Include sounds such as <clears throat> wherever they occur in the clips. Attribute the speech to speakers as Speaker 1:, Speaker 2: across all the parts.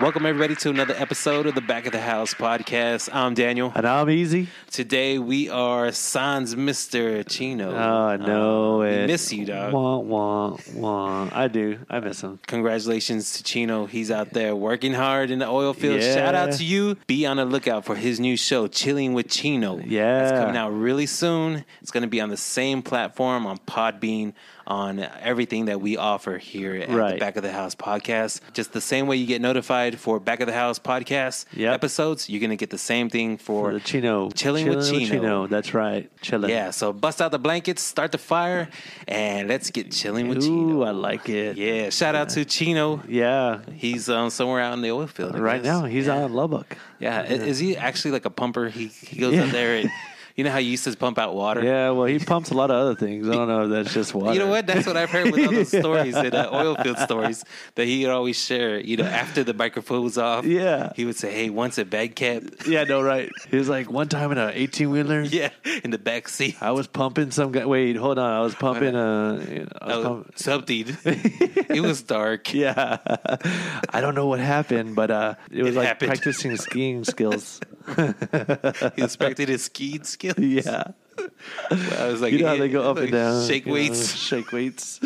Speaker 1: Welcome, everybody, to another episode of the Back of the House podcast. I'm Daniel.
Speaker 2: And I'm easy.
Speaker 1: Today, we are Sans Mr. Chino. Um,
Speaker 2: Oh, I know
Speaker 1: we
Speaker 2: it.
Speaker 1: miss you, dog.
Speaker 2: Wah, wah, wah. I do. I miss him.
Speaker 1: Congratulations to Chino. He's out there working hard in the oil field.
Speaker 2: Yeah.
Speaker 1: Shout out to you. Be on the lookout for his new show, Chilling with Chino.
Speaker 2: Yeah.
Speaker 1: It's coming out really soon. It's going to be on the same platform on Podbean, on everything that we offer here at the
Speaker 2: Right.
Speaker 1: Back of the House podcast. Just the same way you get notified for Back of the House podcast
Speaker 2: Yep.
Speaker 1: episodes, you're going to get the same thing for,
Speaker 2: For the Chino.
Speaker 1: Chilling with Chino.
Speaker 2: That's right. Chilling.
Speaker 1: Yeah, so bust out the blankets, start the fire, and let's get chilling with Chino.
Speaker 2: Ooh, I like it.
Speaker 1: Yeah, shout out to Chino.
Speaker 2: Yeah.
Speaker 1: He's um, somewhere out in the oil field I
Speaker 2: Right
Speaker 1: guess.
Speaker 2: now, he's out in Lubbock.
Speaker 1: Yeah, i- is he actually like a pumper? He he goes out
Speaker 2: Yeah.
Speaker 1: there and you know how you used to pump out water.
Speaker 2: Yeah, well, he pumps a lot of other things. I don't know if that's just water.
Speaker 1: You know what? That's what I've heard with all
Speaker 2: <laughs>
Speaker 1: those stories, and uh, oil field stories that he would always share. You know, after the microphone was off,
Speaker 2: Yeah.
Speaker 1: he would say, "Hey, once at bag cap,
Speaker 2: <laughs> Yeah, no, right. He was like, one time in an 18 wheeler,
Speaker 1: yeah, in the back seat,
Speaker 2: I was pumping some guy. Wait, hold on. I was pumping uh, you know, I was
Speaker 1: oh,
Speaker 2: pump-
Speaker 1: something."
Speaker 2: <laughs>
Speaker 1: it was dark.
Speaker 2: yeah. <laughs> I don't know what happened, but uh, it was
Speaker 1: It
Speaker 2: like
Speaker 1: happened. <laughs>
Speaker 2: practicing skiing skills.
Speaker 1: He inspected his
Speaker 2: <laughs>
Speaker 1: skiing skill.
Speaker 2: yeah.
Speaker 1: I was like,
Speaker 2: You know how
Speaker 1: yeah,
Speaker 2: they go up
Speaker 1: like,
Speaker 2: and down.
Speaker 1: <laughs> shake
Speaker 2: you know,
Speaker 1: weights.
Speaker 2: <laughs>
Speaker 1: <laughs>
Speaker 2: shake weights.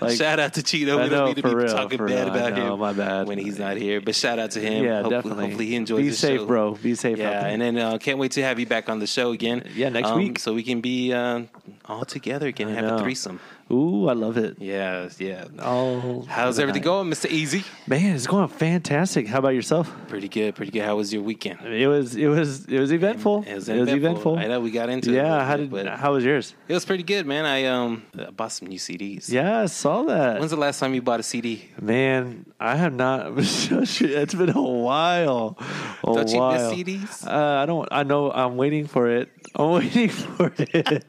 Speaker 2: like,
Speaker 1: shout out to Chino.
Speaker 2: I
Speaker 1: We don't
Speaker 2: know,
Speaker 1: need to
Speaker 2: for
Speaker 1: be
Speaker 2: real,
Speaker 1: talking
Speaker 2: for
Speaker 1: bad
Speaker 2: real. I
Speaker 1: about
Speaker 2: know,
Speaker 1: him
Speaker 2: my bad.
Speaker 1: when he's not here. But shout out to him.
Speaker 2: yeah,
Speaker 1: Hopefully-
Speaker 2: definitely.
Speaker 1: Hopefully he enjoys
Speaker 2: Be
Speaker 1: the
Speaker 2: safe,
Speaker 1: show.
Speaker 2: bro. Be safe.
Speaker 1: Yeah,
Speaker 2: out there.
Speaker 1: and then uh, can't wait to have you back on the show again.
Speaker 2: Uh, Yeah, next
Speaker 1: Um,
Speaker 2: week.
Speaker 1: so we can be uh, all together again, and have a
Speaker 2: know.
Speaker 1: threesome.
Speaker 2: ooh, I love it.
Speaker 1: Yeah, yeah.
Speaker 2: Oh,
Speaker 1: How's everything going, Mister Easy?
Speaker 2: Man, it's going fantastic. How about yourself?
Speaker 1: Pretty good, pretty good. How was your weekend?
Speaker 2: It was, it was, it was eventful. It was eventful.
Speaker 1: I know we got into it. a
Speaker 2: Yeah.
Speaker 1: little
Speaker 2: How
Speaker 1: bit,
Speaker 2: did?
Speaker 1: but
Speaker 2: How was yours?
Speaker 1: it was pretty good, man. I um I bought some new CDs.
Speaker 2: Yeah, I saw that.
Speaker 1: When's the last time you bought a CD?
Speaker 2: Man, I have not. <laughs> it's been a while. A
Speaker 1: Don't you
Speaker 2: while.
Speaker 1: miss CDs?
Speaker 2: Uh, I don't. I know. I'm waiting for it. I'm <laughs> waiting for it.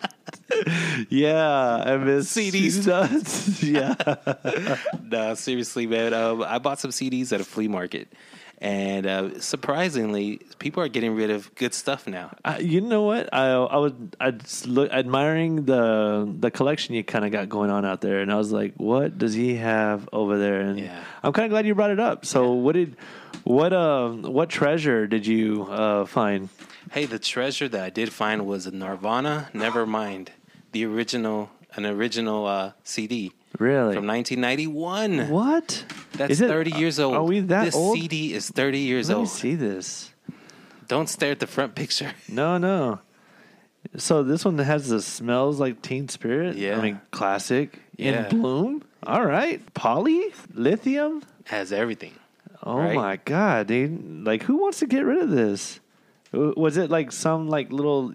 Speaker 2: <laughs> yeah, I miss <laughs>
Speaker 1: CDs.
Speaker 2: Nuts. yeah.
Speaker 1: no, seriously, man. Um, I bought some CDs at a flea market, and uh, surprisingly, people are getting rid of good stuff now.
Speaker 2: I, you know what? I I was I just look admiring the the collection you kind of got going on out there, and I was like, what does he have over there? And
Speaker 1: Yeah.
Speaker 2: I'm kind of glad you brought it up. So what did what um what treasure did you uh find?
Speaker 1: Hey, the treasure that I did find was a Nirvana Nevermind, the original, an original uh, CD
Speaker 2: Really?
Speaker 1: from 1991.
Speaker 2: What?
Speaker 1: That's
Speaker 2: Is it-
Speaker 1: 30 years old.
Speaker 2: Are we that
Speaker 1: this
Speaker 2: old?
Speaker 1: CD is 30 years
Speaker 2: Let me
Speaker 1: old.
Speaker 2: see this.
Speaker 1: Don't stare at the front picture.
Speaker 2: No, no. So this one has the smells like Teen Spirit.
Speaker 1: Yeah.
Speaker 2: I mean classic.
Speaker 1: Yeah.
Speaker 2: In bloom. All right. Poly lithium.
Speaker 1: Has everything.
Speaker 2: Oh
Speaker 1: Right.
Speaker 2: my god, dude! Like, who wants to get rid of this? W- Was it like some like little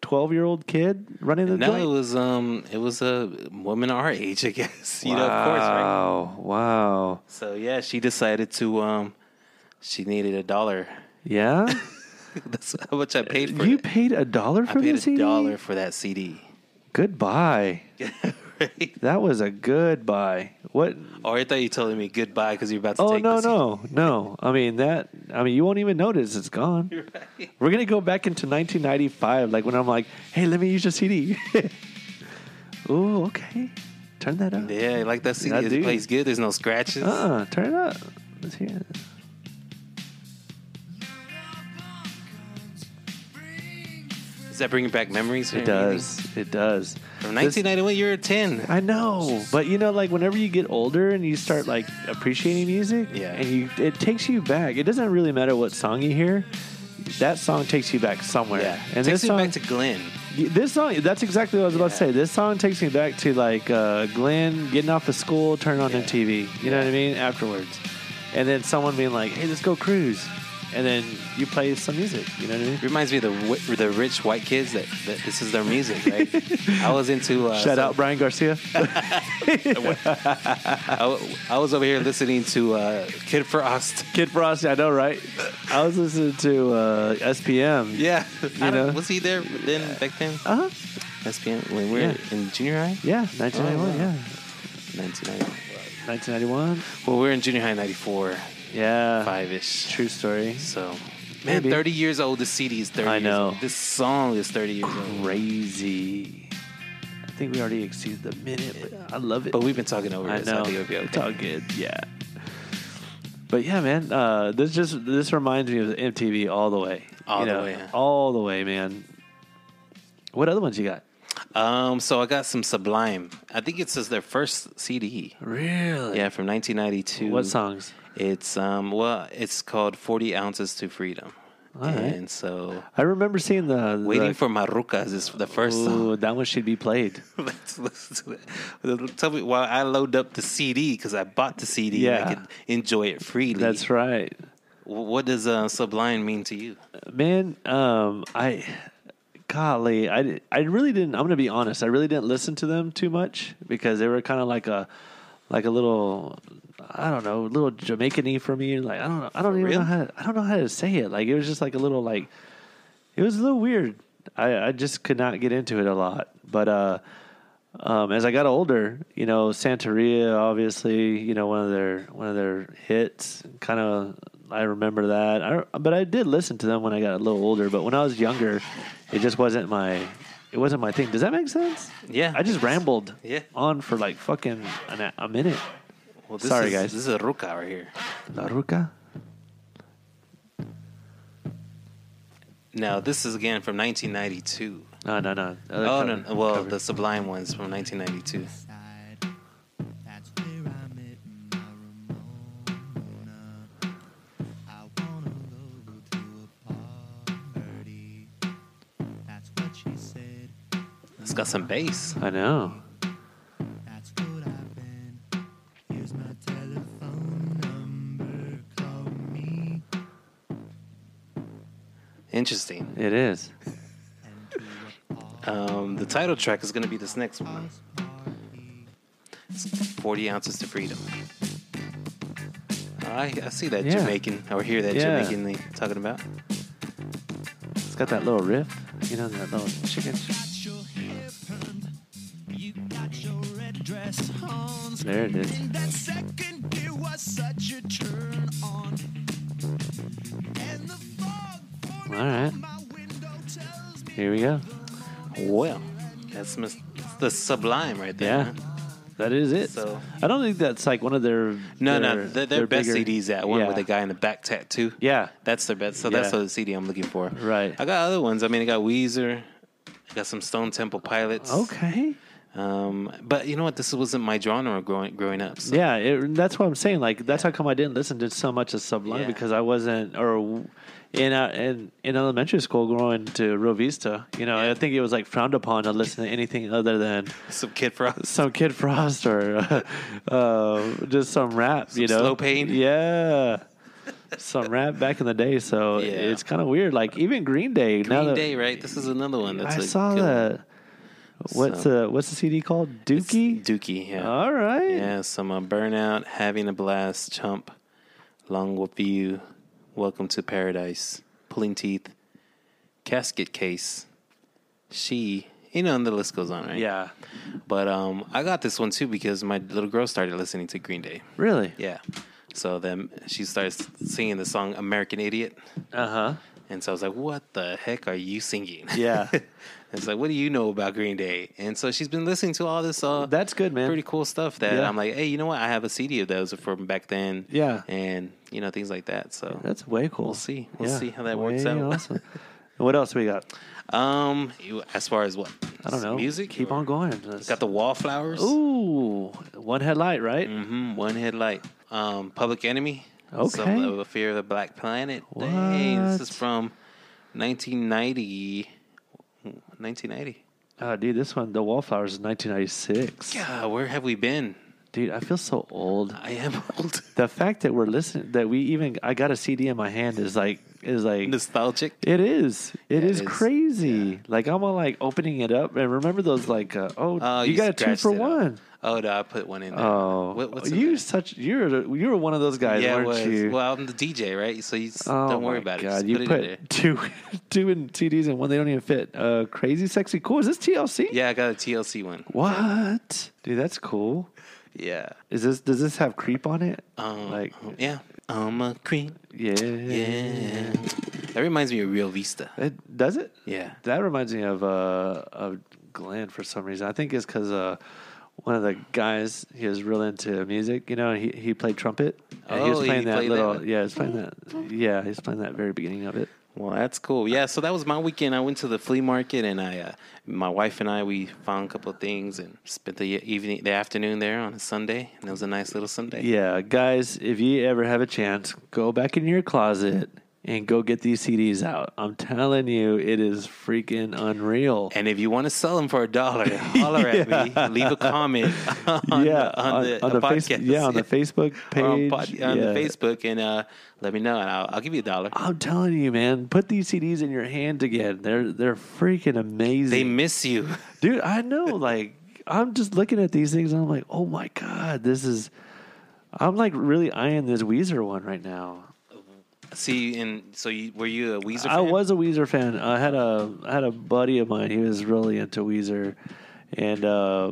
Speaker 2: twelve-year-old kid running the
Speaker 1: No, it
Speaker 2: joint?
Speaker 1: was um, it was a woman our age, I guess. <laughs> You know, of course, right?
Speaker 2: Wow, wow,
Speaker 1: So yeah, she decided to um she needed a dollar. <laughs>
Speaker 2: yeah.
Speaker 1: That's how much I paid for
Speaker 2: you
Speaker 1: it.
Speaker 2: paid a dollar
Speaker 1: I
Speaker 2: for
Speaker 1: paid
Speaker 2: this
Speaker 1: a dollar for that CD.
Speaker 2: Goodbye.
Speaker 1: <laughs> right?
Speaker 2: That was a goodbye. What?
Speaker 1: Or I thought you told me goodbye because you're about to
Speaker 2: Oh
Speaker 1: take
Speaker 2: no,
Speaker 1: this.
Speaker 2: no, no. I mean that. I mean you won't even notice it's
Speaker 1: <laughs>
Speaker 2: gone. We're gonna go back into 1995, like when I'm like, hey, let me use your <laughs> CD. oh, okay. Turn that
Speaker 1: <laughs>
Speaker 2: up.
Speaker 1: Yeah, like that CD
Speaker 2: I
Speaker 1: it
Speaker 2: do.
Speaker 1: plays good. There's no scratches.
Speaker 2: Uh, turn it up. Let's hear it.
Speaker 1: Is that bringing back memories? or
Speaker 2: It does. It does.
Speaker 1: anything? From 1991, you're a 10.
Speaker 2: I know, but you know, like whenever you get older and you start like appreciating music,
Speaker 1: Yeah.
Speaker 2: and you it takes you back. It doesn't really matter what song you hear. That song takes you back somewhere.
Speaker 1: Yeah.
Speaker 2: And
Speaker 1: Takes
Speaker 2: this
Speaker 1: me
Speaker 2: song,
Speaker 1: back to Glenn.
Speaker 2: this song, that's exactly what I was about to
Speaker 1: Yeah.
Speaker 2: say. This song takes me back to like uh, Glenn getting off of school, turning on
Speaker 1: Yeah.
Speaker 2: MTV. You know what I mean? Afterwards, and then someone being like, "Hey, let's go cruise," and then you play some music. You know what I mean?
Speaker 1: Reminds me of the wi- the rich white kids that, that this is their music,
Speaker 2: <laughs>
Speaker 1: right? I was into uh,
Speaker 2: Shout
Speaker 1: so-
Speaker 2: out
Speaker 1: <laughs>
Speaker 2: Brian Garcia.
Speaker 1: I, I was over here listening to uh, Kid Frost.
Speaker 2: Kid Frost, I know, right? I was listening to uh, SPM.
Speaker 1: <laughs> Yeah, I don't-
Speaker 2: know?
Speaker 1: was he there then back then? E
Speaker 2: Uh huh.
Speaker 1: SPN when we were
Speaker 2: Yeah.
Speaker 1: in junior high,
Speaker 2: Yeah,
Speaker 1: Oh,
Speaker 2: 1991.
Speaker 1: wow.
Speaker 2: Yeah,
Speaker 1: 1991.
Speaker 2: 1991.
Speaker 1: Well, we were in junior high in '94,
Speaker 2: Yeah.
Speaker 1: five ish.
Speaker 2: True story.
Speaker 1: So, man,
Speaker 2: Maybe.
Speaker 1: 30 years old. This CD is 30.
Speaker 2: I
Speaker 1: years old.
Speaker 2: know.
Speaker 1: This song is 30 years old.
Speaker 2: Crazy. I think we already exceeded the minute, but I love it.
Speaker 1: But we've been talking over
Speaker 2: I
Speaker 1: it.
Speaker 2: <laughs> know.
Speaker 1: So I think it'll be okay.
Speaker 2: It's all good. Yeah. But yeah, man, uh, this just this reminds me of MTV all the way,
Speaker 1: All the way, huh?
Speaker 2: all the way, man. What other ones you got?
Speaker 1: Um, so I got some Sublime. I think it's just their first CD.
Speaker 2: Really?
Speaker 1: Yeah, from 1992.
Speaker 2: What songs?
Speaker 1: It's um, well, it's called 40 Ounces to Freedom.
Speaker 2: All right.
Speaker 1: And so,
Speaker 2: I remember seeing the
Speaker 1: Waiting
Speaker 2: the,
Speaker 1: for Marucas is the first song.
Speaker 2: Ooh, that one should be played.
Speaker 1: <laughs> Let's listen to that. Tell me why I load up the CD because I bought the CD. and I
Speaker 2: Yeah.
Speaker 1: could enjoy it freely.
Speaker 2: That's right,
Speaker 1: What does uh, Sublime mean to you?
Speaker 2: man. Um, I, golly, I, di- I really didn't. I'm gonna be honest. I really didn't listen to them too much because they were kind of like a, like a little, I don't know, little Jamaican-y for me. Like I don't know. I don't even
Speaker 1: real?
Speaker 2: know how. To, I don't know how to say it. Like it was just like a little like, it was a little weird. I, I just could not get into it a lot, but uh, um, as I got older, you know, Santeria, obviously, you know, one of their one of their hits. Kind of, I remember that. I, but I did listen to them when I got a little older. But when I was younger, it just wasn't my it wasn't my thing. Does that make sense?
Speaker 1: Yeah.
Speaker 2: I just rambled
Speaker 1: Yeah.
Speaker 2: on for like fucking an, a- a minute.
Speaker 1: Well, this
Speaker 2: Sorry,
Speaker 1: is,
Speaker 2: guys.
Speaker 1: This is a ruca right here.
Speaker 2: La Ruca.
Speaker 1: Now, this is again from 1992.
Speaker 2: No, no, no. Other
Speaker 1: Oh
Speaker 2: cover.
Speaker 1: no! no. Well,
Speaker 2: Cover.
Speaker 1: the Sublime one's from 1992.
Speaker 3: side. That's where I met my Ramona. I wanna go to a party. That's what she said.
Speaker 1: It's got some bass.
Speaker 2: I know.
Speaker 3: That's what I've been. Here's my telephone number. Call me.
Speaker 1: Interesting.
Speaker 2: It is.
Speaker 3: And to a party.
Speaker 1: Um, the title track is going to be this next one.
Speaker 3: house party.
Speaker 1: It's 40 ounces to freedom. I, I see that
Speaker 2: Yeah.
Speaker 1: Jamaican or hear that
Speaker 2: Yeah.
Speaker 1: Jamaican they talking about.
Speaker 2: It's got that little riff. You know that little chicken.
Speaker 3: Got your hair permed. You got your red dress on.
Speaker 2: There it is.
Speaker 3: In that second, it was such a turn on. And the fog forming
Speaker 2: All right.
Speaker 3: on my window tells me
Speaker 2: Here we go.
Speaker 1: Well, that's mis- it's the Sublime right there.
Speaker 2: Yeah,
Speaker 1: huh?
Speaker 2: that is it.
Speaker 1: So-
Speaker 2: I don't think that's like one of their
Speaker 1: No,
Speaker 2: their,
Speaker 1: no, their, their, best
Speaker 2: bigger-
Speaker 1: CD's that one
Speaker 2: yeah.
Speaker 1: with the guy in the back tattoo.
Speaker 2: Yeah,
Speaker 1: That's their best. So that's
Speaker 2: Yeah.
Speaker 1: the CD I'm looking for.
Speaker 2: Right.
Speaker 1: I got other ones. I mean, I got Weezer. I got some Stone Temple Pilots.
Speaker 2: okay.
Speaker 1: Um, but you know what? This wasn't my genre growing growing up. So
Speaker 2: Yeah, it, that's what I'm saying. Like that's how come I didn't listen to so much of Sublime
Speaker 1: Yeah.
Speaker 2: because I wasn't or w- in uh, in in elementary school growing to Rio Vista. You know,
Speaker 1: Yeah.
Speaker 2: I think it was like frowned upon to listen to anything other than
Speaker 1: <laughs> some Kid Frost.
Speaker 2: some Kid Frost or <laughs> uh, just some rap. you know,
Speaker 1: Slow Pain.
Speaker 2: Yeah. Some rap back in the day, so
Speaker 1: Yeah.
Speaker 2: it's kind of weird. Like even Green Day, now
Speaker 1: Green
Speaker 2: that,
Speaker 1: Day, right? This is another one. That's
Speaker 2: I
Speaker 1: a
Speaker 2: saw
Speaker 1: good one.
Speaker 2: that. What's
Speaker 1: So-
Speaker 2: the what's the CD called?
Speaker 1: It's
Speaker 2: Dookie.
Speaker 1: Dookie, yeah.
Speaker 2: All right.
Speaker 1: Yeah, some uh, Burnout, Having a Blast, Chump, Long with You, Welcome to Paradise, Pulling Teeth, Casket Case, She, you know, and the list goes on, right?
Speaker 2: Yeah.
Speaker 1: But um, I got this one too because my little girl started listening to Green Day.
Speaker 2: Really?
Speaker 1: Yeah. So then she starts singing the song American Idiot.
Speaker 2: Uh huh.
Speaker 1: And so I was like, what the heck are you singing?
Speaker 2: Yeah.
Speaker 1: <laughs> it's like, what do you know about Green Day? And so she's been listening to all this. Uh,
Speaker 2: That's good, man.
Speaker 1: Pretty cool stuff that
Speaker 2: Yeah.
Speaker 1: I'm like, hey, you know what? I have a CD of those from back then.
Speaker 2: Yeah.
Speaker 1: And, you know, things like that. So
Speaker 2: That's way cool.
Speaker 1: We'll see. We'll see how that works out.
Speaker 2: Awesome. And what else we got?
Speaker 1: um, you- as far as what?
Speaker 2: I don't know.
Speaker 1: Music?
Speaker 2: Keep
Speaker 1: or-
Speaker 2: on going.
Speaker 1: Got the Wallflowers.
Speaker 2: ooh one headlight, right?
Speaker 1: hmm One headlight. Um, Public Enemy.
Speaker 2: Okay.
Speaker 1: Some of the Fear of the Black Planet. Dang, this
Speaker 2: What?
Speaker 1: is from 1990. 1990.
Speaker 2: Oh, dude, this one, the Wallflowers, is 1996.
Speaker 1: God, where have we been?
Speaker 2: Dude, I feel so old.
Speaker 1: I am <laughs> old.
Speaker 2: The fact that we're listening, that we even, I got a CD in my hand is like, is like
Speaker 1: Nostalgic.
Speaker 2: It is. It
Speaker 1: Yeah,
Speaker 2: is
Speaker 1: it is.
Speaker 2: crazy. Like I'm all like opening it up and remember those like uh, oh
Speaker 1: Oh,
Speaker 2: you, got a two
Speaker 1: scratched
Speaker 2: for
Speaker 1: it up.
Speaker 2: one.
Speaker 1: Oh, no, I put one in there.
Speaker 2: Oh,
Speaker 1: What- what's in
Speaker 2: you
Speaker 1: there?
Speaker 2: such you're you were one of those guys,
Speaker 1: yeah,
Speaker 2: weren't
Speaker 1: it was.
Speaker 2: you?
Speaker 1: Well, I'm the DJ, right? So you s
Speaker 2: Oh
Speaker 1: don't worry
Speaker 2: my
Speaker 1: about it. Just
Speaker 2: God, you
Speaker 1: put it
Speaker 2: put
Speaker 1: in there.
Speaker 2: two <laughs> two in CDs and one they don't even fit. Uh, crazy, sexy, cool. Is this TLC?
Speaker 1: Yeah, I got a TLC one.
Speaker 2: What, dude? That's cool.
Speaker 1: Yeah.
Speaker 2: Is this does this have creep on it?
Speaker 1: Um,
Speaker 2: like
Speaker 1: yeah. I'm a creep.
Speaker 2: yeah,
Speaker 1: Yeah. That reminds me of Real Vista.
Speaker 2: It does it.
Speaker 1: Yeah.
Speaker 2: That reminds me of uh of Glenn for some reason. I think it's because uh one of the guys. He was real into music, you know. and He he played trumpet. And
Speaker 1: Oh,
Speaker 2: was
Speaker 1: he
Speaker 2: playing that
Speaker 1: played that
Speaker 2: little.
Speaker 1: one.
Speaker 2: yeah, he's playing that. Yeah, he's playing that very beginning of it.
Speaker 1: Well, that's cool. Yeah, so that was my weekend. I went to the flea market, and I, uh, my wife and I, we found a couple of things and spent the evening, the afternoon there on a Sunday, and it was a nice little Sunday.
Speaker 2: Yeah, guys, if you ever have a chance, go back in your closet and go get these CDs out. I'm telling you, it is freaking unreal.
Speaker 1: And if you want to sell them for a
Speaker 2: <laughs>
Speaker 1: dollar, holler at me. Leave a comment. On,
Speaker 2: yeah,
Speaker 1: on, the,
Speaker 2: on
Speaker 1: podcast.
Speaker 2: Facebook, yeah, on the Facebook page,
Speaker 1: Or on, pod- on
Speaker 2: yeah.
Speaker 1: Um, the Facebook, and uh, let me know, and I'll, I'll give you a dollar.
Speaker 2: I'm telling you, man, put these CDs in your hand again. They're they're freaking
Speaker 1: They
Speaker 2: amazing,
Speaker 1: miss you. <laughs>
Speaker 2: dude. I know. Like, I'm just looking at these things and I'm like, oh my god, this is. I'm like really eyeing this Weezer one right now.
Speaker 1: See, and so you, were you a Weezer?
Speaker 2: I
Speaker 1: fan?
Speaker 2: was a Weezer fan. I had a I had a buddy of mine. He was really into Weezer, and uh,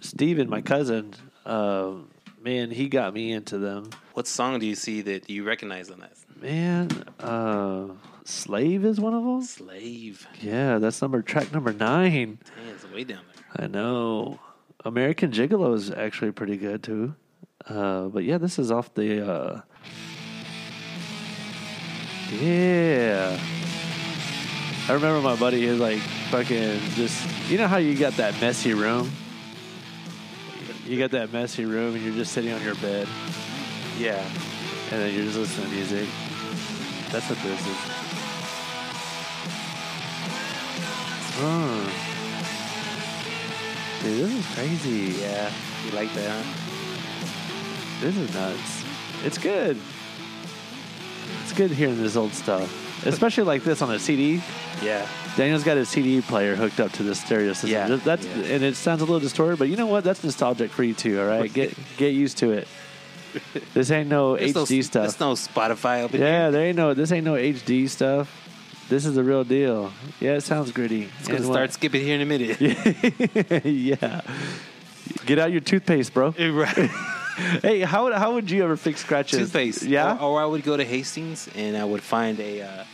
Speaker 2: Steven, my cousin, uh, man, he got me into them.
Speaker 1: What song do you see that you recognize on that?
Speaker 2: Man, uh, Slave is one of them.
Speaker 1: Slave.
Speaker 2: Yeah, that's number track number nine.
Speaker 1: Man, it's way down there.
Speaker 2: I know. American Gigolo is actually pretty good too. Uh, but yeah, this is off the. Uh, yeah. I remember my buddy he was like fucking just. You know how you got that messy room? You got that messy room and you're just sitting on your bed
Speaker 1: Yeah.
Speaker 2: and then you're just listening to music. That's what this is. Hmm. Dude, this is crazy.
Speaker 1: Yeah. You like that, huh?
Speaker 2: This is nuts. It's good. It's good hearing this old stuff, especially like this on a CD.
Speaker 1: Yeah.
Speaker 2: Daniel's got his CD player hooked up to the stereo system.
Speaker 1: Yeah,
Speaker 2: Th- that's
Speaker 1: yeah.
Speaker 2: and it sounds a little distorted, but you know what? That's nostalgic for you too. All
Speaker 1: <laughs>
Speaker 2: right, get get used to it. This ain't no
Speaker 1: There's no-
Speaker 2: HD stuff.
Speaker 1: There's no Spotify up in here.
Speaker 2: Yeah, there ain't no. This ain't no HD stuff. This is the real deal. Yeah, it sounds gritty.
Speaker 1: It's going
Speaker 2: And
Speaker 1: to
Speaker 2: what-
Speaker 1: start skipping here in a minute.
Speaker 2: <laughs> yeah. Get out your toothpaste, bro.
Speaker 1: <laughs>
Speaker 2: <laughs>
Speaker 1: right.
Speaker 2: Hey, how would how would you ever fix scratches?
Speaker 1: Toothpaste. Oh,
Speaker 2: Yeah.
Speaker 1: Or, or I would go to Hastings and I would find a uh,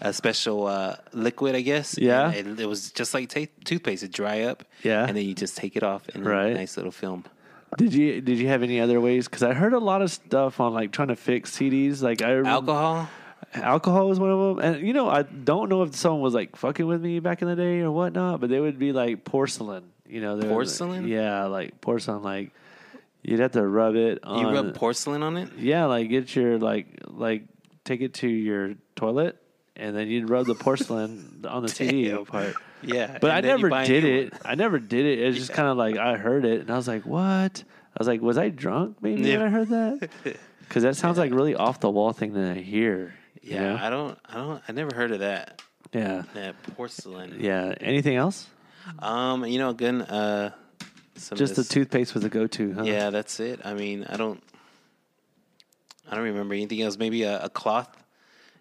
Speaker 1: a special uh, liquid, I guess.
Speaker 2: Yeah.
Speaker 1: And It, it was just like ta toothpaste. It dry up.
Speaker 2: Yeah.
Speaker 1: And then you just take it off and
Speaker 2: Right.
Speaker 1: right. nice little film. oh.
Speaker 2: Did you did you have any other ways? Because I heard a lot of stuff on like trying to fix CDs. Like I remember,
Speaker 1: Alcohol.
Speaker 2: alcohol was one of them. And you know, I don't know if someone was like fucking with me back in the day or whatnot, but they would be like porcelain. You know, they would, like-
Speaker 1: Porcelain?
Speaker 2: yeah, like porcelain. Like you'd have to rub it. on...
Speaker 1: You rub porcelain on it.
Speaker 2: Yeah, like get your like like take it to your toilet and then you'd rub
Speaker 1: <laughs>
Speaker 2: the porcelain on the CD
Speaker 1: Damn.
Speaker 2: part.
Speaker 1: Yeah.
Speaker 2: But I
Speaker 1: and then you
Speaker 2: never
Speaker 1: buy a
Speaker 2: did
Speaker 1: new
Speaker 2: it.
Speaker 1: one.
Speaker 2: I never did it. It was just kind of like I heard it and I was like, "What?" I was like, "Was I drunk maybe
Speaker 1: Yeah.
Speaker 2: when I
Speaker 1: <laughs>
Speaker 2: heard that?" Cuz that sounds like really off the wall thing that I hear. you
Speaker 1: Yeah.
Speaker 2: know?
Speaker 1: I don't. I don't. I never heard of that.
Speaker 2: yeah.
Speaker 1: That porcelain.
Speaker 2: Yeah. Anything else?
Speaker 1: Um. You know. Again. Uh. Some
Speaker 2: Just the
Speaker 1: this-
Speaker 2: toothpaste was a go-to, huh?
Speaker 1: Yeah, that's it. I mean, I don't, I don't remember anything else. Maybe a, a cloth,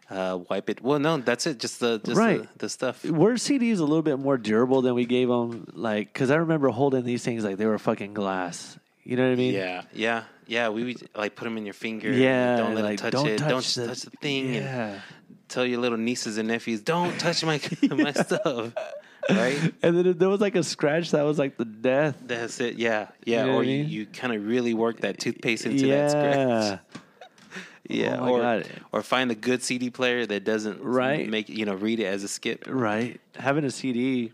Speaker 1: uh, wipe it. Well, no, that's it. Just the just
Speaker 2: Right.
Speaker 1: the, the stuff.
Speaker 2: Were CDs a little bit more durable than we gave them? Like, because I remember holding these things like they were fucking glass. You know what I mean?
Speaker 1: Yeah, yeah, yeah. We would like put them in your finger. and
Speaker 2: Yeah,
Speaker 1: don't let
Speaker 2: like,
Speaker 1: them touch
Speaker 2: don't
Speaker 1: it.
Speaker 2: touch
Speaker 1: don't s-
Speaker 2: the-
Speaker 1: touch the thing. And
Speaker 2: Yeah.
Speaker 1: tell your little nieces and nephews, don't touch
Speaker 2: <laughs>
Speaker 1: my <laughs> my stuff. Right.
Speaker 2: And then if there was like a scratch that was like the death.
Speaker 1: That's it. Yeah, yeah.
Speaker 2: know what
Speaker 1: or
Speaker 2: I
Speaker 1: you,
Speaker 2: mean?
Speaker 1: you kind of really work that toothpaste into
Speaker 2: yeah.
Speaker 1: that scratch. <laughs> Yeah.
Speaker 2: Oh my
Speaker 1: or
Speaker 2: God.
Speaker 1: or find a good CD player that doesn't
Speaker 2: Right.
Speaker 1: make you know read it as a skip.
Speaker 2: Right. Having a CD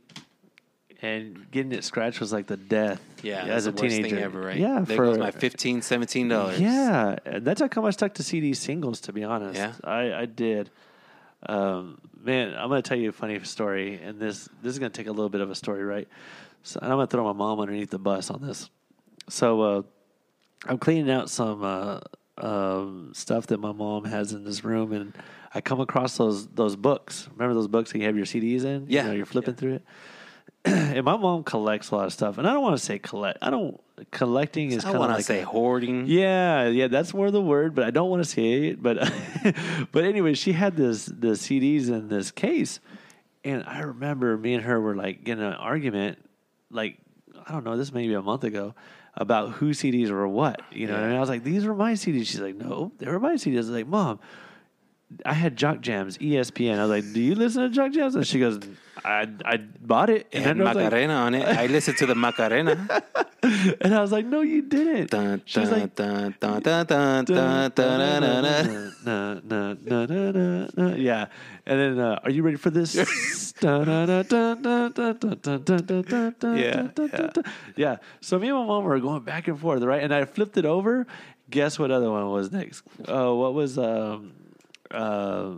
Speaker 2: and getting it scratched was like the death.
Speaker 1: Yeah, that's
Speaker 2: As
Speaker 1: the
Speaker 2: a
Speaker 1: worst
Speaker 2: teenager.
Speaker 1: thing ever, right?
Speaker 2: Yeah.
Speaker 1: there
Speaker 2: for,
Speaker 1: goes my 15 dollars.
Speaker 2: Yeah, and that's how come I stuck to CD singles. To be honest,
Speaker 1: Yeah.
Speaker 2: I, I did. Um, man, I'm gonna tell you a funny story, and this this is gonna take a little bit of a story, right? So, and I'm gonna throw my mom underneath the bus on this. So uh, I'm cleaning out some uh, um, stuff that my mom has in this room, and I come across those those books. Remember those books that you have your CDs in?
Speaker 1: Yeah.
Speaker 2: you know, you're flipping through it. <clears throat> and my mom collects a lot of stuff, and I don't want to say collect. I don't collecting is
Speaker 1: I
Speaker 2: kind of
Speaker 1: want to
Speaker 2: like
Speaker 1: say
Speaker 2: a-
Speaker 1: hoarding.
Speaker 2: yeah, yeah, that's more the word, but I don't want to say it. But <laughs> but anyway, she had this the CDs in this case, and I remember me and her were like getting an argument, like I don't know, this may be a month ago, about who CDs were what. You know, what I mean? I was like, these were my CDs. She's like, no, they were my CDs. I was E like, mom. I had Jock Jams, ESPN. I was like, "Do you listen to Jock Jams?" And she goes, I I bought it
Speaker 1: It
Speaker 2: and,
Speaker 1: had
Speaker 2: then I was like,
Speaker 1: Macarena on it. I listened to the Macarena.
Speaker 2: <laughs> and I was like, no, you didn't.
Speaker 1: Dun,
Speaker 2: She was
Speaker 1: dun,
Speaker 2: like,
Speaker 1: dun, dun, dun, dun, dun, dun, dun, dun, dun.
Speaker 2: Na, na, na, na, na, na. Yeah. And then, uh, are you ready
Speaker 1: <laughs>
Speaker 2: for this? Dun, dun, dun, dun, dun, dun, dun, dun, dun, dun, dun, dun,
Speaker 1: Yeah,
Speaker 2: dun, dun,
Speaker 1: yeah.
Speaker 2: dun. Yeah. So me and my mom were going back and forth, right? And I flipped it over. Guess what other one was next? Uh, what was um, uh,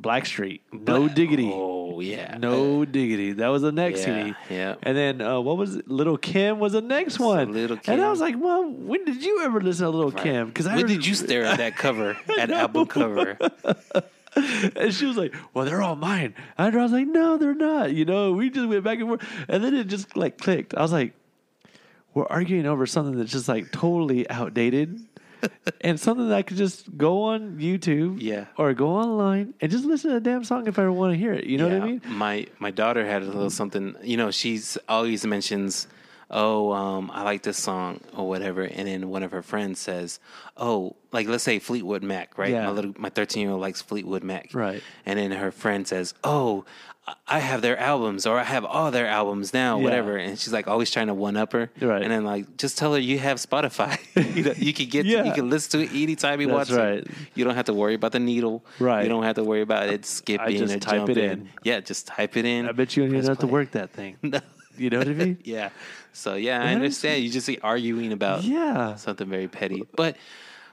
Speaker 2: Blackstreet? No
Speaker 1: Black-
Speaker 2: diggity.
Speaker 1: Oh, yeah.
Speaker 2: No diggity. That was the next
Speaker 1: Yeah,
Speaker 2: CD.
Speaker 1: yeah.
Speaker 2: And then uh, what was it? Little Kim was the next one.
Speaker 1: Little
Speaker 2: And I
Speaker 1: Kim.
Speaker 2: was like, Mom, when did you ever listen to Little
Speaker 1: Right.
Speaker 2: Kim? Because I
Speaker 1: when
Speaker 2: heard-
Speaker 1: did <laughs> you stare at that
Speaker 2: <laughs>
Speaker 1: cover, at album cover?
Speaker 2: And she was like, "Well, they're all mine." And I was like, "No, they're not." You know, we just went back and forth, and then it just like clicked. I was like, "We're arguing over something that's just like totally outdated, and something that I could just go on YouTube,
Speaker 1: Yeah.
Speaker 2: or go online and just listen to the damn song if I ever want to hear it." You know what I
Speaker 1: Yeah,
Speaker 2: mean?
Speaker 1: My my daughter had a little something. You know, she's always mentions, "Oh, um, I like this song or whatever," and then one of her friends says, "Oh, like let's say Fleetwood Mac, right?
Speaker 2: Yeah.
Speaker 1: My little my thirteen year old likes Fleetwood Mac,
Speaker 2: Right.
Speaker 1: And then her friend says, "Oh." I- I have their albums, or I have all their albums now,
Speaker 2: Yeah.
Speaker 1: whatever. And she's like always trying to one up her,
Speaker 2: Right.
Speaker 1: And then like just tell her you have Spotify, <laughs> you, know, you can get, to-
Speaker 2: Yeah.
Speaker 1: you can listen to it anytime you
Speaker 2: That's
Speaker 1: want. to.
Speaker 2: right.
Speaker 1: You don't have to worry about the needle,
Speaker 2: Right.
Speaker 1: You don't have to worry about it skipping.
Speaker 2: just
Speaker 1: or
Speaker 2: type it
Speaker 1: jumping.
Speaker 2: in.
Speaker 1: Yeah, just type it in.
Speaker 2: I bet you don't even
Speaker 1: press
Speaker 2: have to
Speaker 1: play.
Speaker 2: work that thing.
Speaker 1: <laughs> No.
Speaker 2: You know what I mean?
Speaker 1: Yeah. So yeah, I
Speaker 2: Right?
Speaker 1: understand. You just like, arguing about
Speaker 2: Yeah.
Speaker 1: something very petty, but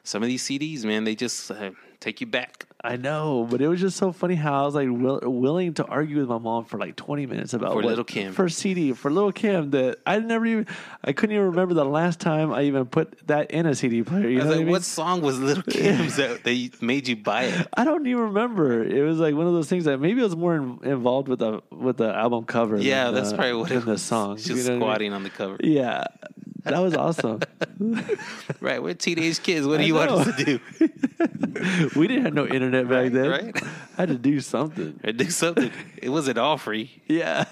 Speaker 1: some of these CDs, man, they just uh, take you back.
Speaker 2: I know, but it was just so funny how I was like will, willing to argue with my mom for like twenty minutes about
Speaker 1: For
Speaker 2: what,
Speaker 1: Little Kim.
Speaker 2: for CD for little Kim that I never even I couldn't even remember the last time I even put that in a CD player. You
Speaker 1: I
Speaker 2: know
Speaker 1: was
Speaker 2: what
Speaker 1: like,
Speaker 2: I
Speaker 1: what,
Speaker 2: mean?
Speaker 1: song was
Speaker 2: <laughs>
Speaker 1: Little Kim's that they made you buy it?
Speaker 2: I don't even remember. It was like one of those things that maybe I was more in, involved with the with the album cover.
Speaker 1: Yeah,
Speaker 2: than
Speaker 1: that's
Speaker 2: the,
Speaker 1: probably what it
Speaker 2: than the
Speaker 1: was.
Speaker 2: song.
Speaker 1: Just squatting on the cover.
Speaker 2: Yeah, that
Speaker 1: <laughs>
Speaker 2: was awesome.
Speaker 1: Right, we're teenage kids. What do
Speaker 2: I
Speaker 1: you
Speaker 2: know.
Speaker 1: want us to do?
Speaker 2: <laughs> we didn't have no internet back
Speaker 1: Right,
Speaker 2: then.
Speaker 1: right.
Speaker 2: I had to do something.
Speaker 1: Or do
Speaker 2: <laughs>
Speaker 1: something. It wasn't all free.
Speaker 2: Yeah.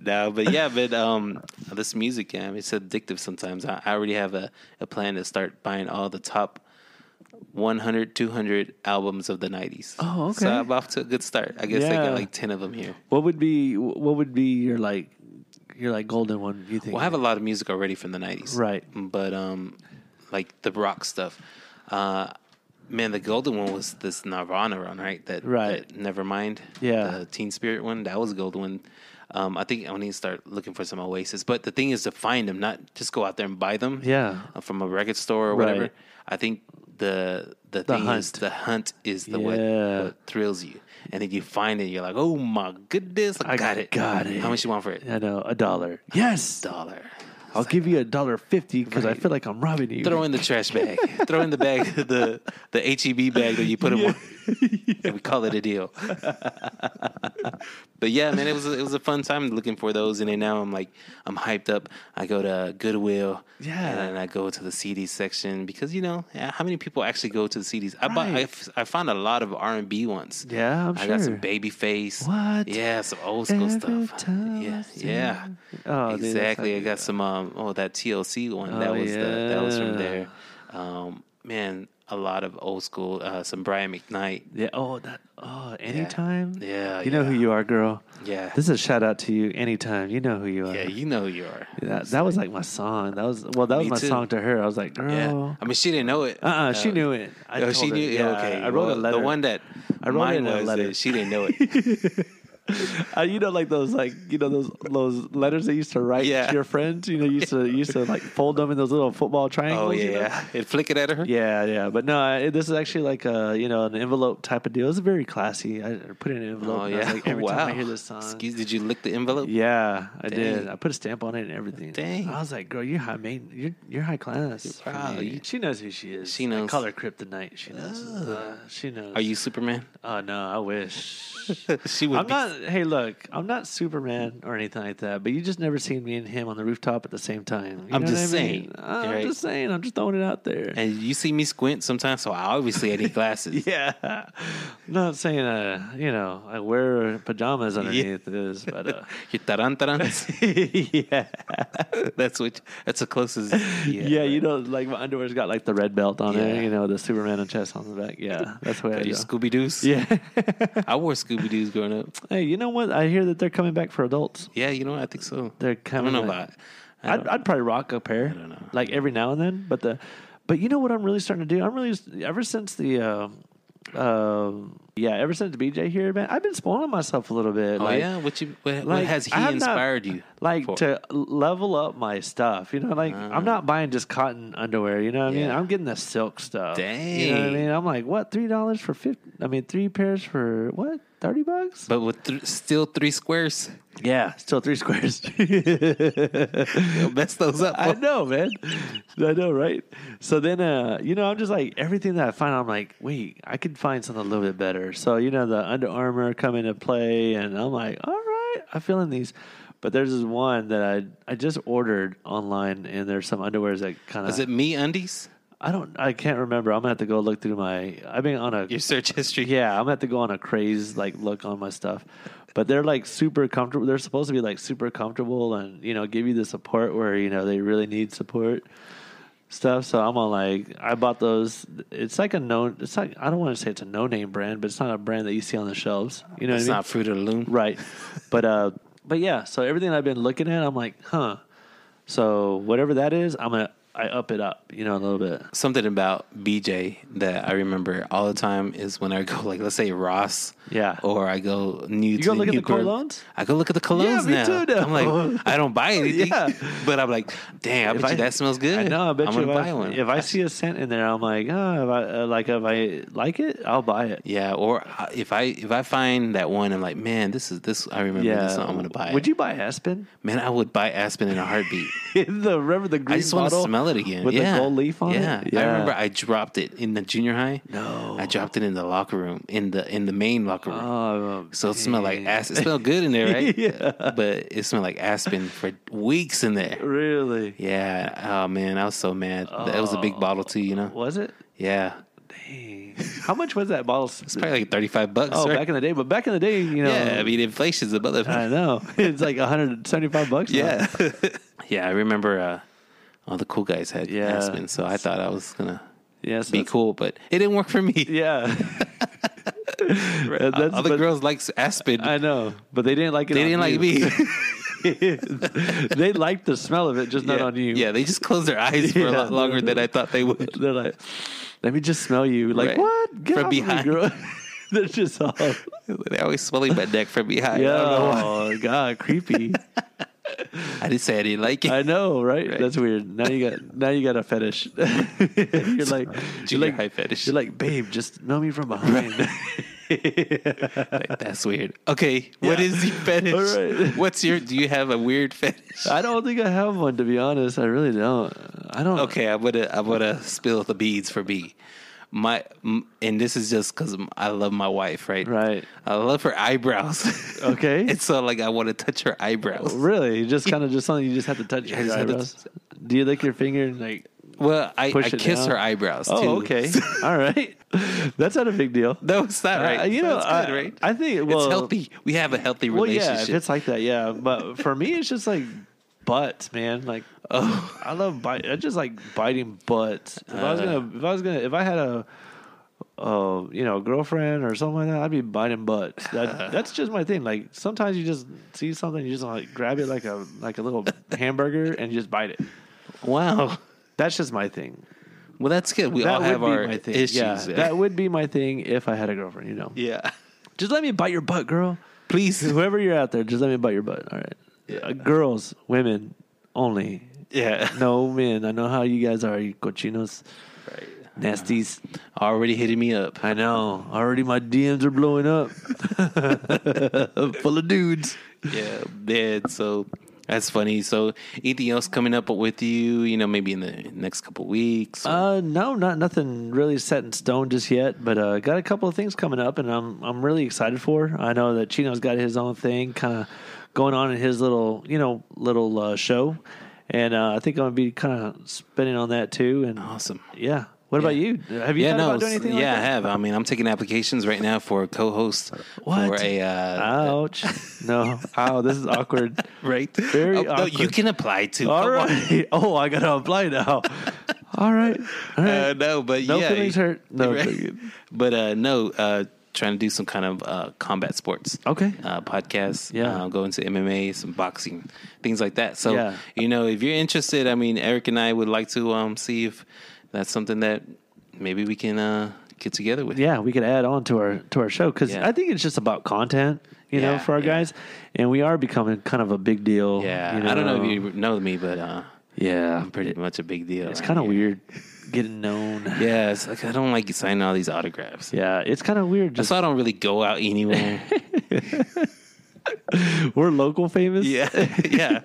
Speaker 1: No, but yeah, but um, this music, yeah, it's addictive sometimes. I, I already have a, a plan to start buying all the top 100, 200 albums of the 90s.
Speaker 2: Oh, okay.
Speaker 1: So I'm off to a good start. I guess I
Speaker 2: Yeah.
Speaker 1: got like 10 of them here.
Speaker 2: What would be what would be your like your like golden one? You think?
Speaker 1: Well, I have a lot of music already from the 90s.
Speaker 2: Right.
Speaker 1: But um, like the rock stuff. Uh, man, the golden one was this Nirvana one, right? That,
Speaker 2: Right.
Speaker 1: that Nevermind.
Speaker 2: Yeah.
Speaker 1: The Teen Spirit one. That was a golden one. Um, I think I need to start looking for some Oasis. But the thing is to find them, not just go out there and buy them.
Speaker 2: Yeah.
Speaker 1: uh, From a record store or
Speaker 2: Right.
Speaker 1: whatever. I think the the thing is
Speaker 2: hunt.
Speaker 1: the hunt is the
Speaker 2: Yeah.
Speaker 1: what, what thrills you. And then you find it, you're like, oh my goodness, I,
Speaker 2: I
Speaker 1: got it.
Speaker 2: got it.
Speaker 1: How much you want for it?
Speaker 2: I know a dollar. Yes,
Speaker 1: Dollar.
Speaker 2: I'll give you a dollar fifty because I
Speaker 1: Right.
Speaker 2: feel like I'm robbing you.
Speaker 1: Throw in the trash bag. Throw in the bag, <laughs> the the HEB bag that you put
Speaker 2: <laughs>
Speaker 1: them in. And we call it a deal. <laughs> but yeah, man, it was a, it was a fun time looking for those, and then now I'm like I'm hyped up. I go to Goodwill,
Speaker 2: Yeah.
Speaker 1: and then I go to the CD section because you know yeah, how many people actually go to the CDs? I bought I,
Speaker 2: Right.
Speaker 1: f- I found a lot of R and B ones.
Speaker 2: Yeah, I'm
Speaker 1: I got some
Speaker 2: sure.
Speaker 1: Babyface.
Speaker 2: What?
Speaker 1: Yeah, some old school
Speaker 2: Every
Speaker 1: stuff.
Speaker 2: time I
Speaker 1: Yeah,
Speaker 2: see
Speaker 1: yeah.
Speaker 2: you. Oh, dude, that's
Speaker 1: exactly. I
Speaker 2: like-
Speaker 1: got some. Um, oh, that TLC one.
Speaker 2: Oh,
Speaker 1: that was the, that was from
Speaker 2: yeah.
Speaker 1: there. Um, man, a lot of old school. Uh, some Brian McKnight.
Speaker 2: Yeah. Oh, that. Oh, anytime.
Speaker 1: Yeah,
Speaker 2: You know who
Speaker 1: yeah.
Speaker 2: you are, girl.
Speaker 1: Yeah.
Speaker 2: This is a shout out to you. Anytime. You know who you are.
Speaker 1: Yeah, you know who you are.
Speaker 2: That, that was like my song. That was well. That was
Speaker 1: Me
Speaker 2: my
Speaker 1: too.
Speaker 2: song to her. I was like, girl.
Speaker 1: Yeah, I mean, she didn't know it.
Speaker 2: Uh. uh she knew it. I
Speaker 1: oh, she
Speaker 2: told her.
Speaker 1: knew. Yeah, okay.
Speaker 2: I wrote
Speaker 1: Well,
Speaker 2: a letter.
Speaker 1: The one that
Speaker 2: I wrote
Speaker 1: mine
Speaker 2: it in a
Speaker 1: was
Speaker 2: letter.
Speaker 1: that she didn't
Speaker 2: <laughs>
Speaker 1: know it.
Speaker 2: Uh, you know, like those, like you know, those those letters they used to write
Speaker 1: Yeah.
Speaker 2: to your friends. You know, used to used to like fold them in those little football
Speaker 1: oh
Speaker 2: triangles.
Speaker 1: yeah,
Speaker 2: you know?
Speaker 1: yeah. It flickered at her.
Speaker 2: yeah, yeah. But no, I, this is actually like a you know an envelope type of deal. It's very classy. I put it in an envelope.
Speaker 1: Oh
Speaker 2: and I was
Speaker 1: yeah.
Speaker 2: like, every
Speaker 1: wow.
Speaker 2: time I hear this song,
Speaker 1: Excuse, did you lick the envelope?
Speaker 2: yeah, I did.
Speaker 1: Dang.
Speaker 2: I put a stamp on it and everything.
Speaker 1: Dang.
Speaker 2: I was like, girl, you're high main. You're you're high class. for
Speaker 1: Wow,
Speaker 2: me."
Speaker 1: you-
Speaker 2: she knows who she is.
Speaker 1: She
Speaker 2: I
Speaker 1: knows.
Speaker 2: call her kryptonite. She knows. Uh, she knows.
Speaker 1: Are you Superman?
Speaker 2: Oh no, I wish.
Speaker 1: <laughs> she would
Speaker 2: I'm
Speaker 1: be
Speaker 2: not. Hey, look, I'm not Superman or anything like that. But you just never seen me and him on the rooftop at the same time. You
Speaker 1: I'm
Speaker 2: know what
Speaker 1: just
Speaker 2: I mean? Uh,
Speaker 1: saying,
Speaker 2: I'm
Speaker 1: right?
Speaker 2: just saying. I'm just throwing it out there.
Speaker 1: And you see me squint sometimes, so I obviously I need glasses.
Speaker 2: <laughs> yeah, I'm not saying. Uh, you know, I wear pajamas underneath this,
Speaker 1: <laughs>
Speaker 2: but uh,
Speaker 1: Your
Speaker 2: <laughs>
Speaker 1: tarantarans.
Speaker 2: yeah,
Speaker 1: <laughs> that's what. That's the closest.
Speaker 2: <laughs> yeah, You know, like my underwear's got like the red belt on
Speaker 1: Yeah.
Speaker 2: it. You know, the Superman and chest on the back. Yeah, that's where I
Speaker 1: Got
Speaker 2: go.
Speaker 1: your Scooby Doo's.
Speaker 2: <laughs> yeah.
Speaker 1: I wore Scooby Doo's growing up.
Speaker 2: Hey, you know what? I hear that they're coming back for adults.
Speaker 1: Yeah, you know what? I think so.
Speaker 2: They're
Speaker 1: I
Speaker 2: coming.
Speaker 1: don't know
Speaker 2: back.
Speaker 1: about. I
Speaker 2: I'd,
Speaker 1: don't-
Speaker 2: I'd probably rock a pair.
Speaker 1: don't know.
Speaker 2: Like every now and then, but the, but you know what I'm really starting to do? I'm really ever since the, uh, uh, yeah, ever since BJ here, man, I've been spoiling myself a little bit.
Speaker 1: oh
Speaker 2: like,
Speaker 1: yeah, what you? What, what
Speaker 2: like,
Speaker 1: has he
Speaker 2: I have not-
Speaker 1: inspired you?
Speaker 2: Like
Speaker 1: for? Ah.
Speaker 2: to level up my stuff, you know. Like I'm not buying just cotton underwear, you know. what I mean,
Speaker 1: Yeah.
Speaker 2: I'm getting the silk stuff. you know what I
Speaker 1: Dang.
Speaker 2: mean. I'm like, what three dollars for fifty? I mean, three pairs for what? Thirty bucks?
Speaker 1: But with th- still three
Speaker 2: <laughs>
Speaker 1: squares,
Speaker 2: yeah, still three squares. <laughs>
Speaker 1: They'll mess those up.
Speaker 2: I know, man. I know, right? So then, uh, you know, I'm just like everything that I find, I'm like, wait, I could find something a little bit better. So you know, the Under Armour come into play, and I'm like, all right, I'm feeling these. But there's this one that I I just ordered online, and there's some underwears that kind
Speaker 1: Is
Speaker 2: of
Speaker 1: it me undies?
Speaker 2: I don't I can't remember. I'm gonna have to go look through my. I've been on a
Speaker 1: Your search history.
Speaker 2: yeah, I'm gonna have to go on a craze like look on my stuff. But they're like super comfortable. They're supposed to be like super comfortable and you know give you the support where you know they really need support stuff. So I'm on like I bought those. It's like a no. It's like I don't want to say it's a no name brand, but it's not a brand that you see on the shelves. You know,
Speaker 1: it's
Speaker 2: what I mean?
Speaker 1: not fruit of the loom.
Speaker 2: right. But uh, but yeah. So everything I've been looking at, I'm like, huh. So whatever that is, I'm gonna I up it up. You know, a little bit.
Speaker 1: Something about BJ that I remember all the time is when I go like let's say Ross,
Speaker 2: Yeah.
Speaker 1: or I go new.
Speaker 2: You go look at the
Speaker 1: Newburgh.
Speaker 2: colognes?
Speaker 1: I go look at the colognes
Speaker 2: me
Speaker 1: now.
Speaker 2: too now.
Speaker 1: I'm
Speaker 2: <laughs>
Speaker 1: like I don't buy anything,
Speaker 2: Yeah.
Speaker 1: but I'm like damn, I bet you that smells good.
Speaker 2: I know. I bet
Speaker 1: am
Speaker 2: you
Speaker 1: gonna
Speaker 2: if
Speaker 1: buy
Speaker 2: I,
Speaker 1: one.
Speaker 2: If I see a scent in there, I'm like, oh, if I, uh, like if I like it, I'll buy it.
Speaker 1: yeah, or I- if I if I find that one, I'm like man, this is this. I remember
Speaker 2: Yeah,
Speaker 1: this. One, I'm gonna buy it.
Speaker 2: Would you buy Aspen?
Speaker 1: <laughs>
Speaker 2: <laughs>
Speaker 1: Man, I would buy Aspen in a heartbeat.
Speaker 2: the remember the green
Speaker 1: I just want to
Speaker 2: bottle
Speaker 1: smell it again.
Speaker 2: with
Speaker 1: yeah.
Speaker 2: the gold leaf on
Speaker 1: yeah.
Speaker 2: it.
Speaker 1: I remember I dropped it in the junior high.
Speaker 2: No.
Speaker 1: I dropped it in the locker room, in the in the main locker room.
Speaker 2: Oh,
Speaker 1: so it smelled like
Speaker 2: dang.
Speaker 1: aspen. It smelled good in there, right?
Speaker 2: <laughs> Yeah.
Speaker 1: But it smelled like aspen for weeks in there.
Speaker 2: really
Speaker 1: Yeah. Oh man, I was so mad. That was a
Speaker 2: Oh.
Speaker 1: big bottle too, you know? <laughs>
Speaker 2: was it?
Speaker 1: Yeah.
Speaker 2: Dang, how much was that bottle?
Speaker 1: It's probably like thirty five bucks.
Speaker 2: oh,
Speaker 1: right?
Speaker 2: back in the day, but back in the day, you know,
Speaker 1: yeah, I mean inflation's a motherfucker.
Speaker 2: I know <laughs> it's like 175 bucks.
Speaker 1: <laughs>
Speaker 2: now.
Speaker 1: Yeah. <laughs> yeah, I remember uh, all the cool guys had
Speaker 2: Yeah.
Speaker 1: Aspen, so I thought I was gonna
Speaker 2: yeah, so
Speaker 1: be
Speaker 2: it's-
Speaker 1: cool, but it didn't work for me.
Speaker 2: Yeah,
Speaker 1: All
Speaker 2: that's,
Speaker 1: Other
Speaker 2: but-
Speaker 1: girls likes Aspen.
Speaker 2: I know, but they didn't like it.
Speaker 1: they didn't
Speaker 2: on
Speaker 1: like
Speaker 2: you.
Speaker 1: me. <laughs>
Speaker 2: <laughs> they liked the smell of it, just not
Speaker 1: yeah.
Speaker 2: on you.
Speaker 1: Yeah, they just closed their eyes for a
Speaker 2: <laughs> Yeah.
Speaker 1: lot longer than I thought they would.
Speaker 2: <laughs>
Speaker 1: <laughs>
Speaker 2: They're like, let me just smell you. Like,
Speaker 1: Right.
Speaker 2: what?
Speaker 1: From
Speaker 2: off of me,
Speaker 1: behind.
Speaker 2: girl. <laughs> They're just all,
Speaker 1: They're always smelling my neck from behind.
Speaker 2: yeah,
Speaker 1: I don't know why.
Speaker 2: oh,
Speaker 1: <laughs>
Speaker 2: God, creepy.
Speaker 1: I didn't say I didn't like it.
Speaker 2: I know, right?
Speaker 1: Right.
Speaker 2: That's weird. Now you got now you got a fetish. <laughs> you're
Speaker 1: <laughs>
Speaker 2: like you're
Speaker 1: Junior
Speaker 2: like
Speaker 1: high fetish.
Speaker 2: You're like, babe, just smell me from behind.
Speaker 1: Like, That's weird. Okay, what
Speaker 2: Yeah.
Speaker 1: is
Speaker 2: <laughs>
Speaker 1: your fetish?
Speaker 2: All right.
Speaker 1: What's your? Do you have a weird fetish?
Speaker 2: <laughs> <laughs> I don't think I have one to be honest. I really don't. I don't.
Speaker 1: okay, I'm gonna I'm gonna spill the beads for B. My m- and this is just because I love my wife, right?
Speaker 2: Right.
Speaker 1: I love her eyebrows. <laughs>
Speaker 2: Okay.
Speaker 1: and so like I want to touch her eyebrows.
Speaker 2: Really, just kind of just something you just have to touch
Speaker 1: I
Speaker 2: your
Speaker 1: just had to-
Speaker 2: eyebrows. Do you lick your finger and like?
Speaker 1: Well, I, I
Speaker 2: Push it
Speaker 1: kiss
Speaker 2: down.
Speaker 1: her eyebrows. too.
Speaker 2: Oh,
Speaker 1: <laughs>
Speaker 2: okay. All right. <laughs> That's not a big deal.
Speaker 1: No, it's not right.
Speaker 2: Uh, you know,
Speaker 1: it's
Speaker 2: I-
Speaker 1: good, right?
Speaker 2: I think- well-
Speaker 1: it's healthy. We have a healthy
Speaker 2: Well, yeah,
Speaker 1: relationship.
Speaker 2: if it's like that, yeah. But for me, it's just like butts, man. Like,
Speaker 1: <laughs> oh,
Speaker 2: I love bite. I just like biting butts. If I was
Speaker 1: Uh.
Speaker 2: gonna, if I was gonna, if I had a, uh, you know, girlfriend or something like that, I'd be biting butts.
Speaker 1: <laughs>
Speaker 2: That that's just my thing. Like sometimes you just see something, you just like grab it like a like
Speaker 1: <laughs>
Speaker 2: a little hamburger and just bite it.
Speaker 1: wow.
Speaker 2: That's just my thing.
Speaker 1: Well, that's good. Oh. We all
Speaker 2: that
Speaker 1: have
Speaker 2: would be
Speaker 1: our
Speaker 2: my thing.
Speaker 1: issues.
Speaker 2: yeah,
Speaker 1: there.
Speaker 2: that would be my thing if I had a girlfriend. You
Speaker 1: <laughs>
Speaker 2: know, <laughs>
Speaker 1: yeah.
Speaker 2: just let me bite your butt, girl.
Speaker 1: Please.
Speaker 2: <laughs> Whoever you're out there, just let me bite your butt. All right. Uh, girls, women only.
Speaker 1: <laughs> Yeah.
Speaker 2: No men. I know how you guys are, you cochinos,
Speaker 1: Right. Uh-huh.
Speaker 2: nasties.
Speaker 1: Already hitting me up.
Speaker 2: I know. Already my DMs are blowing up. Full of dudes.
Speaker 1: Yeah. Man, so that's funny. So anything else coming up with you? You know, maybe in the next couple weeks. or-
Speaker 2: Uh no, not nothing really set in stone just yet, but uh got a couple of things coming up and I'm I'm really excited for. I know that Chino's got his own thing kind of going on in his little, you know, little uh, show. And uh, I think I'm gonna be kind of spinning on that too. And
Speaker 1: awesome.
Speaker 2: Yeah. What about you? Have you
Speaker 1: yeah,
Speaker 2: thought
Speaker 1: no,
Speaker 2: about doing anything
Speaker 1: yeah, I
Speaker 2: like that?
Speaker 1: have. I mean, I'm taking applications right now for a co-host
Speaker 2: What?
Speaker 1: for a uh, <laughs>
Speaker 2: Ouch. no. Ow, this is awkward.
Speaker 1: right.
Speaker 2: Very
Speaker 1: oh, no, you
Speaker 2: awkward.
Speaker 1: can apply to.
Speaker 2: All
Speaker 1: Come on.
Speaker 2: right. <laughs> Oh, I got to apply now. All right. All right.
Speaker 1: Uh, no, but
Speaker 2: No
Speaker 1: yeah, <laughs>
Speaker 2: feelings hurt. No,
Speaker 1: Right.
Speaker 2: thank you.
Speaker 1: but uh, no, uh, trying to do some kind of uh, combat sports.
Speaker 2: Okay.
Speaker 1: Uh, podcasts.
Speaker 2: Yeah.
Speaker 1: Uh, go into MMA, some boxing, things like that. So
Speaker 2: Yeah.
Speaker 1: you know, if you're interested, I mean, Eric and I would like to um, see if that's something that maybe we can uh, get together with.
Speaker 2: yeah, we could add on to our to our show because
Speaker 1: Yeah.
Speaker 2: I think it's just about content, you know,
Speaker 1: Yeah,
Speaker 2: for our
Speaker 1: yeah.
Speaker 2: guys, and we are becoming kind of a big deal.
Speaker 1: Yeah.
Speaker 2: you know?
Speaker 1: I don't know if you know me, but uh,
Speaker 2: Yeah,
Speaker 1: I'm pretty much a big deal.
Speaker 2: It's
Speaker 1: right
Speaker 2: kind of
Speaker 1: here.
Speaker 2: weird getting known. Yeah,
Speaker 1: Yeah, it's like I don't like signing all these autographs.
Speaker 2: it's kind of weird.
Speaker 1: That's
Speaker 2: Just
Speaker 1: why I don't really go out
Speaker 2: <laughs>
Speaker 1: anywhere.
Speaker 2: we're local famous. <laughs>
Speaker 1: yeah, <laughs> yeah.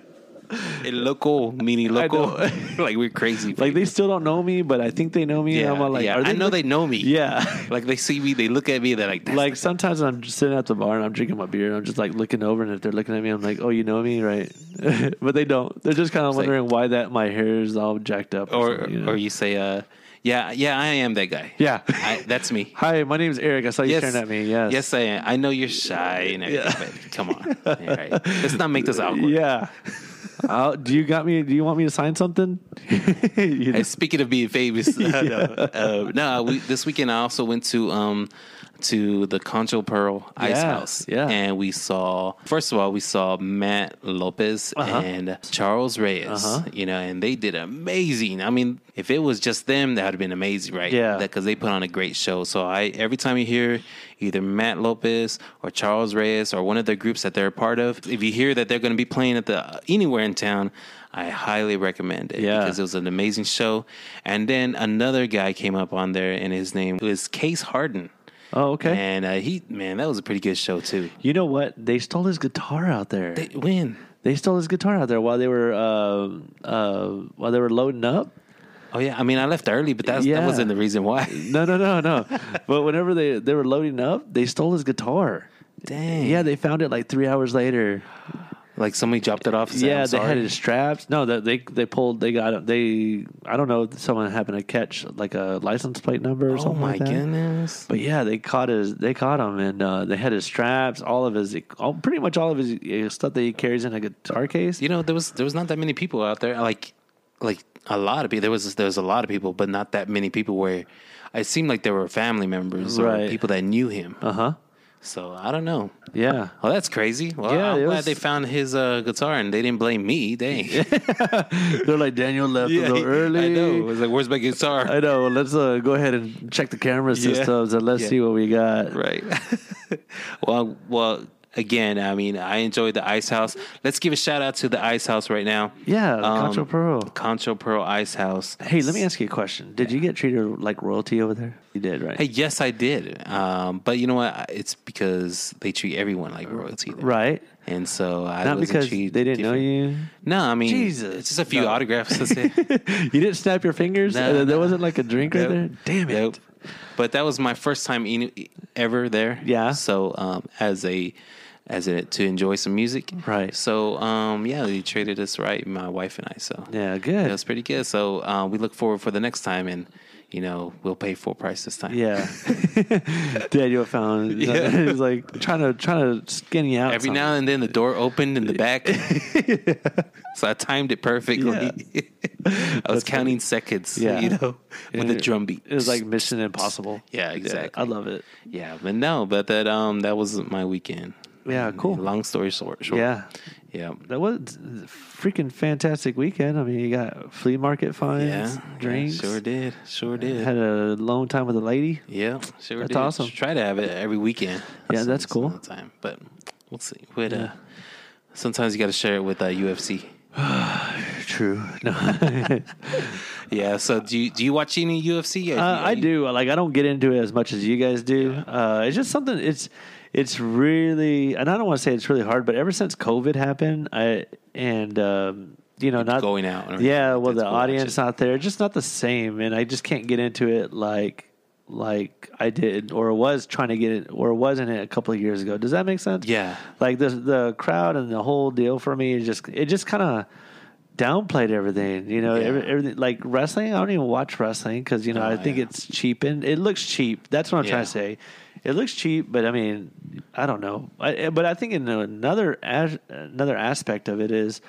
Speaker 1: And local meaning
Speaker 2: I
Speaker 1: local,
Speaker 2: know.
Speaker 1: <laughs> like we're crazy.
Speaker 2: like they still don't know me, but I think they know me.
Speaker 1: yeah,
Speaker 2: and I'm like,
Speaker 1: yeah.
Speaker 2: are they
Speaker 1: I know
Speaker 2: look-
Speaker 1: they know me.
Speaker 2: <laughs> Yeah.
Speaker 1: like they see me, they look at me, they're like, "That's
Speaker 2: Like
Speaker 1: the
Speaker 2: sometimes I'm just sitting at the bar and I'm drinking my beer and I'm just like looking over and if they're looking at me I'm like oh you know me right <laughs> but they don't they're just kind of
Speaker 1: like-
Speaker 2: wondering why that my hair is all jacked up
Speaker 1: or
Speaker 2: something, you know?
Speaker 1: or you say, uh, yeah, yeah, I am that guy.
Speaker 2: Yeah.
Speaker 1: I, that's
Speaker 2: <laughs>
Speaker 1: me.
Speaker 2: Hi, my name's Eric. I saw you staring at me. Yes.
Speaker 1: I am. I know you're shy and everything, but come
Speaker 2: <laughs>
Speaker 1: on, All right. let's not make this awkward. <laughs>
Speaker 2: Yeah. I'll, do you got me? Do you want me to sign something? <laughs> You
Speaker 1: <laughs>
Speaker 2: know?
Speaker 1: Hey, speaking of being
Speaker 2: <laughs>
Speaker 1: famous, <laughs> uh, no, uh, no, we, this weekend I also went to um to the Concho Pearl Ice
Speaker 2: Yeah,
Speaker 1: House,
Speaker 2: yeah.
Speaker 1: and we saw first of all we saw Matt Lopez
Speaker 2: Uh-huh.
Speaker 1: and Charles Reyes,
Speaker 2: Uh-huh.
Speaker 1: you know, and they did amazing. I mean, if it was just them, that would have been amazing, right?
Speaker 2: Yeah.
Speaker 1: because they put on a great show. So I every time you hear either Matt Lopez or Charles Reyes or one of the groups that they're a part of, if you hear that they're going to be playing at the anywhere in town. I highly recommend it
Speaker 2: Yeah.
Speaker 1: because it was an amazing show. And then another guy came up on there, and his name was Case Harden.
Speaker 2: oh, okay.
Speaker 1: And uh, he, man, that was a pretty good show too.
Speaker 2: you know what? They stole his guitar out there.
Speaker 1: They
Speaker 2: They,
Speaker 1: win.
Speaker 2: stole his guitar out there while they were uh, uh, while they were loading up.
Speaker 1: Oh yeah, I mean, I left early, but that's,
Speaker 2: Yeah.
Speaker 1: that wasn't the reason
Speaker 2: <laughs>
Speaker 1: why.
Speaker 2: No, no, no, no. but whenever they they were loading up, they stole his guitar.
Speaker 1: Dang.
Speaker 2: Yeah, they found it like three hours later.
Speaker 1: Like somebody dropped it off. And said,
Speaker 2: yeah,
Speaker 1: "I'm
Speaker 2: they had
Speaker 1: sorry."
Speaker 2: it strapped. No, that they they pulled. They got it. They I don't know. if Someone happened to catch like a license plate number or
Speaker 1: Oh
Speaker 2: something.
Speaker 1: my
Speaker 2: like that.
Speaker 1: goodness.
Speaker 2: But yeah, they caught his. They caught him, and uh, they had his straps, all of his, all, pretty much all of his uh, stuff that he carries in a guitar case.
Speaker 1: You know, there was there was not that many people out there. Like, like a lot of people. There was there was a lot of people, but not that many people. Where it seemed like there were family members or
Speaker 2: Right.
Speaker 1: people that knew him.
Speaker 2: Uh huh.
Speaker 1: So I don't know.
Speaker 2: Yeah.
Speaker 1: Oh, that's crazy. Well,
Speaker 2: Yeah,
Speaker 1: I'm
Speaker 2: it
Speaker 1: glad
Speaker 2: was-
Speaker 1: they found his uh, guitar and they didn't blame me. <laughs>
Speaker 2: <laughs>
Speaker 1: Dang.
Speaker 2: They're like Daniel left a little early.
Speaker 1: I know. It was like, where's my guitar?
Speaker 2: I know. Let's uh, go ahead and check the camera
Speaker 1: Yeah.
Speaker 2: systems and let's
Speaker 1: Yeah.
Speaker 2: see what we got.
Speaker 1: <laughs> right. <laughs> well, well, again, I mean, I enjoyed the Ice House. Let's give a shout out to the Ice House right now. Um,
Speaker 2: Yeah, the Concho Pearl.
Speaker 1: Concho Pearl Ice House.
Speaker 2: Um, Hey, let me ask you a question. Did you get treated like royalty over there? You did, right?
Speaker 1: Hey, yes, I did. Um, but you know what? It's because they treat everyone like royalty. there.
Speaker 2: Right.
Speaker 1: And so I
Speaker 2: Not
Speaker 1: wasn't
Speaker 2: because they
Speaker 1: treated
Speaker 2: didn't know
Speaker 1: different.
Speaker 2: you.
Speaker 1: No, I mean,
Speaker 2: Jesus.
Speaker 1: it's just a few
Speaker 2: No.
Speaker 1: autographs. That's
Speaker 2: <laughs>
Speaker 1: it. <laughs>
Speaker 2: you didn't snap your fingers.
Speaker 1: No,
Speaker 2: and there
Speaker 1: no.
Speaker 2: wasn't like a drink right there.
Speaker 1: Nope.
Speaker 2: Damn it.
Speaker 1: Nope. But that was my first time in, e, ever there.
Speaker 2: Yeah.
Speaker 1: So um, as a as a to enjoy some music.
Speaker 2: Right.
Speaker 1: So um, yeah, they treated us right, my wife and I. So
Speaker 2: Yeah, good.
Speaker 1: It was pretty good. So uh, we look forward for the next time, and you know we'll pay full price this time.
Speaker 2: Yeah,
Speaker 1: <laughs>
Speaker 2: Daniel found.
Speaker 1: Yeah.
Speaker 2: He's like trying to trying to skin you out.
Speaker 1: Every now and then the door opened in the
Speaker 2: <laughs>
Speaker 1: back, <laughs> so I timed it perfectly. <laughs>
Speaker 2: Yeah.
Speaker 1: I was counting seconds,
Speaker 2: Yeah.
Speaker 1: you know, with the drum beat.
Speaker 2: it was like Mission Impossible.
Speaker 1: Yeah, exactly.
Speaker 2: I love it.
Speaker 1: Yeah, but no, but that um that was my weekend.
Speaker 2: Yeah, cool.
Speaker 1: Mm, Long story short, short.
Speaker 2: Yeah,
Speaker 1: yeah,
Speaker 2: that was a freaking fantastic weekend. I mean, you got flea market finds,
Speaker 1: yeah.
Speaker 2: drinks.
Speaker 1: sure did, sure did.
Speaker 2: Had a long time with a lady.
Speaker 1: yeah, sure
Speaker 2: That's
Speaker 1: did.
Speaker 2: awesome.
Speaker 1: Try to have it every weekend.
Speaker 2: Yeah, that's cool.
Speaker 1: All the time, but we'll see. But uh, sometimes you got to share it with uh, UFC.
Speaker 2: <laughs>
Speaker 1: <laughs>
Speaker 2: True. No.
Speaker 1: Yeah. So do you do you watch any UFC? Or
Speaker 2: Uh,
Speaker 1: you-
Speaker 2: I
Speaker 1: you-
Speaker 2: do. Like I don't get into it as much as you guys do. Uh, it's just something. It's it's really, and I don't want to say it's really hard, but ever since COVID happened, I and um, you know not
Speaker 1: going out and
Speaker 2: Yeah,
Speaker 1: everything like that,
Speaker 2: well, the
Speaker 1: to watch
Speaker 2: audience
Speaker 1: it.
Speaker 2: not there, just not the same, and I just can't get into it like like I did or was trying to get it or wasn't it a couple of years ago. Does that make sense?
Speaker 1: Yeah.
Speaker 2: Like the the crowd and the whole deal for me is just it just kind of downplayed everything. You know,
Speaker 1: Yeah.
Speaker 2: every, everything like wrestling. I don't even watch wrestling because you know I
Speaker 1: Oh,
Speaker 2: think
Speaker 1: yeah.
Speaker 2: it's cheapened. It looks cheap. That's what I'm
Speaker 1: Yeah.
Speaker 2: trying to say. It looks cheap, but I eh, mean, I don't know. I, but I think in another as, another aspect of it is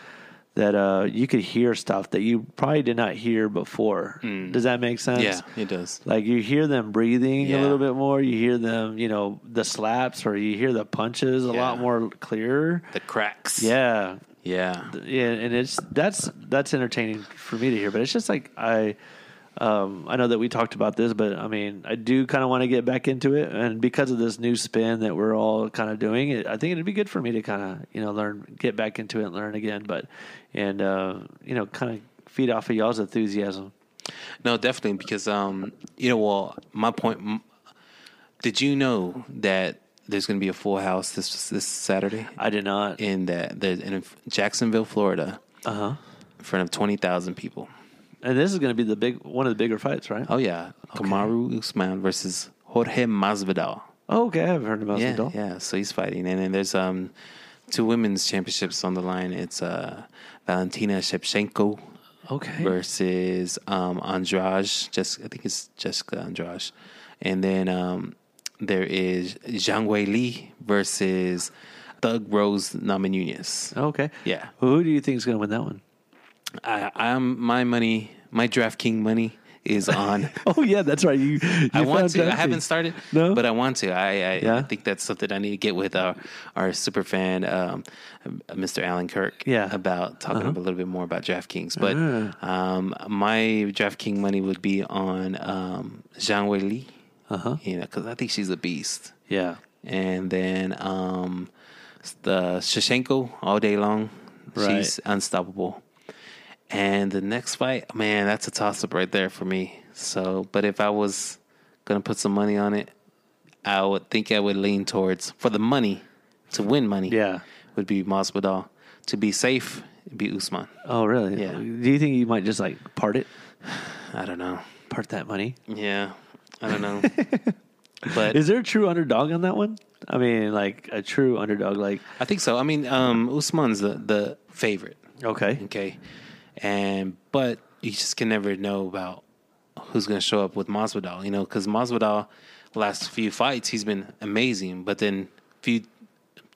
Speaker 2: that uh, you could hear stuff that you probably did not hear before. Does that make sense?
Speaker 1: Mm. Yeah, it does.
Speaker 2: Like you hear them breathing a
Speaker 1: Yeah.
Speaker 2: little bit more. You hear them, you know, the slaps or you hear the punches a lot
Speaker 1: Yeah.
Speaker 2: more clearer.
Speaker 1: The cracks.
Speaker 2: Yeah,
Speaker 1: Yeah.
Speaker 2: yeah, and it's that's that's entertaining for me to hear. But it's just like I, um, I know that we talked about this, but I mean, I do kind of want to get back into it, and because of this new spin that we're all kind of doing, it, I think it'd be good for me to kind of you know learn, get back into it, and learn again, but and uh, you know, kind of feed off of y'all's enthusiasm.
Speaker 1: No, definitely because um, you know, well, my point. m- Did you know that there's going to be a full house this this Saturday
Speaker 2: I did not.
Speaker 1: in that there's in Jacksonville, Florida,
Speaker 2: Uh huh.
Speaker 1: in front of twenty thousand people?
Speaker 2: And this is going to be the big one of the bigger fights, right?
Speaker 1: Oh yeah, Kamaru Usman versus Jorge Masvidal.
Speaker 2: Oh, okay, I haven't heard about
Speaker 1: Yeah,
Speaker 2: Masvidal.
Speaker 1: yeah. So he's fighting, and then there's um two women's championships on the line. It's uh Valentina Shevchenko
Speaker 2: Okay.
Speaker 1: versus um Andrade. Just I think it's Jessica Andrade, and then um there is Zhang Wei Li versus Thug Rose Naman Nunez.
Speaker 2: Okay.
Speaker 1: Yeah.
Speaker 2: Who do you think is going to win that one?
Speaker 1: I, I'm my money, my DraftKings money
Speaker 2: <laughs>
Speaker 1: is on.
Speaker 2: Oh yeah, that's right. You, you
Speaker 1: I want
Speaker 2: found
Speaker 1: to. I
Speaker 2: Dempsey.
Speaker 1: haven't started,
Speaker 2: No?
Speaker 1: but I want to. I, I,
Speaker 2: Yeah?
Speaker 1: I think that's something I need to get with our our super fan, um, Mr. Alan Kirk,
Speaker 2: Yeah. Uh-huh.
Speaker 1: about talking a little bit more about DraftKings. But um, my DraftKings money would be on um, Zhang Wei Li,
Speaker 2: Uh-huh.
Speaker 1: you know, because I think she's a beast.
Speaker 2: Yeah.
Speaker 1: And then um, the Shashenko all day long,
Speaker 2: Right.
Speaker 1: she's unstoppable. And the next fight, man, that's a toss up right there for me. So, but if I was gonna put some money on it, I would think I would lean towards for the money to win money.
Speaker 2: Yeah.
Speaker 1: would be Masvidal. To be safe, it'd be Usman.
Speaker 2: Oh, really?
Speaker 1: Yeah.
Speaker 2: Do you think you might just like part it,
Speaker 1: I don't know.
Speaker 2: part that money?
Speaker 1: Yeah, I don't
Speaker 2: <laughs>
Speaker 1: know. but
Speaker 2: Is there a true underdog on that one? I mean, like a true underdog, like
Speaker 1: I think so. I mean, um, Usman's the, the favorite.
Speaker 2: okay,
Speaker 1: Okay. And but you just can never know about who's going to show up with Masvidal, you know, because Masvidal last few fights he's been amazing, but then few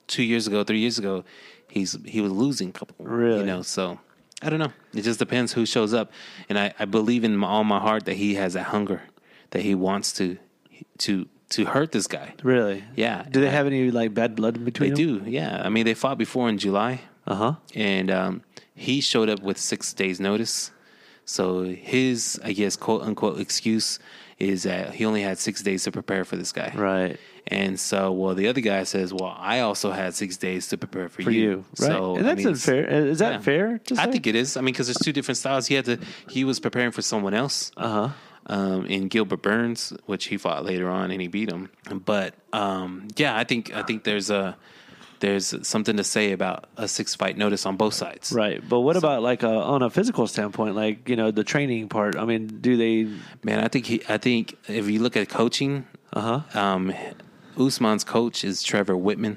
Speaker 1: two years ago, three years ago, he's he was losing a couple,
Speaker 2: Really?
Speaker 1: you know. So I don't know. It just depends who shows up, and I, I believe in my, all my heart that he has that hunger, that he wants to to to hurt this guy.
Speaker 2: really?
Speaker 1: Yeah.
Speaker 2: Do they have any like bad blood in between?
Speaker 1: They do, yeah. I mean, they fought before in July
Speaker 2: Uh huh.
Speaker 1: and um, he showed up with six days notice so his i guess quote unquote excuse is that he only had six days to prepare for this guy
Speaker 2: Right.
Speaker 1: and so well the other guy says well i also had six days to prepare for,
Speaker 2: For you, right?
Speaker 1: so
Speaker 2: and
Speaker 1: I
Speaker 2: that's
Speaker 1: mean, it's-
Speaker 2: unfair. Is that
Speaker 1: yeah.
Speaker 2: fair? to
Speaker 1: i
Speaker 2: say?
Speaker 1: think it is i mean because there's two different styles he had to he was preparing for someone else
Speaker 2: Uh huh.
Speaker 1: um, in Gilbert Burns, which he fought later on and he beat him. But um, yeah, I think I think there's a there's something to say about a six fight notice on both sides.
Speaker 2: Right. But what about like uh on a physical standpoint, like you know the training part? I mean, do they?
Speaker 1: Man, I think he, I think if you look at coaching,
Speaker 2: Uh huh.
Speaker 1: um, Usman's coach is Trevor Whitman,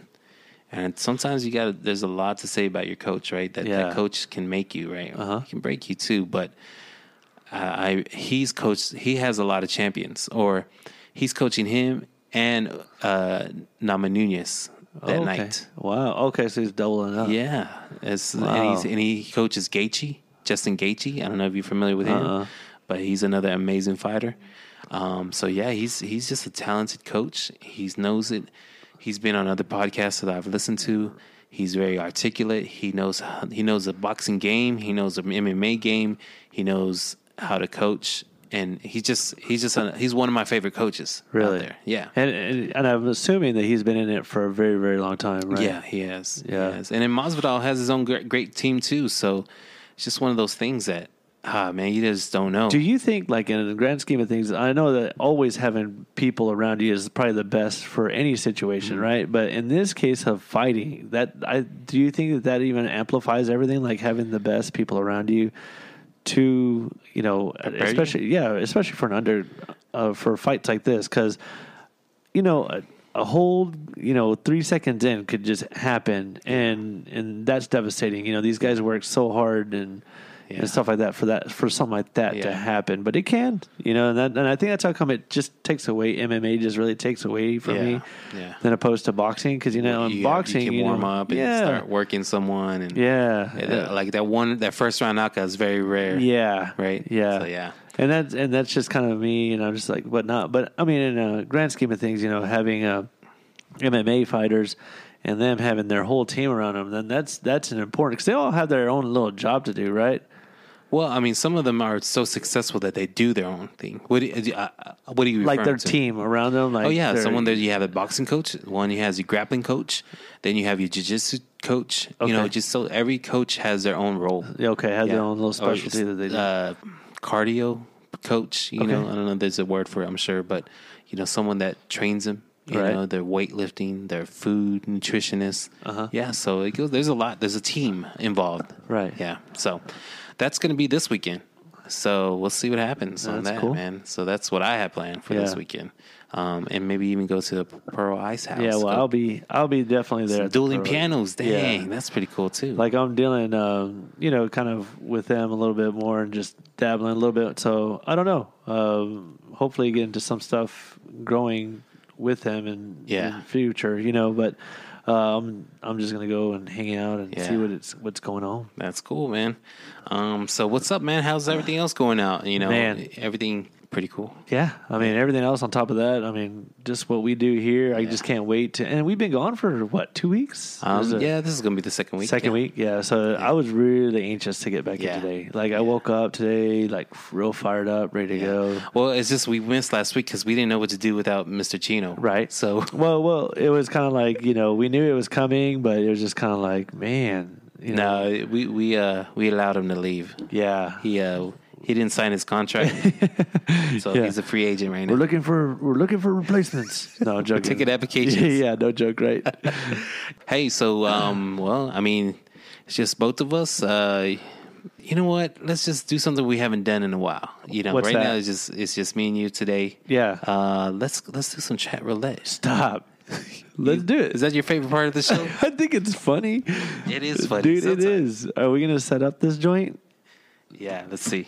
Speaker 1: and sometimes you got to there's a lot to say about your coach, right? That
Speaker 2: Yeah.
Speaker 1: that coach can make you, right?
Speaker 2: Uh-huh.
Speaker 1: He can break you too, but I, I he's coached. He has a lot of champions, or he's coaching him and uh, Nama Nunez that
Speaker 2: Oh, okay.
Speaker 1: night.
Speaker 2: Wow. Okay, so he's doubling up.
Speaker 1: Yeah, it's, and,
Speaker 2: Wow.
Speaker 1: he's, and he coaches Gaethje, Justin Gaethje. I don't know if you're familiar with
Speaker 2: Uh-uh.
Speaker 1: him, but he's another amazing fighter. Um, so yeah, he's he's just a talented coach. He knows it. He's been on other podcasts that I've listened to. He's very articulate. He knows how- he knows the boxing game. He knows the MMA game. He knows how to coach, and he's just he's just a, he's one of my favorite coaches. out
Speaker 2: Really?
Speaker 1: there. yeah.
Speaker 2: And, and and I'm assuming that he's been in it for a very very long time, right?
Speaker 1: Yeah, he has.
Speaker 2: Yeah.
Speaker 1: Yeah, he has. and then Masvidal has his own great, great team too. So it's just one of those things that, ah, man, you just don't know.
Speaker 2: Do you think, like in the grand scheme of things, I know that always having people around you is probably the best for any situation,
Speaker 1: Mm-hmm.
Speaker 2: right? But in this case of fighting, that I do you think that that even amplifies everything? Like having the best people around you to, you know,
Speaker 1: you?
Speaker 2: especially yeah, especially for an under uh, for fights like this, because you know. A, a whole, you know, three seconds in could just happen, and and that's devastating. You know, these guys work so hard, and
Speaker 1: yeah.
Speaker 2: and stuff like that for that for something like that to
Speaker 1: Yeah.
Speaker 2: happen. But it can, you know, and, that, and I think that's how come it just takes away MMA just really takes away from
Speaker 1: Yeah.
Speaker 2: me
Speaker 1: Yeah.
Speaker 2: than opposed to boxing because you know in
Speaker 1: you,
Speaker 2: um, boxing
Speaker 1: you can
Speaker 2: know,
Speaker 1: warm up and
Speaker 2: yeah,
Speaker 1: start working someone, and
Speaker 2: yeah, Uh,
Speaker 1: Yeah, that- like that one, that first round knockout is very rare.
Speaker 2: yeah,
Speaker 1: right?
Speaker 2: yeah,
Speaker 1: So, yeah.
Speaker 2: And that's and that's just kind of me, and I'm just like, but not. But I mean, in a grand scheme of things, you know, having uh, MMA fighters and them having their whole team around them, then that's that's an important because they all have their own little job to do, right?
Speaker 1: Well, I mean, some of them are so successful that they do their own thing. What do you, uh, uh, what do you
Speaker 2: Like
Speaker 1: referring
Speaker 2: their
Speaker 1: to?
Speaker 2: team around them. Like
Speaker 1: Oh yeah,
Speaker 2: their-
Speaker 1: someone that you have a boxing coach, one you has your grappling coach, then you have your jiu-jitsu coach. You know,
Speaker 2: Okay.
Speaker 1: just so every coach has their own role.
Speaker 2: Yeah, okay, have
Speaker 1: Yeah. Oh,
Speaker 2: their own little
Speaker 1: Or
Speaker 2: specialty that they do.
Speaker 1: uh, cardio coach. You
Speaker 2: Okay.
Speaker 1: know, I don't know. if There's a word for it, I'm sure, but you know, someone that trains them. You
Speaker 2: Right.
Speaker 1: know, their weightlifting, their food nutritionist.
Speaker 2: Uh-huh.
Speaker 1: Yeah, so it goes. There's a lot. There's a team involved.
Speaker 2: Right.
Speaker 1: Yeah. So that's going to be this weekend. So we'll see what happens on
Speaker 2: That's
Speaker 1: that,
Speaker 2: cool.
Speaker 1: man. So that's what I have planned for this
Speaker 2: Yeah.
Speaker 1: weekend, um, and maybe even go to the Pearl Ice House.
Speaker 2: yeah, well,
Speaker 1: Go-
Speaker 2: I'll be I'll be definitely there. at the
Speaker 1: dueling
Speaker 2: pro-
Speaker 1: pianos.
Speaker 2: Yeah.
Speaker 1: Dang, that's pretty cool too.
Speaker 2: like I'm dealing, um, you know, kind of with them a little bit more and just dabbling a little bit. So I don't know. Um, hopefully, get into some stuff growing with them in,
Speaker 1: Yeah.
Speaker 2: in future, you know. But um, I'm just gonna go and hang out and see
Speaker 1: Yeah.
Speaker 2: what it's what's going on.
Speaker 1: That's cool, man. Um, so what's up, man? How's everything else going out? You know,
Speaker 2: Man.
Speaker 1: everything pretty cool.
Speaker 2: Yeah, I mean everything else on top of that. I mean just what we do here. I
Speaker 1: Yeah.
Speaker 2: just can't wait to. And we've been gone for what two weeks? Is
Speaker 1: Um,
Speaker 2: it-
Speaker 1: yeah, this is gonna be the second week.
Speaker 2: Second
Speaker 1: yeah.
Speaker 2: week, yeah. So I was really anxious to get back
Speaker 1: Yeah.
Speaker 2: in today. Like I woke up today, like real fired up, ready to
Speaker 1: Yeah.
Speaker 2: go.
Speaker 1: Well, it's just we missed last week because we didn't know what to do without Mr. Chino.
Speaker 2: Right.
Speaker 1: So
Speaker 2: <laughs> Well, well, it was kind of like you know we knew it was coming, but it was just kind of like man, you know,
Speaker 1: no, we we uh we allowed him to leave.
Speaker 2: yeah.
Speaker 1: He uh he didn't sign his
Speaker 2: <laughs>
Speaker 1: contract, so
Speaker 2: Yeah.
Speaker 1: he's a free agent right now.
Speaker 2: we're looking for we're looking for replacements.
Speaker 1: <laughs>
Speaker 2: No, I'm joking. <laughs>
Speaker 1: taking applications.
Speaker 2: yeah, no
Speaker 1: <laughs>
Speaker 2: joke, right?
Speaker 1: Hey, so um, well, I mean, it's just both of us. Uh, you know what? Let's just do something we haven't done in a while. You know,
Speaker 2: What's
Speaker 1: right
Speaker 2: that?
Speaker 1: now it's just it's just me and you today.
Speaker 2: Yeah.
Speaker 1: Uh, let's let's do some chat roulette. <laughs>
Speaker 2: Stop. Let's do it.
Speaker 1: Is that your favorite part of the <laughs>
Speaker 2: <laughs>
Speaker 1: show?
Speaker 2: I think it's funny.
Speaker 1: It is funny
Speaker 2: dude.
Speaker 1: sometimes.
Speaker 2: It is. Are we gonna set up this joint?
Speaker 1: yeah. Let's see.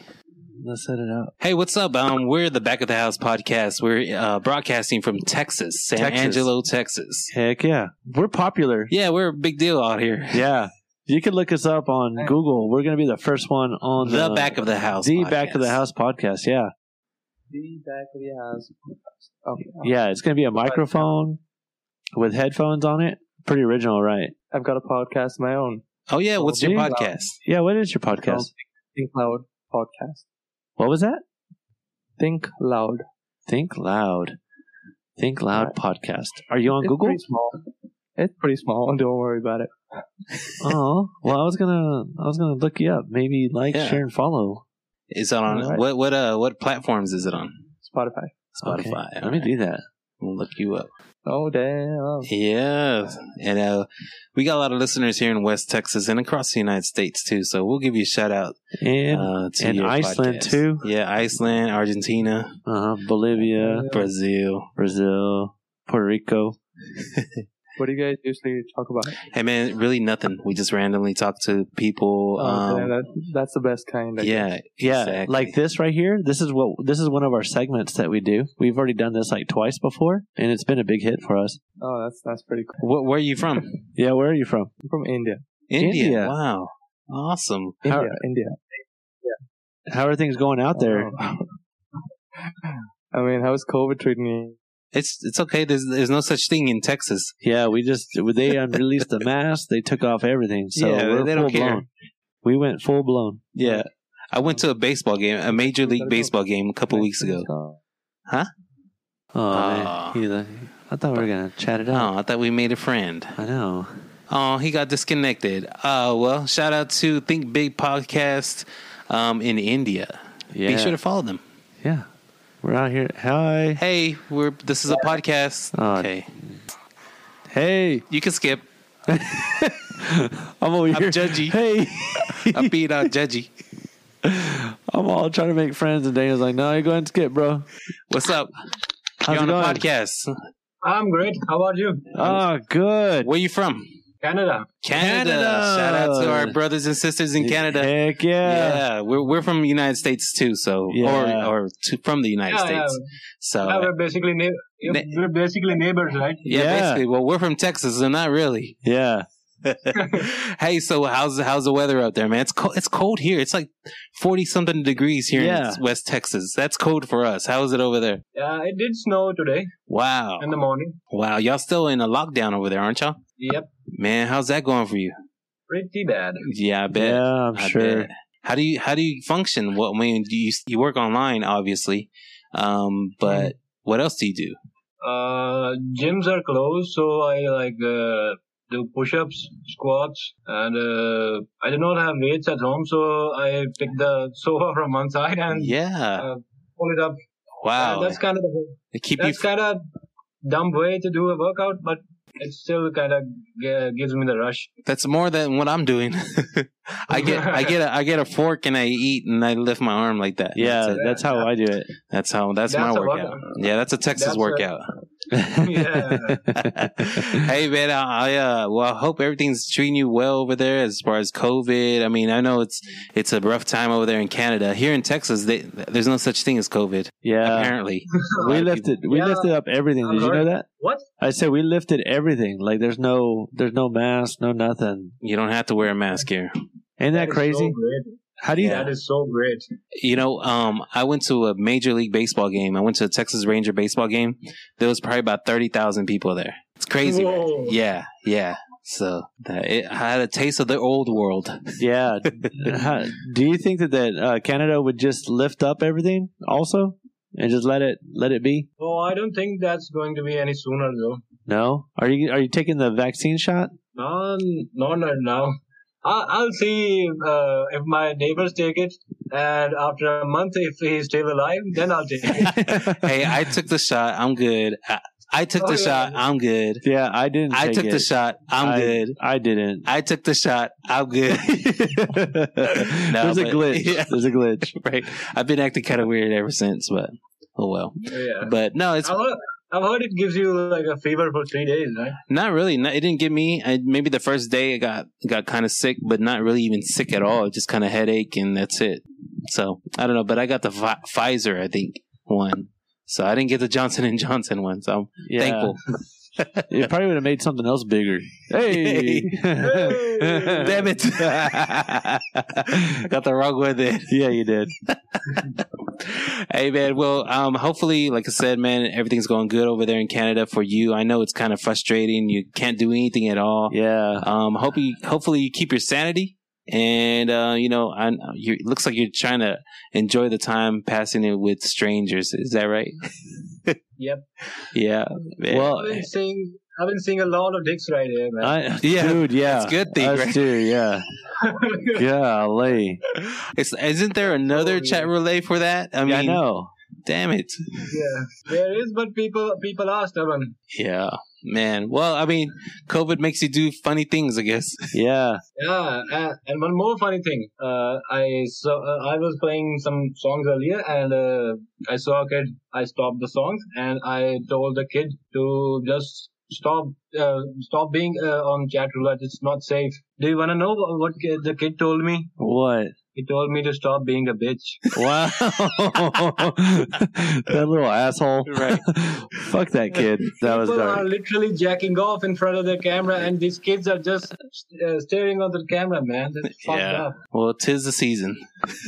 Speaker 2: Let's set it up.
Speaker 1: Hey, what's up? Um, we're the Back of the House podcast. We're uh, broadcasting from Texas, San
Speaker 2: Texas.
Speaker 1: Angelo, Texas.
Speaker 2: Heck yeah, we're popular.
Speaker 1: Yeah, we're a big deal out here.
Speaker 2: Yeah. You can look us up on Google. We're going to be the first one on
Speaker 1: The Back of the House.
Speaker 2: the Back of the
Speaker 1: podcast.
Speaker 2: House podcast. Yeah.
Speaker 4: the back of your house.
Speaker 2: Oh,
Speaker 4: Okay.
Speaker 2: Yeah. It's going to be a microphone with headphones on it. Pretty original, right?
Speaker 4: I've got a podcast of my own,
Speaker 1: Oh yeah, what's your
Speaker 2: Dude.
Speaker 1: podcast?
Speaker 2: Yeah. What is your podcast?
Speaker 4: Think Loud podcast.
Speaker 2: What was that?
Speaker 4: Think Loud.
Speaker 2: Think Loud. Think Loud podcast. Are you on
Speaker 4: It's
Speaker 2: Google?
Speaker 4: pretty small. It's pretty small. Don't worry about it.
Speaker 2: Oh, well, I was going to, I was going to look you up. Maybe like,
Speaker 1: Yeah.
Speaker 2: share, and follow
Speaker 1: Is it on
Speaker 4: All right.
Speaker 1: what what uh what platforms is it on?
Speaker 4: Spotify.
Speaker 1: Spotify.
Speaker 2: Okay. Let
Speaker 1: All
Speaker 2: me
Speaker 1: right.
Speaker 2: do that.
Speaker 1: We'll look you up.
Speaker 4: Oh damn!
Speaker 1: Yeah, and uh, we got a lot of listeners here in West Texas and across the United States too. So we'll give you a shout out
Speaker 2: And, uh
Speaker 1: uh, to
Speaker 2: and
Speaker 1: your
Speaker 2: Iceland,
Speaker 1: podcast.
Speaker 2: too.
Speaker 1: Yeah, Iceland, Argentina,
Speaker 2: huh uh-huh, Bolivia,
Speaker 1: Brazil.
Speaker 2: Brazil, Puerto Rico.
Speaker 4: <laughs> What do you guys usually talk about?
Speaker 1: Hey man, really nothing. We just randomly talk to people.
Speaker 4: Oh, damn,
Speaker 1: Um,
Speaker 4: that, that's the best kind. I guess.
Speaker 1: yeah,
Speaker 2: Yeah,
Speaker 1: exactly.
Speaker 2: like this right here. This is what this is one of our segments that we do. We've already done this like twice before, and it's been a big hit for us.
Speaker 4: Oh, that's that's pretty cool.
Speaker 1: Wh- where are you
Speaker 4: <laughs>
Speaker 1: from?
Speaker 2: Yeah, where are you from?
Speaker 4: I'm from India.
Speaker 1: India.
Speaker 2: India.
Speaker 1: Wow, awesome.
Speaker 4: India.
Speaker 2: How-
Speaker 4: India.
Speaker 2: How are things going out there?
Speaker 4: Oh. <laughs> I mean, how's COVID treating you?
Speaker 1: It's it's okay. There's there's no such thing in Texas.
Speaker 2: Yeah, we just they unreleased the mask. They took off everything, so
Speaker 1: Yeah,
Speaker 2: we're
Speaker 1: they don't
Speaker 2: full
Speaker 1: care.
Speaker 2: blown. We went full blown.
Speaker 1: Yeah. I went to a baseball game, a major league baseball game a couple weeks ago. Ah.
Speaker 2: Oh,
Speaker 1: Aw.
Speaker 2: man. He's like- I thought we were gonna chat it out.
Speaker 1: Oh, I thought we made a friend.
Speaker 2: I know.
Speaker 1: Oh, he got disconnected. Uh, well, shout out to Think Big Podcast um, in India.
Speaker 2: Yeah,
Speaker 1: Be sure to follow them.
Speaker 2: yeah. We're out here. Hi.
Speaker 1: Hey, we're this is a podcast.
Speaker 2: Oh.
Speaker 1: okay,
Speaker 2: Hey,
Speaker 1: you can skip.
Speaker 2: I'm over
Speaker 1: I'm <laughs>
Speaker 2: here.
Speaker 1: judgy.
Speaker 2: Hey,
Speaker 1: I'm being
Speaker 2: <laughs>
Speaker 1: all judgy.
Speaker 2: I'm all trying to make friends, and Daniel's like, "No, you go ahead and skip, bro."
Speaker 1: What's up?
Speaker 2: How's
Speaker 1: You're
Speaker 2: it
Speaker 1: on
Speaker 2: going?
Speaker 1: a podcast.
Speaker 5: I'm great. How about you?
Speaker 2: Oh, good.
Speaker 1: Where you from?
Speaker 6: Canada.
Speaker 1: Canada.
Speaker 2: Canada.
Speaker 1: Shout out to our brothers and sisters in Canada.
Speaker 2: Heck yeah.
Speaker 1: Yeah, we're we're from the United States too, so
Speaker 2: Yeah.
Speaker 1: or or to, from the United
Speaker 6: Yeah, yeah.
Speaker 1: States. So
Speaker 6: Yeah, we're basically neigh-
Speaker 1: Ne-
Speaker 6: we're basically neighbors, right?
Speaker 1: yeah,
Speaker 2: Yeah.
Speaker 1: basically. Well, we're from Texas, and not
Speaker 6: <laughs>
Speaker 1: really. <laughs>
Speaker 2: Yeah.
Speaker 1: hey, so how's how's the weather out there, man? It's cold. It's cold here. It's like forty something degrees here
Speaker 2: Yeah.
Speaker 1: in West Texas. That's cold for us. How is it over there?
Speaker 6: Yeah, it did snow today
Speaker 1: Wow,
Speaker 6: in the morning.
Speaker 1: wow. Y'all still in a lockdown over there, aren't y'all?
Speaker 6: Yep,
Speaker 1: Man, how's that going for you?
Speaker 6: pretty bad.
Speaker 1: Yeah, I bet.
Speaker 2: Yeah, I'm
Speaker 1: I
Speaker 2: sure.
Speaker 1: bet. How do you how do you function? What I mean, do you you work online, obviously, um, but
Speaker 2: Mm-hmm.
Speaker 1: what else do you do?
Speaker 6: Uh, gyms are closed, so I like uh, do push-ups, squats, and uh, I do not have weights at home, so I pick the sofa <laughs> from one side and
Speaker 1: yeah,
Speaker 6: uh, pull it up. Uh,
Speaker 1: wow.
Speaker 6: that's kind of the whole
Speaker 1: They keep you
Speaker 6: that's kind of dumb way to do a workout, but it still kind of g- gives me the rush.
Speaker 1: That's more than what I'm doing. <laughs> I get I get a, I get a fork and I eat and I lift my arm like that.
Speaker 2: yeah,
Speaker 1: that's,
Speaker 2: that's,
Speaker 1: it.
Speaker 2: how I
Speaker 1: <laughs>
Speaker 2: do it.
Speaker 1: that's how that's,
Speaker 6: That's
Speaker 1: my
Speaker 6: a
Speaker 1: workout.
Speaker 6: workout.
Speaker 1: Yeah, that's a Texas
Speaker 6: That's a-
Speaker 1: workout.
Speaker 6: Yeah.
Speaker 1: hey man, I uh, well, I hope everything's treating you well over there as far as COVID. I mean, I know it's it's a rough time over there in Canada. Here in Texas, they, there's no such thing as COVID.
Speaker 2: <laughs>
Speaker 6: Uh.
Speaker 2: yeah.
Speaker 1: apparently,
Speaker 2: We lifted we
Speaker 6: Yeah.
Speaker 2: lifted up everything. Did you know that?
Speaker 6: What?
Speaker 2: I said we lifted everything. Like there's no there's no mask, no nothing.
Speaker 1: you don't have to wear a mask here.
Speaker 2: Ain't that,
Speaker 6: That is
Speaker 2: crazy?
Speaker 6: So great.
Speaker 2: how do you
Speaker 6: That is so great.
Speaker 1: You know, um, I went to a major league baseball game. I went to a Texas Ranger baseball game. There was probably about thirty thousand people there. It's crazy. right?
Speaker 6: Whoa.
Speaker 1: Yeah, yeah. So that, it, I had a taste of the old world.
Speaker 2: Yeah.
Speaker 1: <laughs>
Speaker 2: How- do you think that that uh, Canada would just lift up everything also and just let it let it be?
Speaker 6: Oh, I don't think that's going to be any sooner though.
Speaker 2: No. Are you are you taking the vaccine
Speaker 1: <laughs>
Speaker 2: shot?
Speaker 6: No, no, no, no. I- I'll see uh, if my neighbors take it, and after a month, if he's still alive, then I'll take it.
Speaker 1: hey, I took the shot. I'm good. I, I took the
Speaker 6: Oh, yeah.
Speaker 1: shot. I'm good.
Speaker 2: Yeah, I didn't.
Speaker 1: I
Speaker 2: take
Speaker 1: took
Speaker 2: it.
Speaker 1: the shot. I'm
Speaker 2: I-
Speaker 1: good. <laughs>
Speaker 2: I didn't. <laughs>
Speaker 1: I took the shot. I'm good. <laughs>
Speaker 2: There's a
Speaker 1: but- <laughs>
Speaker 2: glitch.
Speaker 1: Yeah.
Speaker 2: There's a glitch.
Speaker 1: right. I've been acting kind of weird ever since, but oh well.
Speaker 6: Yeah.
Speaker 1: But no, it's
Speaker 6: I've heard, I've heard it gives you like a fever for three days, right?
Speaker 1: not really. Not, it didn't get me. I, maybe the first day I got got kind of sick, but not really even sick at all. Just kind of headache, and that's it. So I don't know. But I got the Pfi- Pfizer, I think one. So I didn't get the Johnson and Johnson one. So I'm
Speaker 2: Yeah.
Speaker 1: thankful.
Speaker 2: It probably would have made something else
Speaker 1: <laughs>
Speaker 2: bigger. Hey. <laughs>
Speaker 1: Damn it! <laughs> got the wrong one then.
Speaker 2: yeah, you did.
Speaker 1: hey man well um hopefully like i said man everything's going good over there in canada for you i know it's kind of frustrating you can't do anything at all
Speaker 2: Yeah.
Speaker 1: um hope you, hopefully you keep your sanity and uh you know i you it looks like you're trying to enjoy the time passing it with strangers is that right
Speaker 6: Yep.
Speaker 1: yeah man.
Speaker 2: Well,
Speaker 6: I've been seeing, I've been seeing a lot of dicks right here, man.
Speaker 2: I,
Speaker 1: Yeah,
Speaker 2: dude, yeah.
Speaker 1: that's a good thing,
Speaker 2: Us
Speaker 1: right?
Speaker 2: too, yeah. Golly.
Speaker 1: <laughs> it's, isn't there another
Speaker 6: Oh, yeah.
Speaker 1: chat relay for that i mean
Speaker 2: yeah, I know.
Speaker 1: damn it
Speaker 6: <laughs> yeah, there is, but people people are stubborn.
Speaker 1: yeah man well i mean covid makes you do funny things i guess
Speaker 2: Yeah.
Speaker 6: Yeah, and, and one more funny thing. Uh, I saw uh, I was playing some songs earlier, and uh, I saw a kid. I stopped the song, and I told the kid to just stop uh, stop being uh, on chat roulette. It's not safe. Do you wanna know wh- what ki- the kid told me?
Speaker 2: What?
Speaker 6: He told me to stop being a bitch.
Speaker 2: Wow. that little asshole.
Speaker 1: <laughs> Right.
Speaker 2: <laughs> Fuck that kid. <laughs> That was
Speaker 6: People are
Speaker 2: dark.
Speaker 6: literally jacking off in front of the camera, and these kids are just uh, staring on the camera, man. That's fucked
Speaker 1: Yeah.
Speaker 6: up. <laughs>
Speaker 1: well tis the season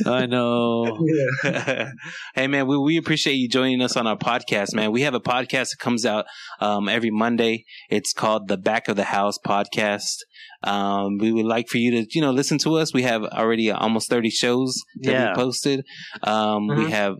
Speaker 2: I know.
Speaker 6: Yeah.
Speaker 1: hey man, we, we appreciate you joining us on our podcast, man. We have a podcast that comes out um, every Monday. It's called the Back of the House Podcast. Um, we would like for you to, you know, listen to us. We have already almost 30 shows that
Speaker 2: Yeah. Mm-hmm.
Speaker 1: we posted. Um,
Speaker 6: Mhm.
Speaker 1: we have,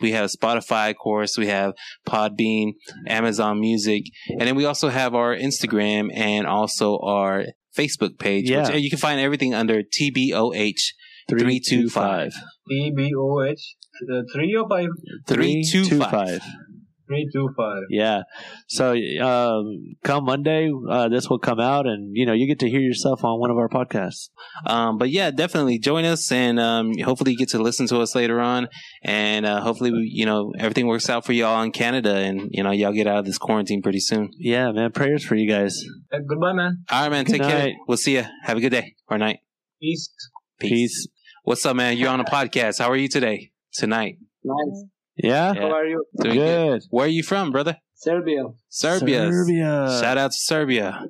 Speaker 1: we have Spotify, of course. We have Podbean, Amazon Music, and then we also have our Instagram and also our Facebook page.
Speaker 2: Yeah.
Speaker 1: Which, uh, you can find everything under TBOH
Speaker 2: Three, two,
Speaker 1: 325.
Speaker 6: T B O H uh, three or five.
Speaker 2: Three, two, five.
Speaker 5: three two five.
Speaker 2: Yeah. So um, come Monday, uh, this will come out, and you know you get to hear yourself on one of our podcasts.
Speaker 1: Um, but yeah, definitely join us, and um, hopefully you get to listen to us later on, and uh, hopefully we, you know everything works out for y'all in Canada, and you know y'all get out of this quarantine pretty soon.
Speaker 2: Yeah, man. Prayers for you guys.
Speaker 5: Uh, goodbye, man.
Speaker 1: All right, man.
Speaker 2: Good
Speaker 1: take care.
Speaker 2: night.
Speaker 1: We'll see ya. Have a good day or night.
Speaker 5: Peace.
Speaker 1: Peace.
Speaker 2: Peace.
Speaker 1: What's up, man? You're on a podcast. How are you today? Tonight.
Speaker 6: Nice.
Speaker 2: Yeah.
Speaker 1: Yeah.
Speaker 6: How are you?
Speaker 1: Doing
Speaker 2: Good.
Speaker 1: Where are you from, brother?
Speaker 6: Serbia.
Speaker 1: Serbia.
Speaker 2: Serbia.
Speaker 1: Shout out to Serbia.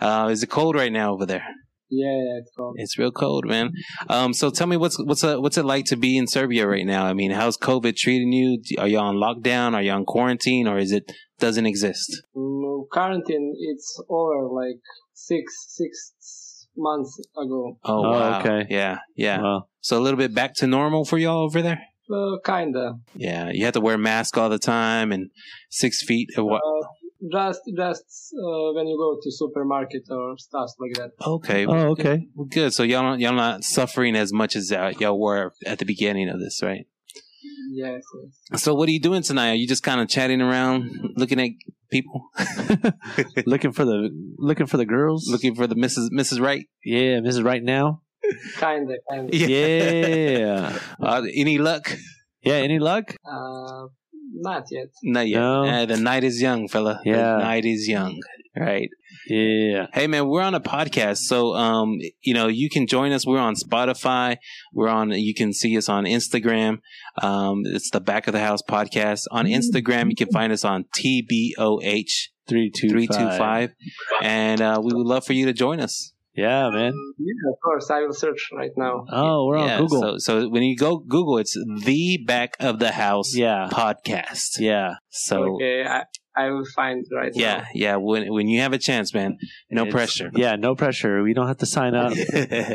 Speaker 1: Uh, is it cold right now over there?
Speaker 6: Yeah, yeah, it's cold.
Speaker 1: It's real cold, man. Um, so tell me what's what's uh what's it like to be in Serbia right now? I mean, how's COVID treating you? Do- Are you on lockdown? Are you on quarantine? Or is it doesn't exist?
Speaker 6: Mm, quarantine, it's over like six, six months ago.
Speaker 1: Oh,
Speaker 2: Oh,
Speaker 1: wow.
Speaker 2: okay.
Speaker 1: Yeah, yeah.
Speaker 2: Well,
Speaker 1: So a little bit back to normal for y'all over there.
Speaker 6: Uh, kinda.
Speaker 1: Yeah, you have to wear a mask all the time and six feet. Of what?
Speaker 6: Uh, just, just uh, when you go to supermarket or stuff like that.
Speaker 1: Okay,
Speaker 2: oh, okay.
Speaker 1: well, good. So y'all don't- y'all not suffering as much as uh, y'all were at the beginning of this, right?
Speaker 6: Yes, yes.
Speaker 1: So what are you doing tonight? Are you just kind of chatting around, looking at people, <laughs>
Speaker 2: looking for the looking for the girls.
Speaker 1: looking for the Mrs. Mrs. Right?
Speaker 2: Yeah, Mrs. Right now.
Speaker 6: Kinda, kinda.
Speaker 2: Yeah.
Speaker 1: Uh, any luck?
Speaker 2: yeah. Any luck?
Speaker 6: Uh, not yet.
Speaker 1: Not yet.
Speaker 2: No.
Speaker 1: Uh, the night is young, fella.
Speaker 2: Yeah.
Speaker 1: The night is young. Right.
Speaker 2: Yeah.
Speaker 1: Hey man, we're on a podcast, so um, you know, you can join us. We're on Spotify. We're on. You can see us on Instagram. Um, it's the Back of the House podcast
Speaker 2: Mm-hmm.
Speaker 1: on Instagram. You can find us on TBOH
Speaker 2: Three two
Speaker 1: three two five, and uh, we would love for you to join us.
Speaker 2: Yeah, man.
Speaker 6: Yeah, of course. I will search right now.
Speaker 2: Oh, we're on
Speaker 1: Yeah,
Speaker 2: Google.
Speaker 1: So, so when you go Google, it's the Back of the House
Speaker 2: yeah.
Speaker 1: podcast.
Speaker 2: Yeah.
Speaker 1: So
Speaker 6: okay, I, I will find right now.
Speaker 1: yeah, yeah. When when you have a chance, man, no
Speaker 2: It's-
Speaker 1: pressure.
Speaker 2: Yeah, no pressure. We don't have to sign up.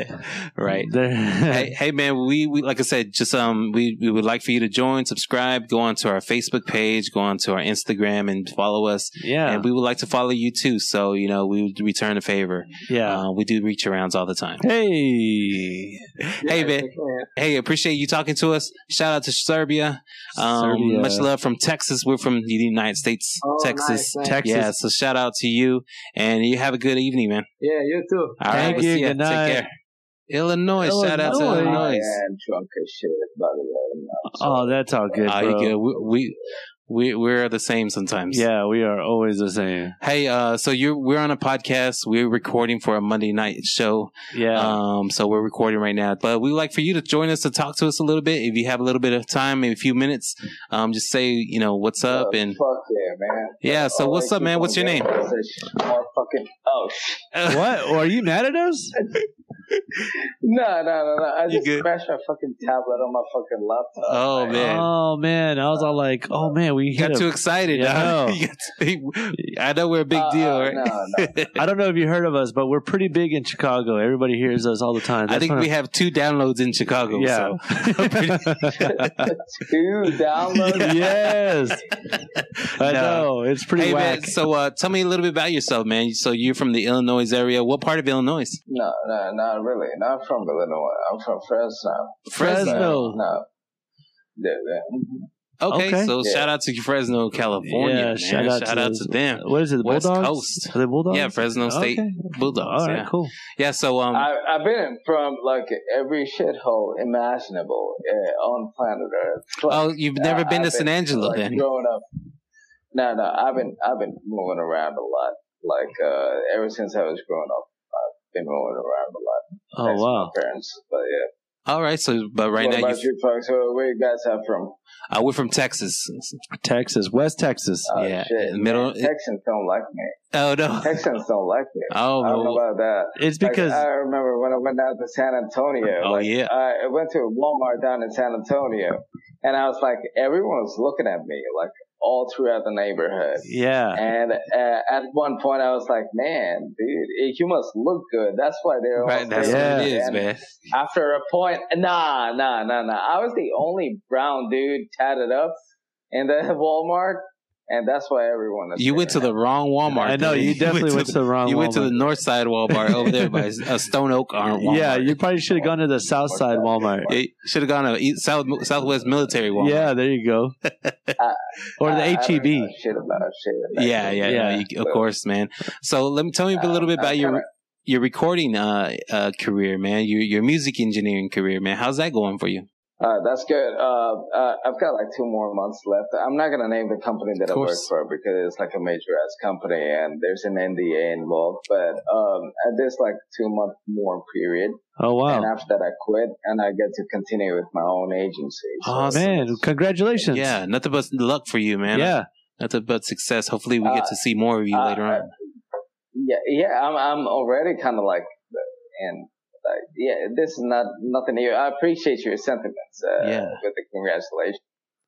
Speaker 1: <laughs> right.
Speaker 2: There- <laughs>
Speaker 1: Hey, hey man, we, we like I said, just um we, we would like for you to join, subscribe, go onto our Facebook page, go onto our Instagram and follow us.
Speaker 2: yeah.
Speaker 1: And we would like to follow you too. So, you know, we would return a favor.
Speaker 2: yeah.
Speaker 1: Uh, we do reach arounds all the time.
Speaker 2: hey.
Speaker 1: hey
Speaker 6: Yes,
Speaker 1: man,
Speaker 6: okay.
Speaker 1: hey, appreciate you talking to us. Shout out to Serbia. Um
Speaker 2: Serbia.
Speaker 1: much love from Texas. We're from the United States,
Speaker 6: Oh,
Speaker 1: Texas.
Speaker 6: nice, nice.
Speaker 2: Texas.
Speaker 1: Yeah, so shout out to you and you have a good evening, man.
Speaker 6: Yeah, you too.
Speaker 1: All right,
Speaker 2: Thank
Speaker 1: we'll
Speaker 2: you.
Speaker 1: see ya.
Speaker 2: Good
Speaker 1: Take
Speaker 2: night.
Speaker 1: care. Illinois, shout out to
Speaker 2: Illinois.
Speaker 1: Illinois.
Speaker 6: am drunk as shit, by the way.
Speaker 2: Oh, that's all good.
Speaker 1: Oh, you
Speaker 2: bro.
Speaker 1: good. We, we we we're the same sometimes.
Speaker 2: Yeah, we are always the same.
Speaker 1: Hey, uh, so you're we're on a podcast. We're recording for a Monday night show.
Speaker 2: Yeah.
Speaker 1: Um, <laughs> so we're recording right now. But we would like for you to join us to talk to us a little bit. If you have a little bit of time, maybe a few minutes, um, just say you know what's up and
Speaker 6: Fuck yeah, man.
Speaker 1: yeah. So what's up, man? What's your name?
Speaker 6: Fucking, oh,
Speaker 1: <laughs>
Speaker 6: shit.
Speaker 2: what? Are you mad at us?
Speaker 6: No, no, no, no. I
Speaker 1: You
Speaker 6: just
Speaker 1: good?
Speaker 6: smashed my fucking tablet on my fucking laptop.
Speaker 1: Oh man.
Speaker 2: Oh man, I was all like, "Oh man, we
Speaker 1: You
Speaker 2: hit
Speaker 1: got
Speaker 2: a-
Speaker 1: too excited. <laughs>
Speaker 2: Yeah.
Speaker 1: You got too- I know we're a big
Speaker 6: Uh,
Speaker 1: deal,
Speaker 6: uh,
Speaker 1: right?
Speaker 6: No, no.
Speaker 2: I don't know if you heard of us, but we're pretty big in Chicago. Everybody hears us all the time.
Speaker 1: <laughs> I think we have two downloads in Chicago.
Speaker 2: Yeah. <laughs>
Speaker 1: <laughs> So. <laughs>
Speaker 6: Two downloads.
Speaker 2: yes.
Speaker 1: No.
Speaker 2: I know it's pretty
Speaker 1: hey man,
Speaker 2: whack.
Speaker 1: so uh, tell me a little bit about yourself, man. So you're from the Illinois area. What part of Illinois?
Speaker 6: No, no, not really. Not from Illinois. I'm from Fresno.
Speaker 2: Fresno.
Speaker 6: No. Yeah, yeah.
Speaker 1: Okay,
Speaker 2: Okay.
Speaker 1: so
Speaker 6: Yeah.
Speaker 1: shout out to Fresno, California.
Speaker 2: Yeah,
Speaker 1: man.
Speaker 2: shout out to those-
Speaker 1: them.
Speaker 2: What is it? The
Speaker 1: West
Speaker 2: Bulldogs.
Speaker 1: Coast.
Speaker 2: Are they Bulldogs?
Speaker 1: Yeah, Fresno State
Speaker 2: Okay.
Speaker 1: Bulldogs.
Speaker 2: All right,
Speaker 1: yeah.
Speaker 2: cool.
Speaker 1: yeah, so um,
Speaker 6: I, I've been from like every shithole imaginable uh, on planet Earth. Plus,
Speaker 1: oh, you've never
Speaker 6: I-
Speaker 1: been to
Speaker 6: I've
Speaker 1: San Angelo
Speaker 6: like,
Speaker 1: then?
Speaker 6: Growing up, no, no, I've been I've been moving around a lot. Like uh, ever since I was growing up, I've been moving around a lot.
Speaker 2: Oh
Speaker 6: Thanks to
Speaker 2: wow.
Speaker 6: my parents. But yeah,
Speaker 1: All right, so but right
Speaker 6: what
Speaker 1: now
Speaker 6: about
Speaker 1: you,
Speaker 6: you, folks? Where, where you guys are from?
Speaker 1: uh, we're from Texas.
Speaker 2: Texas, West Texas.
Speaker 6: Oh,
Speaker 1: yeah,
Speaker 6: shit,
Speaker 1: middle.
Speaker 6: Texans don't like me.
Speaker 1: Oh no.
Speaker 6: Texans don't like me. I don't know
Speaker 1: Oh,
Speaker 6: about that.
Speaker 2: It's
Speaker 6: Like,
Speaker 2: because
Speaker 6: I remember when I went down to San Antonio.
Speaker 1: Oh,
Speaker 6: like,
Speaker 1: yeah.
Speaker 6: I I went to a Walmart down in San Antonio, and I was like, everyone was looking at me like all throughout the neighborhood.
Speaker 2: yeah,
Speaker 6: And uh, at one point, I was like, "Man, dude, you must look good. That's why they're all
Speaker 1: right. That's
Speaker 6: staring
Speaker 1: what
Speaker 6: at
Speaker 1: it
Speaker 6: you."
Speaker 1: is,
Speaker 6: And
Speaker 1: man.
Speaker 6: After a point, nah, nah, nah, nah. I was the only brown dude tatted up in the <laughs> Walmart, and that's why everyone. is
Speaker 1: You went to
Speaker 6: saying
Speaker 1: the wrong Walmart.
Speaker 2: I
Speaker 1: <laughs>
Speaker 2: know
Speaker 1: dude.
Speaker 2: you definitely went to the wrong.
Speaker 1: You went to
Speaker 2: Walmart.
Speaker 1: the north side Walmart over there by a Stone Oak or Walmart.
Speaker 2: <laughs> Yeah, you probably should have gone to the south side Walmart.
Speaker 1: You should have gone to East- South, Southwest Military Walmart. Uh,
Speaker 2: Yeah, there
Speaker 1: <laughs>
Speaker 2: you go.
Speaker 6: that.
Speaker 2: or the E
Speaker 6: I- I don't
Speaker 2: HEB.
Speaker 6: know Shit about shit. about
Speaker 1: E
Speaker 6: E
Speaker 1: yeah,
Speaker 6: shit.
Speaker 1: yeah,
Speaker 2: Yeah.
Speaker 1: yeah. You, of course, man. So let me tell me a little bit
Speaker 6: I'm
Speaker 1: about your
Speaker 6: kinda-
Speaker 1: your recording uh, uh, career, man. Your your music engineering career, man. How's that going for you?
Speaker 6: Uh, that's good. Uh, uh, I've got like two more months left. I'm not gonna name the company that
Speaker 1: Of
Speaker 6: I work
Speaker 1: course.
Speaker 6: for because it's like a major ass company and there's an NDA involved. But um, uh, there's like two month more period,
Speaker 2: Oh
Speaker 6: and
Speaker 2: wow,
Speaker 6: after that I quit and I get to continue with my own agency.
Speaker 1: Awesome.
Speaker 2: Ah, man! Congratulations.
Speaker 1: Yeah, nothing but luck for you, man.
Speaker 2: yeah.
Speaker 1: nothing but success. Hopefully, we get
Speaker 6: Uh,
Speaker 1: to see more of you
Speaker 6: uh,
Speaker 1: later on.
Speaker 6: Yeah, yeah. I'm I'm already kind of like in. Like, yeah, this is not nothing new. I appreciate your sentiments. Uh,
Speaker 1: Yeah.
Speaker 6: With the congratulations.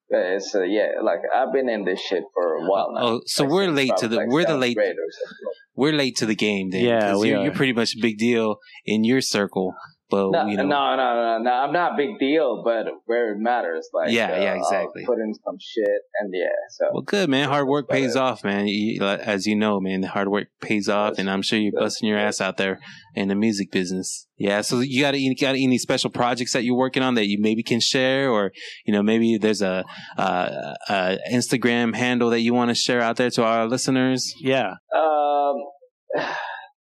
Speaker 6: But it's uh, yeah, like I've been in this shit for a while now.
Speaker 1: Oh, so
Speaker 6: Like,
Speaker 1: we're
Speaker 6: since
Speaker 1: late to
Speaker 6: probably,
Speaker 1: the
Speaker 6: like,
Speaker 1: we're the
Speaker 6: seventh
Speaker 1: late
Speaker 6: grade or something.
Speaker 1: we're late to the game then.
Speaker 2: Yeah,
Speaker 1: 'cause
Speaker 2: we
Speaker 1: you're,
Speaker 2: are.
Speaker 1: you're pretty much a big deal in your circle, but
Speaker 6: No,
Speaker 1: you know,
Speaker 6: no, no, no, no. I'm not a big deal, but where it matters, like
Speaker 1: Yeah, yeah,
Speaker 6: I'll
Speaker 1: exactly.
Speaker 6: Put in some shit, and yeah, so
Speaker 1: Well, good man. Hard work
Speaker 6: But, uh,
Speaker 1: pays off, man. You, as you know, man, the hard work pays off, and I'm sure you're
Speaker 6: that's-
Speaker 1: busting your ass out there in the music business. Yeah. So you got any got any special projects that you're working on that you maybe can share, or you know, maybe there's a uh, uh, Instagram handle that you want to share out there to our listeners.
Speaker 2: Yeah.
Speaker 6: um, <sighs>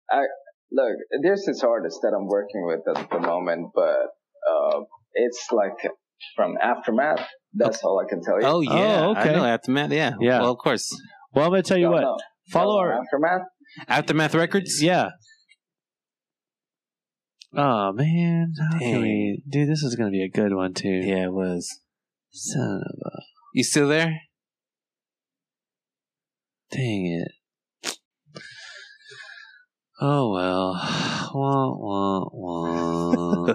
Speaker 6: I look. There's this artist that I'm working with at the moment, but uh, it's like from aftermath. That's all I can tell you.
Speaker 1: Oh yeah,
Speaker 2: Oh, okay.
Speaker 1: I know Aftermath. Yeah,
Speaker 2: Yeah.
Speaker 1: Well, of course,
Speaker 2: Well, I'm gonna tell you
Speaker 6: Y'all
Speaker 2: what.
Speaker 6: know.
Speaker 2: Follow
Speaker 6: Y'all know
Speaker 2: our.
Speaker 6: aftermath.
Speaker 1: Aftermath Records.
Speaker 2: Yeah. Oh man, how can
Speaker 1: Dang.
Speaker 2: we- dude, this is gonna be a good one too.
Speaker 1: yeah, it was.
Speaker 2: Son of a
Speaker 1: You still there?
Speaker 2: dang it. Oh well. Wah, wah,
Speaker 1: <laughs>
Speaker 2: wah.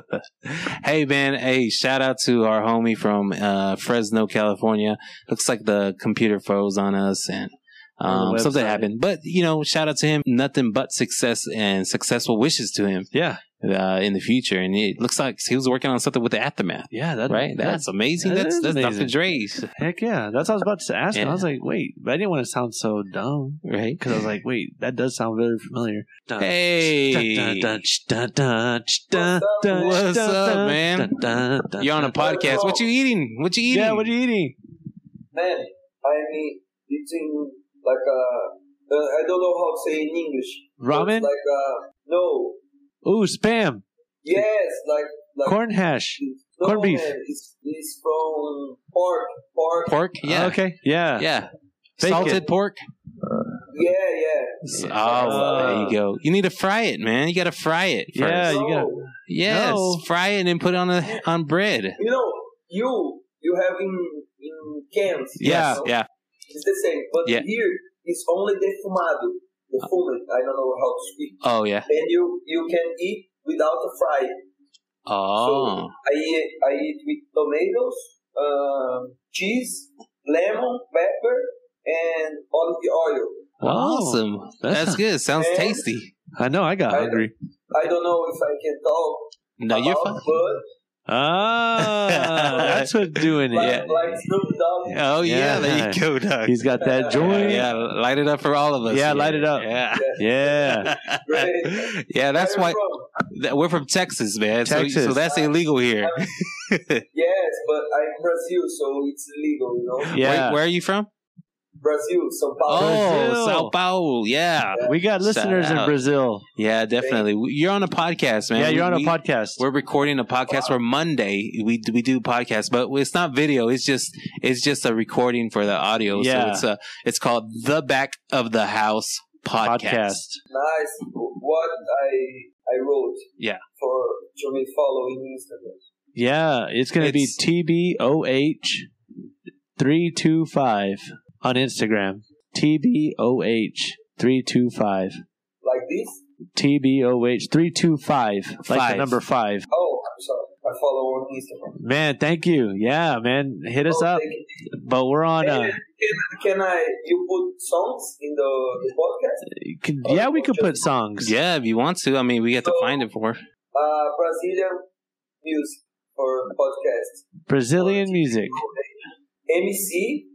Speaker 1: hey man, hey, shout out to our homie from uh, Fresno, California. Looks like the computer froze on us and
Speaker 2: On
Speaker 1: um,
Speaker 2: the
Speaker 1: something
Speaker 2: website.
Speaker 1: happened. But you know, shout out to him. Nothing but success and successful wishes to him
Speaker 2: yeah.
Speaker 1: uh, in the future. And it looks like he was working on something with the aftermath.
Speaker 2: Yeah. That,
Speaker 1: Right, that's amazing.
Speaker 2: that
Speaker 1: That's
Speaker 2: is
Speaker 1: that's
Speaker 2: amazing.
Speaker 1: Dr. Dre's,
Speaker 2: Heck yeah. That's what I was about to ask. him. I
Speaker 1: Yeah.
Speaker 2: was like, wait, but I didn't want to sound so dumb
Speaker 1: right?
Speaker 2: because I was like, wait, that does sound very familiar. Dun,
Speaker 1: Hey,
Speaker 2: Uh, dun, dun, sh- dun, dun, sh- dun, dun, sh-
Speaker 1: What's
Speaker 2: dun,
Speaker 1: up,
Speaker 2: dun,
Speaker 1: man?
Speaker 2: dun, dun, dun,
Speaker 1: you're on a
Speaker 2: dun.
Speaker 1: podcast. What you eating? What you eating?
Speaker 2: Yeah. What are you eating?
Speaker 7: Man, I'm eating like a. Uh, I don't know how to say in English.
Speaker 2: Ramen?
Speaker 7: Like a. No.
Speaker 2: Ooh, spam,
Speaker 7: Yes, like. like
Speaker 2: corn hash,
Speaker 7: no,
Speaker 2: corned beef.
Speaker 7: Man, it's, it's from pork. Pork.
Speaker 1: pork? Yeah,
Speaker 2: Okay. Yeah.
Speaker 1: yeah.
Speaker 2: Bake it.
Speaker 1: Salted pork.
Speaker 7: Yeah, yeah.
Speaker 1: Oh, well, there you go. You need to fry it, man. You got to fry it. First.
Speaker 2: Yeah, you
Speaker 7: so,
Speaker 2: gotta-
Speaker 1: Yes,
Speaker 2: No.
Speaker 1: fry it and then put it on a, on bread.
Speaker 7: you know, you you have in in cans.
Speaker 1: Yes,
Speaker 7: you know?
Speaker 1: yeah.
Speaker 7: It's the same, but
Speaker 1: Yeah. Uh.
Speaker 7: here it's only defumado. Defumed. I don't know how to speak.
Speaker 1: Oh yeah.
Speaker 7: And you you can eat without a fry.
Speaker 1: Oh,
Speaker 7: I eat, I eat with tomatoes, um, cheese, lemon, pepper, and olive oil.
Speaker 2: Wow.
Speaker 1: awesome.
Speaker 2: That's-
Speaker 1: Oh. That's, good. Sounds
Speaker 7: And-
Speaker 1: tasty.
Speaker 2: I know. I got
Speaker 7: I-
Speaker 1: <laughs>
Speaker 2: hungry.
Speaker 7: I don't know if I can talk
Speaker 1: No, you're
Speaker 7: about,
Speaker 1: fine.
Speaker 7: but
Speaker 2: Ah, that's what's doing it.
Speaker 7: like, like Snoop Dogg,
Speaker 1: Oh <laughs> yeah,
Speaker 2: Yeah.
Speaker 1: there you go, Doug.
Speaker 2: He's got that
Speaker 1: yeah,
Speaker 2: joint.
Speaker 1: yeah, light it up for all of us.
Speaker 2: Yeah, light it up.
Speaker 1: Yeah.
Speaker 2: Yeah.
Speaker 7: right?
Speaker 1: yeah, that's
Speaker 7: Where
Speaker 1: why
Speaker 7: you from?
Speaker 1: that, we're from Texas, man. So-
Speaker 2: Texas.
Speaker 1: So, that's illegal here.
Speaker 7: Yes, but I'm Brazil, so it's illegal, you know.
Speaker 2: Yeah.
Speaker 1: Where, where are you from?
Speaker 7: Brazil, São Paulo.
Speaker 1: Oh,
Speaker 2: Brazil.
Speaker 1: Sao Paulo. Yeah,
Speaker 2: we got
Speaker 1: Shout
Speaker 2: listeners in
Speaker 1: out.
Speaker 2: Brazil.
Speaker 1: yeah, definitely. You're on a podcast, man.
Speaker 2: yeah, you're on a
Speaker 1: We-
Speaker 2: podcast.
Speaker 1: We're recording a podcast. We're Monday. We we do podcasts, but it's not video. It's just it's just a recording for the audio.
Speaker 2: Yeah.
Speaker 1: So it's a it's called the Back of the House podcast.
Speaker 7: Nice. What I I wrote.
Speaker 1: Yeah.
Speaker 7: For to be following Instagram.
Speaker 2: Yeah, it's gonna
Speaker 1: It's-
Speaker 2: be TBOH three two five on Instagram. TBOH three two five.
Speaker 7: Like this?
Speaker 2: TBOH three two five. Like the
Speaker 1: Five.
Speaker 2: number five.
Speaker 7: Oh, I'm sorry. I follow on Instagram.
Speaker 2: Man, thank you. Yeah, man, hit us
Speaker 7: oh,
Speaker 2: up.
Speaker 7: thank you.
Speaker 2: But we're
Speaker 1: Oh,
Speaker 2: on. Uh,
Speaker 7: Can I? You put songs in the, the podcast?
Speaker 2: can, yeah, we could put songs.
Speaker 1: Yeah, if you want to. I mean, we have to find it for.
Speaker 7: Uh, Brazilian music for podcast.
Speaker 2: Brazilian music.
Speaker 7: MC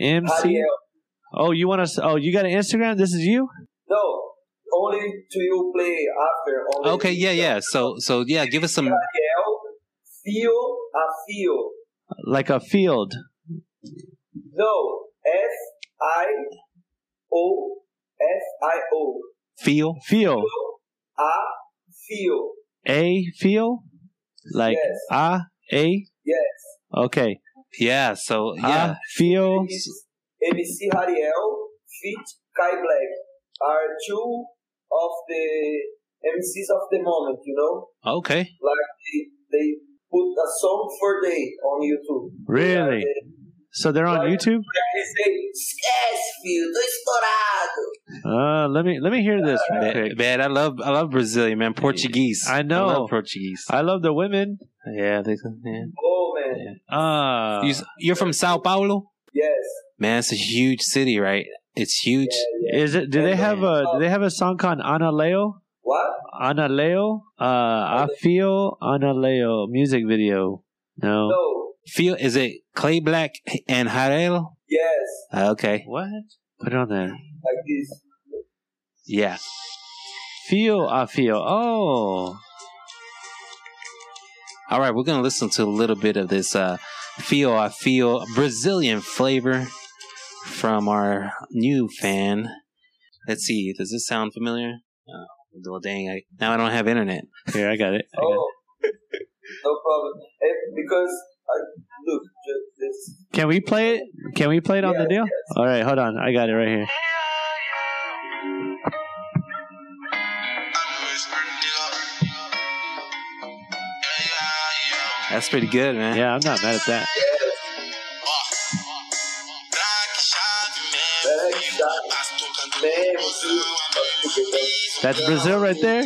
Speaker 2: MC
Speaker 7: Ariel.
Speaker 2: Oh, you want us? Oh, you got an Instagram? This is you.
Speaker 7: No, only to you play after. Only
Speaker 1: Okay, yeah, yeah. So, so yeah, give us some.
Speaker 7: Raquel, fio a fio.
Speaker 2: Like a field.
Speaker 7: No, F I O F I O.
Speaker 1: Feel
Speaker 2: Feel.
Speaker 7: A fio.
Speaker 2: A feel. Like
Speaker 7: Yes.
Speaker 2: ah a.
Speaker 7: Yes.
Speaker 2: Okay.
Speaker 1: Yeah. So yeah.
Speaker 2: Ah feel.
Speaker 7: It's MC Hariel feat Kai Black are two of the MCs of the moment, you know?
Speaker 1: okay.
Speaker 7: Like they, they put a song for day on YouTube.
Speaker 2: Really?
Speaker 7: Yeah, they-
Speaker 2: So they're on
Speaker 7: Right.
Speaker 2: YouTube.
Speaker 7: They say, esquece, filho, tô estourado.
Speaker 2: Uh, let me let me hear this real
Speaker 1: Man,
Speaker 2: quick.
Speaker 1: man, I love I love Brazilian man Portuguese.
Speaker 2: I know.
Speaker 1: I love Portuguese.
Speaker 2: I love the women.
Speaker 1: yeah, they, yeah.
Speaker 7: Oh, man.
Speaker 2: Ah,
Speaker 1: You, you're from Sao Paulo,
Speaker 7: Yes.
Speaker 1: man. It's a huge city, right? It's huge.
Speaker 2: is it? Do they have a? Do they have a song called Ana Leo?
Speaker 7: What?
Speaker 2: Ana Leo. Uh, I feel Ana Leo music video. No.
Speaker 7: No.
Speaker 1: Feel is it Clay Black and Harel? Uh,
Speaker 7: Yes.
Speaker 1: Okay,
Speaker 2: What? Put it on there.
Speaker 7: Like this.
Speaker 1: yeah,
Speaker 2: Feel I feel. Oh,
Speaker 1: All right, we're gonna listen to a little bit of this uh, feel I feel Brazilian flavor from our new fan. Let's see, does this sound familiar? Oh, well, dang! I, now I don't have internet.
Speaker 2: here I got it. I got it.
Speaker 7: Oh. <laughs> no problem. Eh, because, I, look, just this.
Speaker 2: Can we play it? Can we play it on the deal?
Speaker 7: Yeah, yes.
Speaker 2: All right, hold on. I got it right here.
Speaker 1: That's pretty good, man.
Speaker 2: Yeah, I'm not mad at that.
Speaker 7: Peraí, que tá. Mesmo, tudo.
Speaker 2: That's Brazil right there.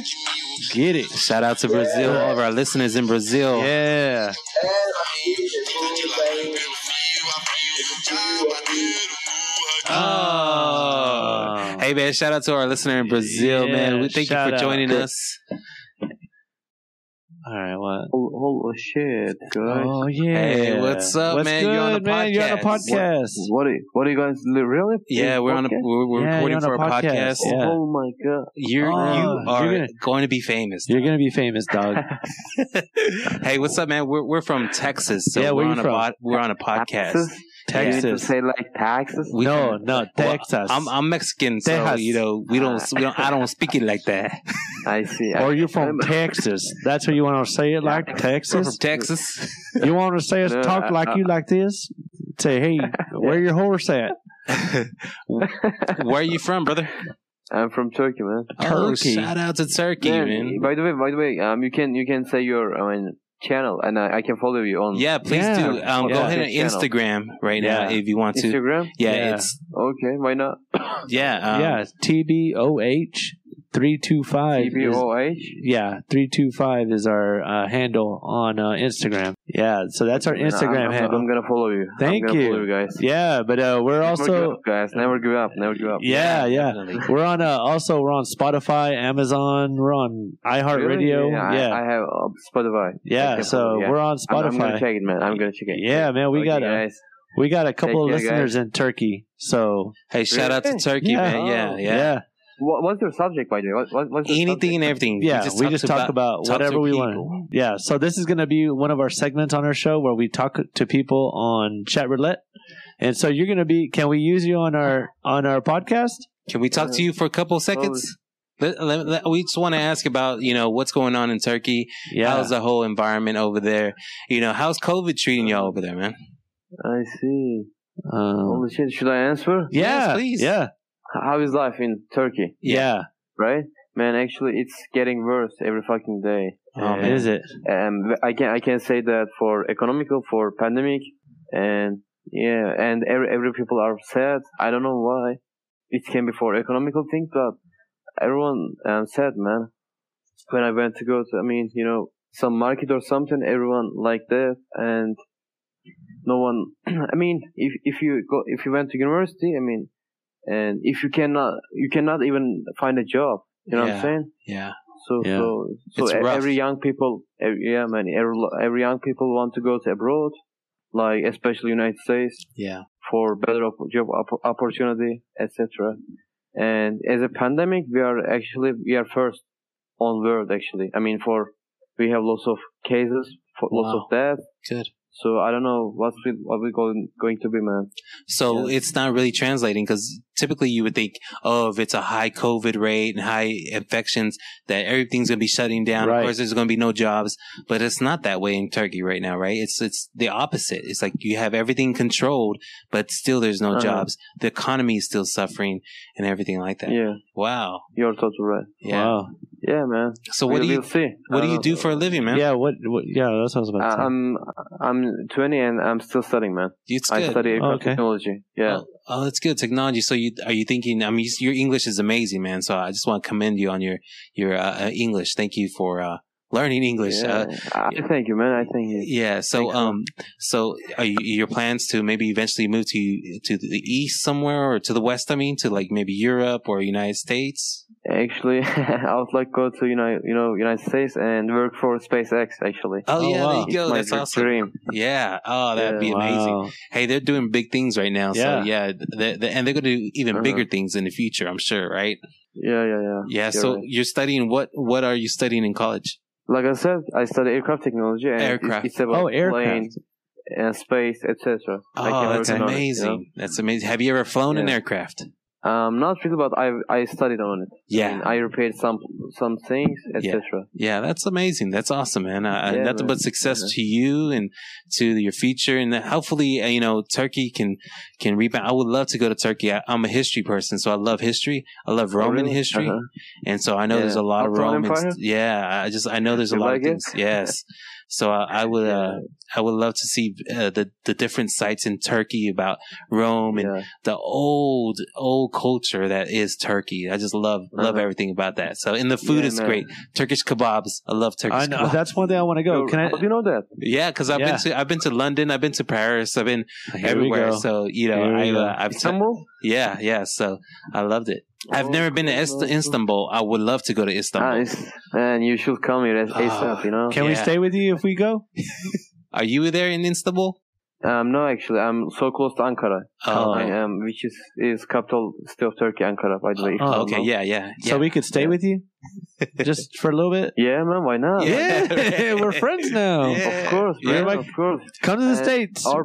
Speaker 2: Get it.
Speaker 1: Shout out to Brazil, all of our listeners in Brazil.
Speaker 2: Yeah.
Speaker 7: Ela fica tudo bem.
Speaker 2: Oh.
Speaker 1: Hey man, shout out to our listener in Brazil,
Speaker 2: Yeah,
Speaker 1: man. We thank you
Speaker 2: shout
Speaker 1: for
Speaker 2: out.
Speaker 1: joining us.
Speaker 2: All right. What?
Speaker 8: Oh, oh shit, guys.
Speaker 2: Oh yeah.
Speaker 1: Hey, what's up, man? You're on a
Speaker 2: man? You're on a
Speaker 1: podcast.
Speaker 2: podcast.
Speaker 8: What are you, what are you guys li- really?
Speaker 1: Yeah, we're on a
Speaker 8: Podcast?
Speaker 1: we're, we're
Speaker 2: Yeah,
Speaker 1: recording
Speaker 2: you're
Speaker 1: for
Speaker 2: on
Speaker 1: a
Speaker 2: a podcast.
Speaker 1: podcast.
Speaker 2: Yeah.
Speaker 8: Oh my god.
Speaker 1: You're
Speaker 2: Oh,
Speaker 1: you are
Speaker 2: you're gonna-
Speaker 1: going to be famous.
Speaker 2: You're gonna be famous,
Speaker 8: <laughs>
Speaker 2: dog.
Speaker 1: hey, what's up, man? We're we're from Texas, so
Speaker 2: Yeah,
Speaker 1: we're
Speaker 2: where you
Speaker 1: on a
Speaker 2: from?
Speaker 1: bod- we're on a podcast.
Speaker 8: Taxes? You need to
Speaker 2: Texas.
Speaker 8: say like taxes?
Speaker 1: We
Speaker 2: no,
Speaker 1: from-
Speaker 2: no,
Speaker 1: Well,
Speaker 2: Texas.
Speaker 1: I'm I'm Mexican, so
Speaker 2: Texas.
Speaker 1: you know we don't we don't I don't speak it like
Speaker 2: <laughs>
Speaker 1: that.
Speaker 8: I see.
Speaker 2: or you're from
Speaker 8: <laughs> I'm-
Speaker 2: Texas. That's what you want to say it like
Speaker 1: We're from
Speaker 2: Texas.
Speaker 1: Texas.
Speaker 2: You want to say us
Speaker 8: No, uh,
Speaker 2: talk
Speaker 8: I-
Speaker 2: like
Speaker 8: I-
Speaker 2: you like this? Say, hey, where your horse at?
Speaker 1: Where are you from, brother?
Speaker 8: I'm from Turkey, man.
Speaker 1: Oh,
Speaker 2: <laughs> Turkey.
Speaker 1: shout out to Turkey,
Speaker 8: Man,
Speaker 1: man.
Speaker 8: By the way, by the way, um, you can you can say your I mean, channel, and I, I can follow you on
Speaker 1: Yeah, please
Speaker 2: Yeah.
Speaker 1: do. Um, Go
Speaker 8: Yeah.
Speaker 1: ahead on
Speaker 8: Channel.
Speaker 1: Instagram right now
Speaker 2: Yeah.
Speaker 1: if you want to.
Speaker 8: Instagram.
Speaker 1: Yeah,
Speaker 2: Yeah.
Speaker 1: it's
Speaker 8: Okay, why not?
Speaker 1: yeah, um,
Speaker 2: yeah, TBOH three two five.
Speaker 8: TBOH.
Speaker 2: Yeah, three two five is our uh, handle on uh, Instagram. Yeah, so that's our
Speaker 8: I'm-
Speaker 2: Instagram
Speaker 8: I'm,
Speaker 2: handle.
Speaker 8: I'm gonna follow you.
Speaker 2: Thank
Speaker 8: I'm gonna
Speaker 2: you.
Speaker 8: follow you guys.
Speaker 2: yeah, but uh, we're
Speaker 8: never give
Speaker 2: also
Speaker 8: up, guys. Never give up. Never give up.
Speaker 2: yeah, yeah.
Speaker 1: definitely.
Speaker 2: We're on uh, also we're on Spotify, Amazon, we're on iHeartRadio.
Speaker 8: Really? Yeah,
Speaker 2: Yeah,
Speaker 8: I, I have uh, Spotify. I
Speaker 2: yeah.
Speaker 8: can
Speaker 2: So
Speaker 8: follow, yeah.
Speaker 2: we're on
Speaker 8: I'm,
Speaker 2: Spotify.
Speaker 8: I'm gonna check it, man. I'm gonna check it.
Speaker 2: Yeah, man, we
Speaker 8: Okay,
Speaker 2: got a
Speaker 8: guys.
Speaker 2: we got a couple of
Speaker 8: Take care,
Speaker 2: listeners in Turkey. So
Speaker 1: Hey, shout out to
Speaker 8: Really?
Speaker 1: Turkey,
Speaker 2: Yeah.
Speaker 1: man. Yeah,
Speaker 8: Oh.
Speaker 1: yeah.
Speaker 8: What, what's your subject, by the way? What, what, what's your
Speaker 1: Anything
Speaker 8: subject?
Speaker 1: and everything.
Speaker 2: yeah, we just talk about,
Speaker 1: talk to
Speaker 2: whatever we
Speaker 1: people.
Speaker 2: want. Yeah, so this is going to be one of our segments on our show where we talk to people on chat roulette. And so you're going to be can we use you on our on our podcast?
Speaker 1: Can we talk to you for a couple seconds? Let- let- let- we just want to ask about you know what's going on in Turkey.
Speaker 2: Yeah.
Speaker 1: How's the whole environment over there? You know, how's COVID treating y'all over there, man?
Speaker 8: I see.
Speaker 2: Um,
Speaker 8: Holy shit! Should I answer?
Speaker 2: yeah.
Speaker 1: Yes, please.
Speaker 2: Yeah.
Speaker 8: How is life in Turkey?
Speaker 2: Yeah.
Speaker 8: Right, man. Actually, it's getting worse every fucking day.
Speaker 1: Oh, man.
Speaker 2: Is it?
Speaker 8: um, I can I can say that for economical, for pandemic, and yeah, and every every people are sad. I don't know why. It can be for economical thing, but everyone um, sad, man. When I went to go to, I mean, you know, some market or something, everyone like that, and no one. <clears throat> I mean, if if you go, if you went to university, I mean, and if you cannot, you cannot even find a job. You know what
Speaker 1: Yeah.
Speaker 8: I'm saying?
Speaker 1: Yeah,
Speaker 8: So,
Speaker 2: Yeah.
Speaker 8: so,
Speaker 1: It's
Speaker 8: so e-
Speaker 1: rough.
Speaker 8: every young people, every, yeah, man, every, every young people want to go to abroad, like especially United States
Speaker 1: yeah.
Speaker 8: for better op- job op- opportunity, etc. And as a pandemic, we are actually we are first on world actually. I mean, for we have lots of cases, for lots
Speaker 1: Wow.
Speaker 8: of death.
Speaker 1: Good.
Speaker 8: So I don't know what's we, what we going going to be, man.
Speaker 1: So
Speaker 8: Yeah.
Speaker 1: it's not really translating because typically you would think, oh, if it's a high COVID rate and high infections, that everything's going to be shutting down.
Speaker 2: Right.
Speaker 1: Of course, there's going to be no jobs, but it's not that way in Turkey right now, right? It's, it's the opposite. It's like you have everything controlled, but still there's no
Speaker 8: Uh-huh.
Speaker 1: jobs. The economy is still suffering and everything like that.
Speaker 8: Yeah,
Speaker 1: Wow.
Speaker 8: you're totally right.
Speaker 1: Yeah.
Speaker 2: Wow.
Speaker 8: Yeah, man.
Speaker 1: So what
Speaker 8: we,
Speaker 1: do you,
Speaker 8: we'll see.
Speaker 1: what
Speaker 8: I
Speaker 1: do you
Speaker 8: don't
Speaker 1: do
Speaker 8: know.
Speaker 1: for a living, man? Uh,
Speaker 2: Yeah. What, what? Yeah. That's what I was about to
Speaker 8: I-
Speaker 2: say.
Speaker 8: I'm I'm 20 and I'm still studying, man.
Speaker 1: It's
Speaker 8: I
Speaker 1: good.
Speaker 8: study
Speaker 2: Oh,
Speaker 8: aircraft
Speaker 2: okay.
Speaker 8: technology. Yeah.
Speaker 1: Oh, that's good technology. So, you are you thinking? I mean, you- your English is amazing, man. So, I just want to commend you on your your uh, uh, English. Thank you for uh, learning English.
Speaker 8: yeah.
Speaker 1: Uh,
Speaker 8: I
Speaker 1: yeah.
Speaker 8: thank you, man. I thank you.
Speaker 1: yeah. So,
Speaker 8: Thanks a lot.
Speaker 1: um, so are you, your plans to maybe eventually move to to the east somewhere or to the west? I mean, to like maybe Europe or United States.
Speaker 8: Actually, <laughs> I would like to go to you know you know United States and work for SpaceX. Actually,
Speaker 1: Oh,
Speaker 2: Oh,
Speaker 1: yeah,
Speaker 2: wow.
Speaker 1: there you go.
Speaker 8: it's my
Speaker 1: That's
Speaker 8: dr-
Speaker 1: awesome.
Speaker 8: dream.
Speaker 1: Yeah. Oh, that'd
Speaker 8: Yeah.
Speaker 1: be amazing.
Speaker 2: Wow.
Speaker 1: Hey, they're doing big things right now.
Speaker 2: Yeah.
Speaker 1: So yeah, they they- and they're going to do even
Speaker 8: Uh-huh.
Speaker 1: bigger things in the future. I'm sure, right?
Speaker 8: Yeah, yeah, yeah.
Speaker 1: Yeah.
Speaker 8: You're
Speaker 1: so
Speaker 8: right.
Speaker 1: you're studying what? What are you studying in college?
Speaker 8: like I said, I study aircraft technology and it's-
Speaker 1: Aircraft.
Speaker 8: It's, about
Speaker 2: Oh, aircraft.
Speaker 8: plane and space, etc. I
Speaker 1: Oh,
Speaker 8: can
Speaker 1: that's
Speaker 8: work on it, you
Speaker 1: amazing. That's amazing. Have you ever flown an
Speaker 8: Yeah.
Speaker 1: aircraft?
Speaker 8: know? Um, not really, but I I studied on it. I, mean,
Speaker 1: Yeah,
Speaker 8: I repaired some some things, etc.
Speaker 1: yeah, that's amazing. That's awesome, man. Uh,
Speaker 8: Yeah,
Speaker 1: nothing
Speaker 8: man.
Speaker 1: but success
Speaker 8: Yeah.
Speaker 1: to you and to your future, and hopefully, uh, you know, Turkey can can rebound. I would love to go to Turkey. I, I'm a history person, so I love history. I love
Speaker 8: Oh,
Speaker 1: Roman
Speaker 8: really?
Speaker 1: history,
Speaker 8: Uh-huh.
Speaker 1: and so I know
Speaker 8: Yeah.
Speaker 1: there's a lot of
Speaker 8: Ottoman
Speaker 1: Romans.
Speaker 8: Empire?
Speaker 1: Yeah, I just I know there's a
Speaker 8: You
Speaker 1: lot
Speaker 8: like
Speaker 1: of
Speaker 8: it?
Speaker 1: things.
Speaker 8: <laughs>
Speaker 1: Yes, so I, I would uh, I would love to see uh, the the different sites in Turkey about Rome and
Speaker 8: Yeah.
Speaker 1: the old old culture that is Turkey. I just love love
Speaker 8: Uh-huh.
Speaker 1: everything about that. So and the food
Speaker 8: Yeah,
Speaker 1: is
Speaker 8: man.
Speaker 1: great. Turkish kebabs. I love Turkish.
Speaker 2: I know. <laughs>
Speaker 1: kebabs.
Speaker 2: That's one thing I want to go.
Speaker 8: You're-
Speaker 2: Oh, Can I?
Speaker 8: How do you know that?
Speaker 1: Yeah, because I've
Speaker 2: Yeah.
Speaker 1: been to I've been to London. I've been to Paris. I've been
Speaker 2: Here
Speaker 1: everywhere.
Speaker 2: We go.
Speaker 1: So you know
Speaker 2: Here we
Speaker 1: I
Speaker 2: go.
Speaker 1: uh, I've t-
Speaker 8: Istanbul?
Speaker 1: yeah yeah. So I loved it. I've
Speaker 8: Oh,
Speaker 1: never been to
Speaker 8: cool,
Speaker 1: Ist-
Speaker 8: man.
Speaker 1: Istanbul. I would love to go to Istanbul.
Speaker 8: Ah, it's- man, you should come here as
Speaker 1: Ah.
Speaker 8: ASAP, you know?
Speaker 2: Can we
Speaker 1: Yeah.
Speaker 2: stay with you if we go?
Speaker 1: Are you there in Istanbul?
Speaker 8: Um, no, actually, I'm so close to Ankara. Uh,
Speaker 1: Oh,
Speaker 8: I am, which is, is capital city of Turkey, Ankara, by the way. if you
Speaker 1: oh,
Speaker 8: don't
Speaker 1: okay.
Speaker 8: know.
Speaker 1: Yeah, yeah, yeah.
Speaker 2: So we could stay
Speaker 8: Yeah.
Speaker 2: with
Speaker 1: <laughs>
Speaker 2: you, just for a little bit.
Speaker 8: Yeah, man, why not?
Speaker 2: Yeah, <laughs> we're friends now.
Speaker 1: <laughs> Yeah.
Speaker 8: Of course,
Speaker 2: Yeah.
Speaker 8: man,
Speaker 2: Like-
Speaker 8: of course.
Speaker 2: Come to the
Speaker 8: Uh,
Speaker 2: states.
Speaker 8: Our,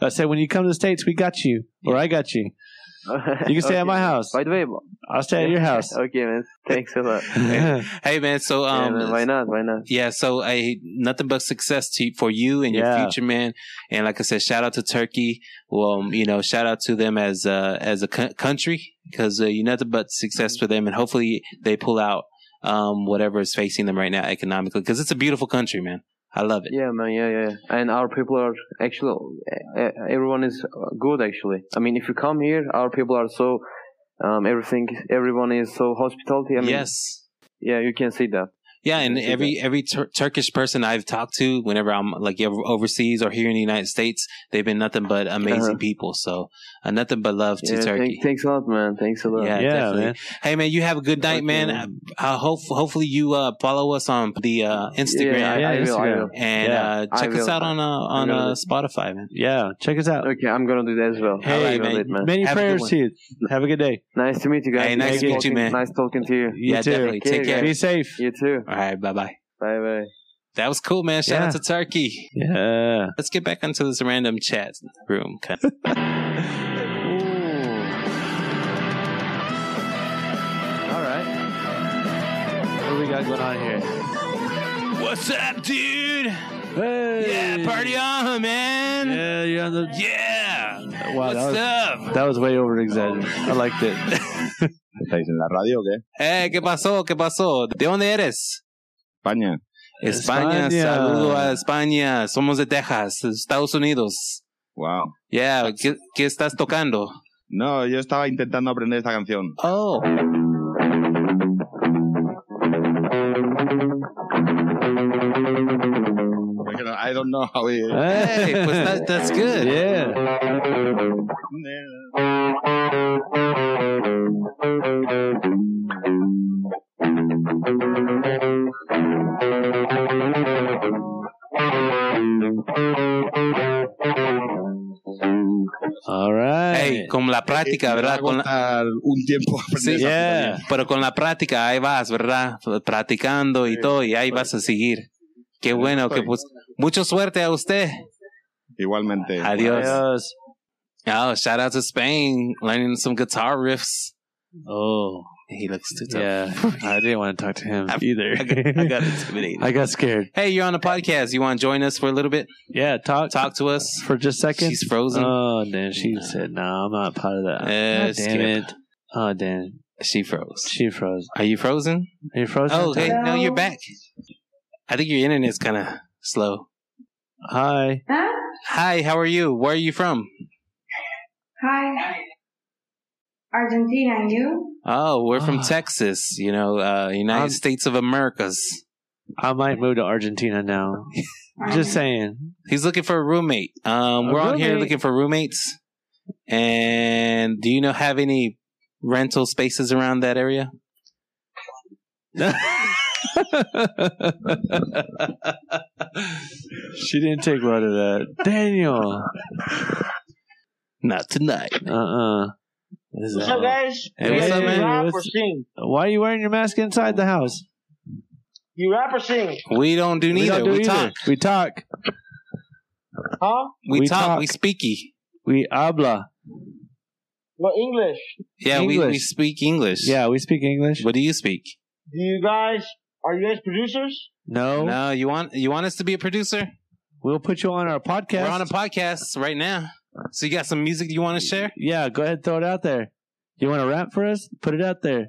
Speaker 2: I said when you come to the states, we got you, or I got you. You can stay
Speaker 1: <laughs>
Speaker 8: <laughs> Okay,
Speaker 2: at my
Speaker 8: man.
Speaker 2: house.
Speaker 8: By the way,
Speaker 2: I'll stay at your house.
Speaker 8: <laughs> okay, man. Thanks a lot.
Speaker 1: Hey, hey, man. So
Speaker 8: yeah,
Speaker 1: um,
Speaker 8: man, why not? Why not?
Speaker 1: yeah so i nothing but success to for you and
Speaker 2: Yeah.
Speaker 1: your future man and like i said shout out to turkey well um, you know shout out to them as uh as a co- country because uh, you nothing but
Speaker 8: Mm-hmm.
Speaker 1: success for them and hopefully they pull out um whatever is facing them right now economically because it's a beautiful country man i love it
Speaker 8: Yeah, man. Yeah, yeah. And our people are actually e- everyone is uh, good. Actually, I mean, if you come here, our people are so um, everything. Everyone is so hospitality. I mean,
Speaker 1: yes
Speaker 8: yeah, you can see that.
Speaker 1: Yeah, and
Speaker 8: can see
Speaker 1: every every tur- Turkish person I've talked to, whenever I'm like ever overseas or here in the United States, they've been nothing but amazing
Speaker 8: Uh-huh.
Speaker 1: people. So uh, nothing but love to
Speaker 8: Yeah,
Speaker 1: Turkey.
Speaker 8: thank, thanks a lot, man. Thanks a lot.
Speaker 1: yeah,
Speaker 2: Yeah,
Speaker 1: definitely.
Speaker 2: man.
Speaker 1: Hey, man, you have a good night,
Speaker 8: Okay,
Speaker 1: man.
Speaker 8: man.
Speaker 1: I, I hope hopefully you uh, follow us on the uh, Instagram
Speaker 8: Yeah, I,
Speaker 2: Yeah,
Speaker 8: I will. I
Speaker 2: Instagram.
Speaker 8: will.
Speaker 1: and
Speaker 2: Yeah,
Speaker 1: uh,
Speaker 8: I
Speaker 1: check us
Speaker 8: will.
Speaker 1: out on uh, on
Speaker 8: gonna
Speaker 1: uh,
Speaker 8: do-
Speaker 1: Spotify, man.
Speaker 2: <laughs> Yeah, check us out.
Speaker 8: Okay, I'm gonna do that as well.
Speaker 2: Hey,
Speaker 8: I will
Speaker 1: man.
Speaker 8: do it, man.
Speaker 2: Many
Speaker 1: Have a good
Speaker 2: prayers
Speaker 1: one.
Speaker 2: to you. Have a good day.
Speaker 8: Nice to meet you guys.
Speaker 1: Hey, nice
Speaker 2: to meet you,
Speaker 8: talking-
Speaker 1: man.
Speaker 8: Nice talking to you.
Speaker 1: <laughs>
Speaker 2: You
Speaker 1: yeah,
Speaker 2: too.
Speaker 1: definitely.
Speaker 8: Okay,
Speaker 1: Take care.
Speaker 2: Be safe.
Speaker 8: You too.
Speaker 1: All right, bye bye.
Speaker 8: Bye bye.
Speaker 1: That was cool, man. Shout
Speaker 2: Yeah.
Speaker 1: out to Turkey.
Speaker 2: Yeah.
Speaker 1: Let's get back onto this random chat room.
Speaker 2: <laughs> All right. What do we got going on here?
Speaker 1: What's up, dude?
Speaker 2: Hey.
Speaker 1: Yeah, party on, man.
Speaker 2: Yeah, you're on the.
Speaker 1: Yeah.
Speaker 2: Wow,
Speaker 1: What's
Speaker 2: that was,
Speaker 1: up?
Speaker 2: that was way over exaggerated. I liked it.
Speaker 9: ¿Estáis en la radio o qué?
Speaker 1: Eh, ¿qué pasó? ¿Qué pasó? ¿De dónde eres?
Speaker 9: España.
Speaker 1: España.
Speaker 2: España.
Speaker 1: Saludo a España. Somos de Texas, Estados Unidos.
Speaker 9: Wow.
Speaker 1: Yeah, ¿qué, qué estás tocando?
Speaker 9: No, yo estaba intentando aprender esta canción.
Speaker 1: Oh.
Speaker 9: Porque no- I don't know how
Speaker 1: <laughs>
Speaker 9: it-
Speaker 1: Hey,
Speaker 2: <laughs>
Speaker 1: pues that, that's good.
Speaker 2: Yeah.
Speaker 1: con la práctica,
Speaker 9: Me va
Speaker 1: ¿verdad?
Speaker 9: a
Speaker 1: Con la-
Speaker 9: costar un tiempo aprender
Speaker 1: Sí.
Speaker 9: esa
Speaker 2: Yeah.
Speaker 9: puta mierda.
Speaker 1: pero con la práctica, ahí vas, ¿verdad? Practicando y todo, y ahí vas a seguir. Qué bueno, que pues, mucha suerte a usted.
Speaker 9: Igualmente.
Speaker 1: Adiós. Oh, shout out to Spain, learning some guitar riffs.
Speaker 2: Oh,
Speaker 1: He looks too tough. <laughs>
Speaker 2: yeah. I didn't want to talk to him
Speaker 1: I-
Speaker 2: either.
Speaker 1: I got- I
Speaker 2: <laughs>
Speaker 1: got intimidated.
Speaker 2: I got scared.
Speaker 1: Hey, you're on the podcast. You want to join us for a little bit?
Speaker 2: Yeah, talk,
Speaker 1: Talk to us.
Speaker 2: for just a second.
Speaker 1: She's frozen.
Speaker 2: Oh, damn. She
Speaker 1: No.
Speaker 2: said, no, I'm not part of that.
Speaker 1: Yeah,
Speaker 2: God damn
Speaker 1: skip.
Speaker 2: it. Oh, damn.
Speaker 1: She froze.
Speaker 2: She froze.
Speaker 1: Are you frozen?
Speaker 2: Are you frozen?
Speaker 1: Oh, okay. <laughs> No, you're back. I think your internet's kind of slow.
Speaker 2: Hi.
Speaker 1: Hi, how are you? Where are you from?
Speaker 10: Hi. Argentina, and you?
Speaker 1: Oh, we're from
Speaker 2: Ah.
Speaker 1: Texas, you know, uh, United
Speaker 2: Um,
Speaker 1: States of Americas.
Speaker 2: I might move to Argentina now.
Speaker 1: <laughs>
Speaker 2: Just saying.
Speaker 1: He's looking for a roommate. Um,
Speaker 2: A
Speaker 1: we're on here
Speaker 2: roommate.
Speaker 1: looking for roommates. And do you know have any rental spaces around that area?
Speaker 2: she didn't take well to that. Daniel.
Speaker 1: Not tonight.
Speaker 2: Uh uh
Speaker 1: What is
Speaker 11: So
Speaker 1: that?
Speaker 11: guys,
Speaker 1: Hey,
Speaker 11: you
Speaker 1: what's
Speaker 11: guys,
Speaker 1: up,
Speaker 11: you
Speaker 1: man?
Speaker 11: rap or
Speaker 2: What's-
Speaker 11: sing?
Speaker 2: Why are you wearing your mask inside the house?
Speaker 11: You rap or sing?
Speaker 1: We don't do neither. We,
Speaker 2: don't do either.
Speaker 1: talk.
Speaker 2: We talk.
Speaker 11: Huh?
Speaker 1: We,
Speaker 2: We
Speaker 1: talk.
Speaker 2: talk.
Speaker 1: We speaky.
Speaker 2: We habla.
Speaker 11: But English.
Speaker 1: Yeah, we, we
Speaker 2: English.
Speaker 1: speak English.
Speaker 2: Yeah, we speak English.
Speaker 1: What do you speak?
Speaker 11: Do you guys are you guys producers?
Speaker 2: No,
Speaker 1: No, you want you want us to be a producer?
Speaker 2: we'll put you on our podcast.
Speaker 1: We're on a podcast right now. So you got some music you want to share?
Speaker 2: yeah, go ahead, throw it out there. You want to rap for us? Put it out there.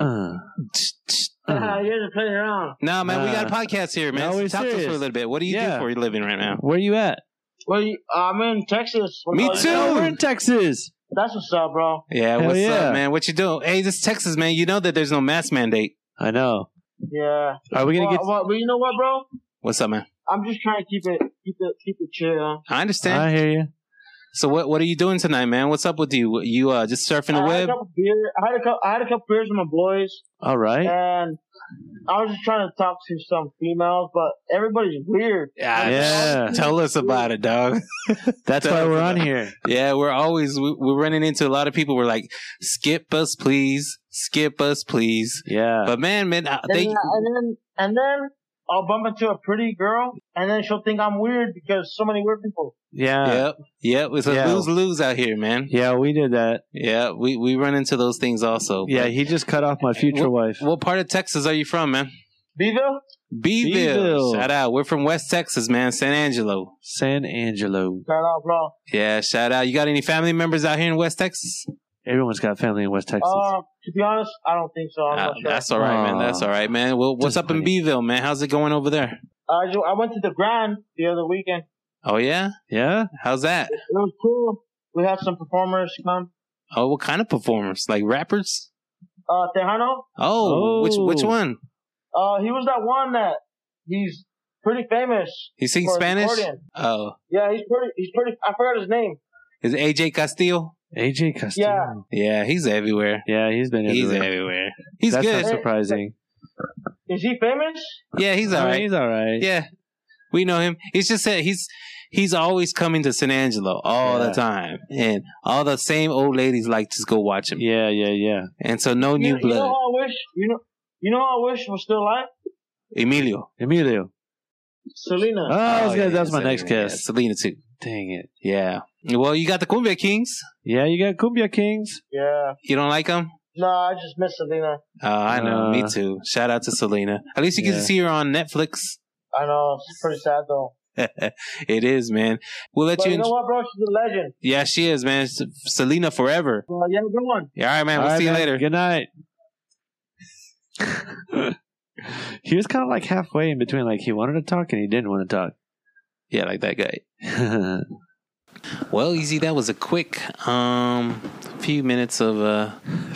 Speaker 2: Uh,
Speaker 11: Ah,
Speaker 8: Uh-huh.
Speaker 2: uh.
Speaker 11: you guys are playing around.
Speaker 1: No, man, we got a
Speaker 2: Nah.
Speaker 1: podcast here, man.
Speaker 2: No, we're
Speaker 1: Talk to us for a
Speaker 2: serious.
Speaker 1: little bit. What do you do
Speaker 2: Yeah.
Speaker 1: for a living right now?
Speaker 2: Where you at?
Speaker 11: Well, you, uh, I'm in Texas. What
Speaker 1: Me
Speaker 11: about you?
Speaker 1: too.
Speaker 2: Oh, we're in Texas.
Speaker 11: That's what's up, bro.
Speaker 1: Yeah,
Speaker 2: Hell
Speaker 1: what's
Speaker 2: yeah.
Speaker 1: up, man? What you doing? Hey, this is Texas, man. You know that there's no mask mandate.
Speaker 2: I know.
Speaker 11: Yeah.
Speaker 2: Are we gonna
Speaker 11: well,
Speaker 2: get?
Speaker 11: well, but you know what, bro?
Speaker 1: What's up, man?
Speaker 11: I'm just trying to keep it keep it keep it chill. huh?
Speaker 1: I understand.
Speaker 2: I hear you.
Speaker 1: So what what are you doing tonight, man? What's up with you? You uh just surfing the
Speaker 11: I had
Speaker 1: web?
Speaker 11: a couple beer. I had a couple. I had a couple beers with my boys,
Speaker 2: All right.
Speaker 11: and I was just trying to talk to some females, but everybody's weird.
Speaker 1: Yeah.
Speaker 2: Yeah.
Speaker 1: Tell us about it, dog. <laughs>
Speaker 2: That's why we're on here.
Speaker 1: Yeah, we're always we- we're running into a lot of people. We're like, skip us, please, skip us, please.
Speaker 2: Yeah.
Speaker 1: But man, man, I
Speaker 11: And,
Speaker 1: thank
Speaker 11: then, and then and then I'll bump into a pretty girl, and then she'll think I'm weird because so many weird people.
Speaker 2: Yeah.
Speaker 1: Yep, yep. It's a
Speaker 2: Yeah.
Speaker 1: lose lose out here, man.
Speaker 2: Yeah, we did that.
Speaker 1: Yeah, we we run into those things also.
Speaker 2: Yeah,
Speaker 1: But
Speaker 2: he just cut off my future wife.
Speaker 1: What part of Texas are you from, man?
Speaker 11: Beville,
Speaker 1: Beeville.
Speaker 2: Beeville.
Speaker 1: Shout out. We're from West Texas, man. San Angelo.
Speaker 2: San Angelo.
Speaker 11: shout out, bro.
Speaker 1: Yeah, shout out. You got any family members out here in West Texas?
Speaker 2: Everyone's got family in West Texas.
Speaker 11: Uh,
Speaker 1: Oh.
Speaker 11: to be honest, I don't think so. I'm
Speaker 1: Uh,
Speaker 11: not sure.
Speaker 1: that's all right, man. That's all right, man. Well, what's up in Beeville, man? How's it going over there?
Speaker 11: I, ju- Uh, I went to the Grand the other weekend.
Speaker 1: Oh yeah,
Speaker 2: yeah.
Speaker 1: how's that?
Speaker 11: It was cool. We had some performers come.
Speaker 1: Oh, what kind of performers? Like rappers?
Speaker 11: Uh, Tejano,
Speaker 1: Oh, which which
Speaker 2: Oh.
Speaker 1: one?
Speaker 11: uh, he was that one that he's pretty famous.
Speaker 1: He sings
Speaker 11: for
Speaker 1: Spanish.
Speaker 11: accordion.
Speaker 1: Oh,
Speaker 11: Yeah, he's pretty. He's pretty. I forgot his name.
Speaker 1: is it AJ Castillo?
Speaker 2: AJ Castillo.
Speaker 1: Yeah, he's everywhere.
Speaker 2: Yeah, he's been
Speaker 1: He's
Speaker 2: everywhere.
Speaker 1: everywhere. He's
Speaker 2: That's
Speaker 1: good.
Speaker 2: not surprising.
Speaker 11: Is he famous?
Speaker 1: yeah, he's
Speaker 2: I
Speaker 1: all
Speaker 2: mean,
Speaker 1: right.
Speaker 2: He's all right.
Speaker 1: Yeah, we know him. He's just that he's he's always coming to San Angelo all
Speaker 2: Yeah.
Speaker 1: the time, and all the same old ladies like to go watch him.
Speaker 2: Yeah, yeah, yeah.
Speaker 1: And so no
Speaker 11: you,
Speaker 1: new
Speaker 11: you know
Speaker 1: blood,
Speaker 11: how I wish. You know. You know how I wish was still alive.
Speaker 2: Oh,
Speaker 1: Emilio.
Speaker 2: Emilio.
Speaker 11: Selena.
Speaker 2: Oh, I was
Speaker 1: yeah,
Speaker 2: gonna- that was my
Speaker 1: Selena,
Speaker 2: next
Speaker 1: yeah,
Speaker 2: guess.
Speaker 1: Selena too.
Speaker 2: Dang it.
Speaker 1: Yeah. Well, you got the Cumbia Kings.
Speaker 2: Yeah, you got Cumbia Kings.
Speaker 11: Yeah.
Speaker 1: You don't like them?
Speaker 11: No, I just miss Selena.
Speaker 1: Oh, I know. Me
Speaker 2: Uh,
Speaker 1: too. Shout out to Selena. At least you
Speaker 2: Yeah.
Speaker 1: get to see her on Netflix. <laughs>
Speaker 11: I know it's pretty sad though.
Speaker 1: it is, man. We'll let
Speaker 11: But
Speaker 1: you.
Speaker 11: you know
Speaker 1: en-
Speaker 11: what, bro? She's a legend. Uh,
Speaker 1: yeah, she is, man. S- Selena forever.
Speaker 11: Well, you have a good one.
Speaker 1: Yeah, all right, man.
Speaker 2: All
Speaker 1: We'll
Speaker 2: right,
Speaker 1: see
Speaker 2: man.
Speaker 1: you later.
Speaker 2: Good night. <laughs> he was kind of like halfway in between, like he wanted to talk <laughs> and he didn't want to
Speaker 1: Yeah, like that guy.
Speaker 2: talk.
Speaker 1: Well, easy. That was a quick um few minutes of uh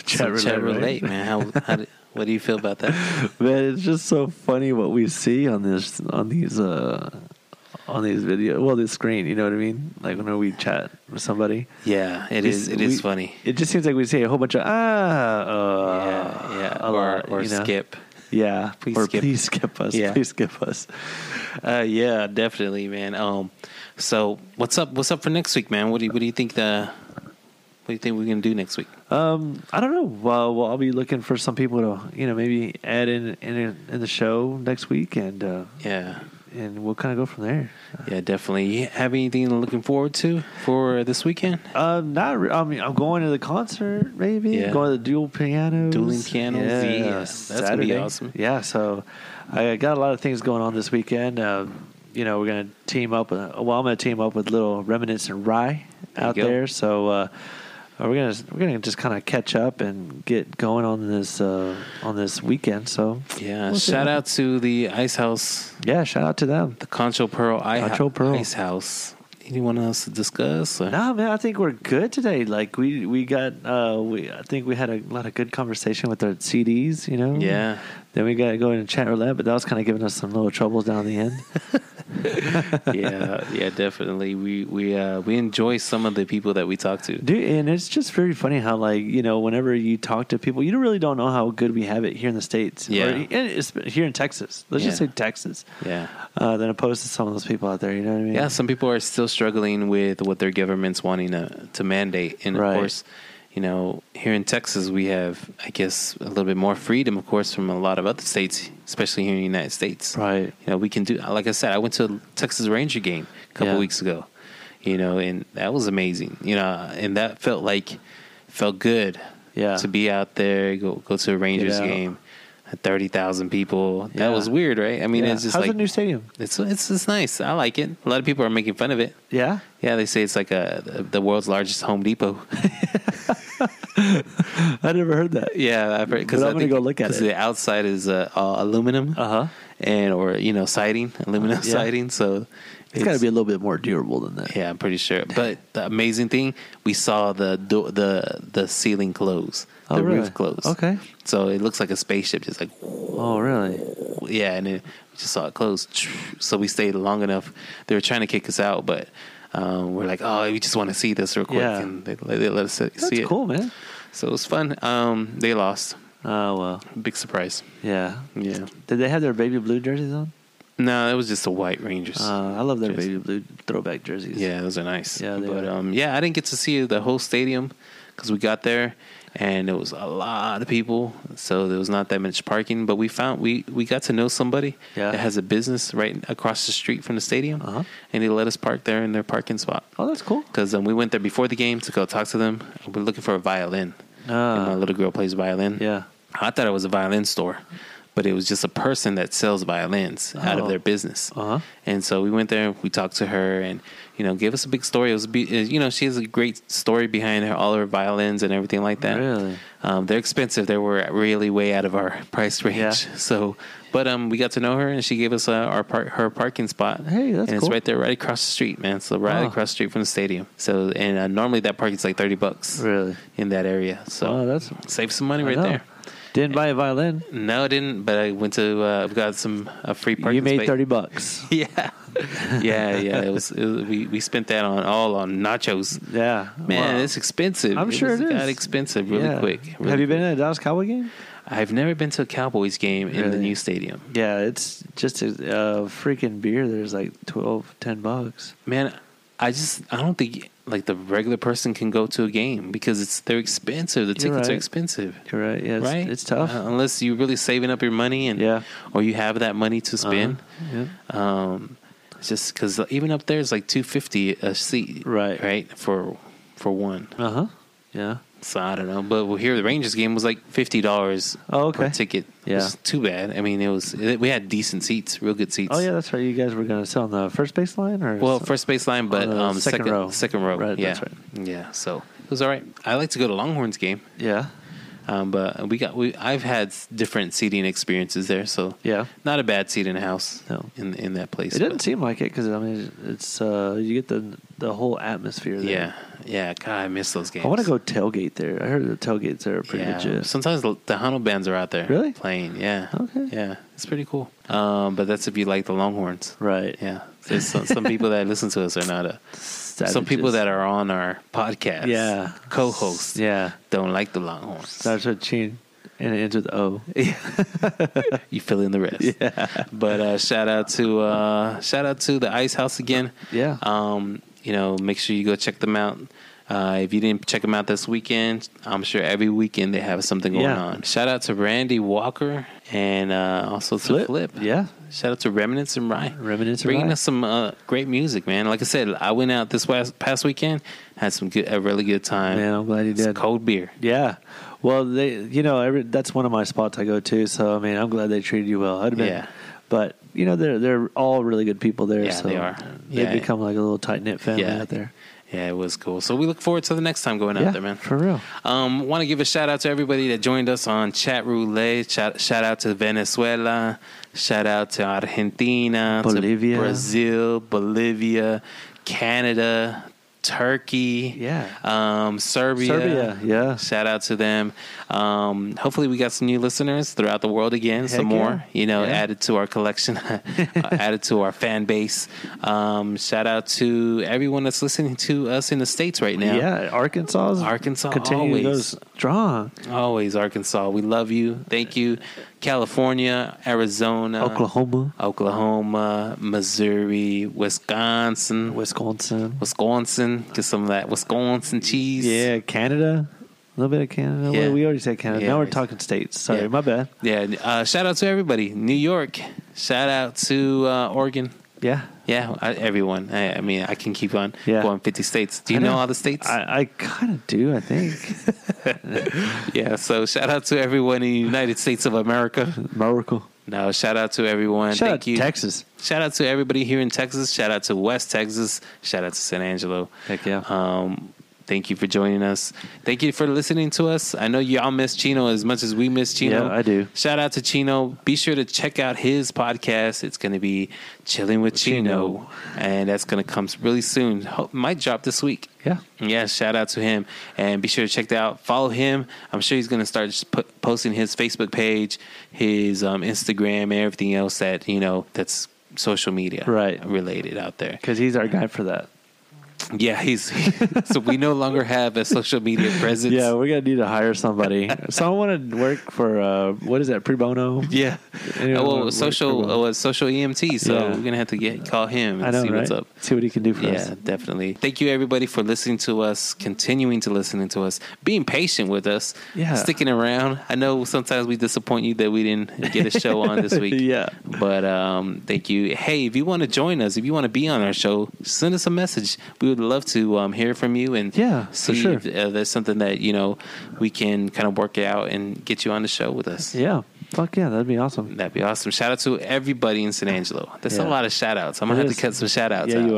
Speaker 1: some
Speaker 2: roulette,
Speaker 1: chat
Speaker 2: right?
Speaker 1: roulette, man.
Speaker 2: <laughs>
Speaker 1: How, how do, what do you feel about that?
Speaker 2: Man, it's just so funny what we see on this on these uh on these video well this screen, you know what I mean? Like whenever we chat with somebody.
Speaker 1: Yeah, it
Speaker 2: We-
Speaker 1: is. It is
Speaker 2: we-
Speaker 1: funny.
Speaker 2: It just seems like we say a whole bunch of ah uh
Speaker 1: yeah, yeah.
Speaker 2: a
Speaker 1: or
Speaker 2: lot,
Speaker 1: or
Speaker 2: you know?
Speaker 1: skip.
Speaker 2: Yeah,
Speaker 1: Please
Speaker 2: or
Speaker 1: skip.
Speaker 2: please skip us.
Speaker 1: Yeah.
Speaker 2: Please skip us.
Speaker 1: Uh, yeah, definitely, man. Um, so what's up? What's up for next week, man? What do you What do you think the What do you think we're gonna do next week?
Speaker 2: Um, I don't know. Well, well, I'll be looking for some people to, you know, maybe add in in, in the show next week, and uh,
Speaker 1: yeah,
Speaker 2: and we'll kind of go from there.
Speaker 1: Yeah, definitely. You have anything looking forward to for this weekend?
Speaker 2: Uh, not. Re- I mean, I'm going to the concert. Maybe
Speaker 1: Yeah.
Speaker 2: going to the dual pianos.
Speaker 1: Dueling pianos, yeah. That's gonna be awesome.
Speaker 2: Yeah. So I got a lot of things going on this weekend. Uh, you know, we're gonna team up. With, well, I'm gonna team up with little Remnants and Rye
Speaker 1: There you
Speaker 2: out
Speaker 1: go.
Speaker 2: there. So. Uh, we're gonna we're gonna just kind of catch up and get going on this uh, on this weekend. So
Speaker 1: Yeah,
Speaker 2: We'll see
Speaker 1: shout
Speaker 2: what
Speaker 1: out to the Ice House.
Speaker 2: Yeah, shout out to them.
Speaker 1: The Concho Pearl I-
Speaker 2: Concho Pearl.
Speaker 1: Ice House. Anyone else to discuss? or-
Speaker 2: No, man, I think we're good today. Like we we got uh we I think we had a lot of good conversation with our CDs, you know.
Speaker 1: Yeah.
Speaker 2: Then we got to go into chat roulette, but that was kind of giving us some little troubles down the end.
Speaker 1: yeah, yeah, definitely. We we uh we enjoy some of the people that we talk to.
Speaker 2: <laughs> Dude, and it's just very funny how like you know whenever you talk to people, you don't really don't know how good we have it here in the states.
Speaker 1: Yeah.
Speaker 2: or, and it's here in Texas. Let's just
Speaker 1: Yeah.
Speaker 2: say Texas.
Speaker 1: Yeah.
Speaker 2: Uh, then opposed to some of those people out there, you know what I mean?
Speaker 1: Yeah, some people are still struggling with what their government's wanting to, to mandate. And
Speaker 2: Right.
Speaker 1: of course, you know, here in Texas, we have, I guess, a little bit more freedom, of course, from a lot of other states, especially here in the United States.
Speaker 2: Right.
Speaker 1: You know, we can do, like I said, I went to a Texas Ranger game a couple
Speaker 2: Yeah.
Speaker 1: weeks ago, you know, and that was amazing, you know, and that felt like, felt good.
Speaker 2: Yeah.
Speaker 1: To be out there, go, go to a Rangers
Speaker 2: out.
Speaker 1: game. 30,000 people.
Speaker 2: Yeah.
Speaker 1: That was weird, right? I mean,
Speaker 2: Yeah.
Speaker 1: it's just
Speaker 2: how's
Speaker 1: like
Speaker 2: the new stadium?
Speaker 1: it's it's it's nice. I like it. A lot of people are making fun of it.
Speaker 2: Yeah.
Speaker 1: Yeah, they say it's like a the- the world's largest Home Depot.
Speaker 2: <laughs>
Speaker 1: <laughs>
Speaker 2: I never heard that.
Speaker 1: Yeah, I've heard
Speaker 2: But I'm gonna go look at
Speaker 1: because
Speaker 2: it.
Speaker 1: the outside is uh, all aluminum, uh
Speaker 2: Uh-huh.
Speaker 1: huh, and or you know siding, aluminum
Speaker 2: Yeah.
Speaker 1: siding. So uh,
Speaker 2: It's got to be a little bit more durable than that.
Speaker 1: Yeah, I'm pretty sure. But the amazing thing, we saw the do- the the ceiling close,
Speaker 2: Oh,
Speaker 1: the
Speaker 2: really?
Speaker 1: roof close.
Speaker 2: Okay.
Speaker 1: so it looks like a spaceship, just like
Speaker 2: Oh, really?
Speaker 1: yeah, and then we just saw it close. So we stayed long enough. They were trying to kick us out, but um, we're like, oh, we just want to see this real quick,
Speaker 2: Yeah.
Speaker 1: and they, they let us see
Speaker 2: That's
Speaker 1: it.
Speaker 2: cool, man.
Speaker 1: So it was fun. Um, they lost.
Speaker 2: Oh well,
Speaker 1: big surprise.
Speaker 2: Yeah,
Speaker 1: yeah.
Speaker 2: Did they have their baby blue jerseys on?
Speaker 1: No, it was just the white Rangers.
Speaker 2: Uh, I love their
Speaker 1: Jersey.
Speaker 2: baby blue throwback jerseys.
Speaker 1: Yeah, those are nice.
Speaker 2: Yeah, they
Speaker 1: but
Speaker 2: are.
Speaker 1: um, yeah, I didn't get to see the whole stadium because we got there and it was a lot of people, so there was not that much parking. But we found we we got to know somebody
Speaker 2: Yeah. Uh-huh.
Speaker 1: that has a business right across the street from the stadium, and they let us park there in their parking spot.
Speaker 2: Oh, that's cool.
Speaker 1: Because um, we went there before the game to go talk to them. We're looking for a violin.
Speaker 2: Ah.
Speaker 1: And my little girl plays violin.
Speaker 2: Yeah.
Speaker 1: I thought it was a violin store, but it was just a person that sells violins out of
Speaker 2: Oh.
Speaker 1: their business.
Speaker 2: Uh-huh.
Speaker 1: And so we went there, we talked to her, and you know, gave us a big story. It was, be, uh, you know, she has a great story behind her, all her violins and everything like that.
Speaker 2: Really?
Speaker 1: um, they're expensive. They were really way out of our price range. <laughs>
Speaker 2: Yeah.
Speaker 1: So, but um, we got to know her, and she gave us uh, our par- her parking spot.
Speaker 2: Hey, that's
Speaker 1: and
Speaker 2: cool.
Speaker 1: it's right there, right across the street, man. So right
Speaker 2: Wow.
Speaker 1: across the street from the stadium. So, and uh, normally that parking's like thirty bucks.
Speaker 2: Really?
Speaker 1: In that area. So
Speaker 2: Wow, Oh, that's-
Speaker 1: save some money
Speaker 2: I
Speaker 1: right
Speaker 2: know.
Speaker 1: there.
Speaker 2: Didn't buy a violin.
Speaker 1: No, I didn't. But I went to uh, I've got some a free parking.
Speaker 2: you made
Speaker 1: space.
Speaker 2: thirty bucks.
Speaker 1: <laughs> Yeah, yeah, yeah. It was, it was we we spent that on all on nachos.
Speaker 2: Yeah,
Speaker 1: man,
Speaker 2: Wow.
Speaker 1: it's expensive.
Speaker 2: I'm sure
Speaker 1: was,
Speaker 2: it is.
Speaker 1: Got expensive really
Speaker 2: Yeah.
Speaker 1: quick. really
Speaker 2: have you
Speaker 1: quick.
Speaker 2: been at a Dallas Cowboy game?
Speaker 1: I've never been to a Cowboys game in the
Speaker 2: Really?
Speaker 1: new stadium.
Speaker 2: Yeah, it's just a uh, freaking beer. There's like 12, 10 bucks.
Speaker 1: Man, I just I don't think like the regular person can go to a game because it's they're expensive. The
Speaker 2: You're
Speaker 1: tickets are
Speaker 2: right.
Speaker 1: expensive.
Speaker 2: You're right. Uh-huh. Yeah, it's,
Speaker 1: right?
Speaker 2: it's tough.
Speaker 1: Uh, unless you're really saving up your money and
Speaker 2: Yeah. Uh-huh.
Speaker 1: or you have that money to spend.
Speaker 2: Yeah.
Speaker 1: Um, it's just because even up there it's like two fifty a seat,
Speaker 2: Right.
Speaker 1: Right for for one.
Speaker 2: Uh huh. Yeah.
Speaker 1: So I don't know, but well, here the Rangers game was like fifty dollars
Speaker 2: Oh, okay.
Speaker 1: per ticket.
Speaker 2: Yeah.
Speaker 1: It's too bad. I mean, it was we had decent seats, real good seats.
Speaker 2: Oh yeah, that's right. You guys were gonna sit on the first base line, or
Speaker 1: Well, first baseline, but
Speaker 2: On the
Speaker 1: um, the
Speaker 2: second
Speaker 1: second, second
Speaker 2: row.
Speaker 1: row,
Speaker 2: Right,
Speaker 1: yeah,
Speaker 2: that's
Speaker 1: yeah. So it was all right. I like to go to Longhorns game,
Speaker 2: yeah,
Speaker 1: um, but we got we I've had s- different seating experiences there, so
Speaker 2: Yeah.
Speaker 1: not a bad seat in the house.
Speaker 2: No.
Speaker 1: in in that place,
Speaker 2: it didn't
Speaker 1: but-
Speaker 2: seem like it because I mean it's uh, you get the the whole atmosphere. There.
Speaker 1: yeah, yeah. God, I miss those games.
Speaker 2: I want to go tailgate there. I heard the tailgates there are pretty
Speaker 1: Yeah,
Speaker 2: legit.
Speaker 1: sometimes the the Hano bands are out there,
Speaker 2: Really?
Speaker 1: playing. Yeah,
Speaker 2: Okay.
Speaker 1: yeah. It's pretty cool. Um, but that's if you like the Longhorns,
Speaker 2: Right.
Speaker 1: Yeah, there's some, some people that listen to us are not a. Some people
Speaker 2: Savages.
Speaker 1: that are on our podcast,
Speaker 2: Yeah.
Speaker 1: co-hosts,
Speaker 2: Yeah.
Speaker 1: don't like the Longhorns.
Speaker 2: That's what Chin And it ends with O.
Speaker 1: you fill in the rest. <laughs> But uh, shout out to uh, shout out to the Ice House again.
Speaker 2: Yeah.
Speaker 1: Um, you know, make sure you go check them out. Uh, if you didn't check them out this weekend, I'm sure every weekend they have something going
Speaker 2: Yeah.
Speaker 1: on. Shout out to Randy Walker and uh, also to Flip.
Speaker 2: Yeah.
Speaker 1: Shout out to Remnants and Rye.
Speaker 2: Remnants and
Speaker 1: Bringing
Speaker 2: Rye.
Speaker 1: us some uh, great music, man. Like I said, I went out this past, past weekend, had some good, a really good time. Man,
Speaker 2: I'm glad you
Speaker 1: did. cold beer.
Speaker 2: Yeah. Well, they, you know, every, that's one of my spots I go to. So I mean, I'm glad they treated you well. I'd been,
Speaker 1: Yeah.
Speaker 2: But you know, they're they're all really good people there.
Speaker 1: Yeah,
Speaker 2: so
Speaker 1: they are.
Speaker 2: They
Speaker 1: Yeah.
Speaker 2: become like a little tight knit family
Speaker 1: Yeah.
Speaker 2: out there.
Speaker 1: Yeah, it was cool. So we look forward to the next time going
Speaker 2: Yeah,
Speaker 1: out there, man.
Speaker 2: for real.
Speaker 1: Um, want to give a shout out to everybody that joined us on Chat Roulette. Shout, shout out to Venezuela. Shout out to Argentina, to
Speaker 2: Bolivia.
Speaker 1: Brazil, Bolivia, Canada, Turkey,
Speaker 2: Yeah.
Speaker 1: um, Serbia.
Speaker 2: Serbia,
Speaker 1: yeah. Shout out to them. Um, hopefully, we got some new listeners throughout the world again.
Speaker 2: Heck
Speaker 1: some
Speaker 2: yeah.
Speaker 1: more, you know,
Speaker 2: Yeah.
Speaker 1: added to our collection, <laughs> uh,
Speaker 2: <laughs>
Speaker 1: added to our fan base. Um, shout out to everyone that's listening to us in the states right now.
Speaker 2: Yeah, Arkansas.
Speaker 1: Arkansas
Speaker 2: continue to go
Speaker 1: always.
Speaker 2: strong.
Speaker 1: Always Arkansas. We love you. Thank you. California, Arizona,
Speaker 2: Oklahoma.
Speaker 1: Oklahoma, Missouri, Wisconsin,
Speaker 2: Wisconsin,
Speaker 1: Wisconsin. Get some of that Wisconsin cheese.
Speaker 2: Yeah, Canada. A little bit of Canada.
Speaker 1: Yeah.
Speaker 2: Well, we already said Canada.
Speaker 1: Yeah,
Speaker 2: now we're
Speaker 1: we-
Speaker 2: talking states. Sorry,
Speaker 1: Yeah.
Speaker 2: my bad.
Speaker 1: Yeah. Uh, shout out to everybody. New York. Shout out to uh, Oregon.
Speaker 2: Yeah.
Speaker 1: Yeah. I, everyone. I, I mean, I can keep on
Speaker 2: Yeah.
Speaker 1: going 50 states. Do you
Speaker 2: I
Speaker 1: know,
Speaker 2: know.
Speaker 1: all the states?
Speaker 2: I, I kind of do. I think
Speaker 1: yeah. So shout out to everyone in the United States of America.
Speaker 2: Miracle.
Speaker 1: No, shout out to everyone.
Speaker 2: Shout
Speaker 1: Thank
Speaker 2: out
Speaker 1: you.
Speaker 2: Texas.
Speaker 1: Shout out to everybody here in Texas. Shout out to West Texas. Shout out to San Angelo.
Speaker 2: Heck yeah.
Speaker 1: Um, thank you for joining us. Thank you for listening to us. I know y'all miss Chino as much as we miss Chino.
Speaker 2: Yeah, I do.
Speaker 1: Shout out to Chino. Be sure to check out his podcast. It's going to be Chilling with Chino, and that's going to come really soon. Ho- might drop this week.
Speaker 2: Yeah.
Speaker 1: Yeah, shout out to him. And be sure to check that out. Follow him. I'm sure he's going to start just pu- posting his Facebook page, his um, Instagram, and everything else that, you know, that's social media
Speaker 2: Right.
Speaker 1: related out there.
Speaker 2: because he's our guy for that.
Speaker 1: Yeah, he's. so we no longer have a social media presence.
Speaker 2: <laughs> Yeah, we're gonna need to hire <laughs> somebody. Someone to work for uh, what is that? Pre bono.
Speaker 1: Yeah.
Speaker 2: Anyone
Speaker 1: Uh,
Speaker 2: wanna
Speaker 1: well,
Speaker 2: work
Speaker 1: social,
Speaker 2: pro bono?
Speaker 1: uh, well, social EMT. So
Speaker 2: Yeah.
Speaker 1: we're going to have to get call him and
Speaker 2: I know,
Speaker 1: see what's
Speaker 2: right?
Speaker 1: up.
Speaker 2: See what he can do for
Speaker 1: yeah,
Speaker 2: us.
Speaker 1: definitely. Thank you everybody for listening to us, continuing to listening to us, being patient with us,
Speaker 2: Yeah.
Speaker 1: sticking around. I know sometimes we disappoint you that we didn't get a show on this week.
Speaker 2: <laughs> Yeah.
Speaker 1: But um, thank you. Hey, if you want to join us, if you want to be on our show, send us a message. We would love to um, hear from you and
Speaker 2: Yeah, for
Speaker 1: see
Speaker 2: sure.
Speaker 1: if uh, there's something that, you know, we can kind of work out and get you on the show with us.
Speaker 2: Yeah. Fuck yeah, that'd be awesome.
Speaker 1: That'd be awesome. Shout out to everybody in San Angelo. That's
Speaker 2: Yeah.
Speaker 1: a lot of shout outs. I'm going
Speaker 2: It
Speaker 1: to have
Speaker 2: is.
Speaker 1: to cut some shout outs
Speaker 2: Yeah,
Speaker 1: out.
Speaker 2: you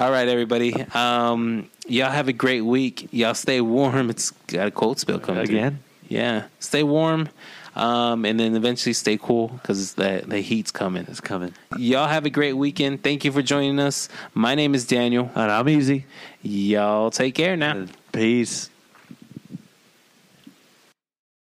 Speaker 1: <laughs> All right, everybody. Um, y'all have a great week. Y'all stay warm. It's got a cold spell coming through.
Speaker 2: Again?
Speaker 1: Yeah, stay warm, um, and then eventually stay cool because the the heat's coming. It's
Speaker 2: coming.
Speaker 1: Y'all have a great weekend. Thank you for joining us. My name is Daniel,
Speaker 2: and I'm Easy.
Speaker 1: Y'all take care now.
Speaker 2: Peace.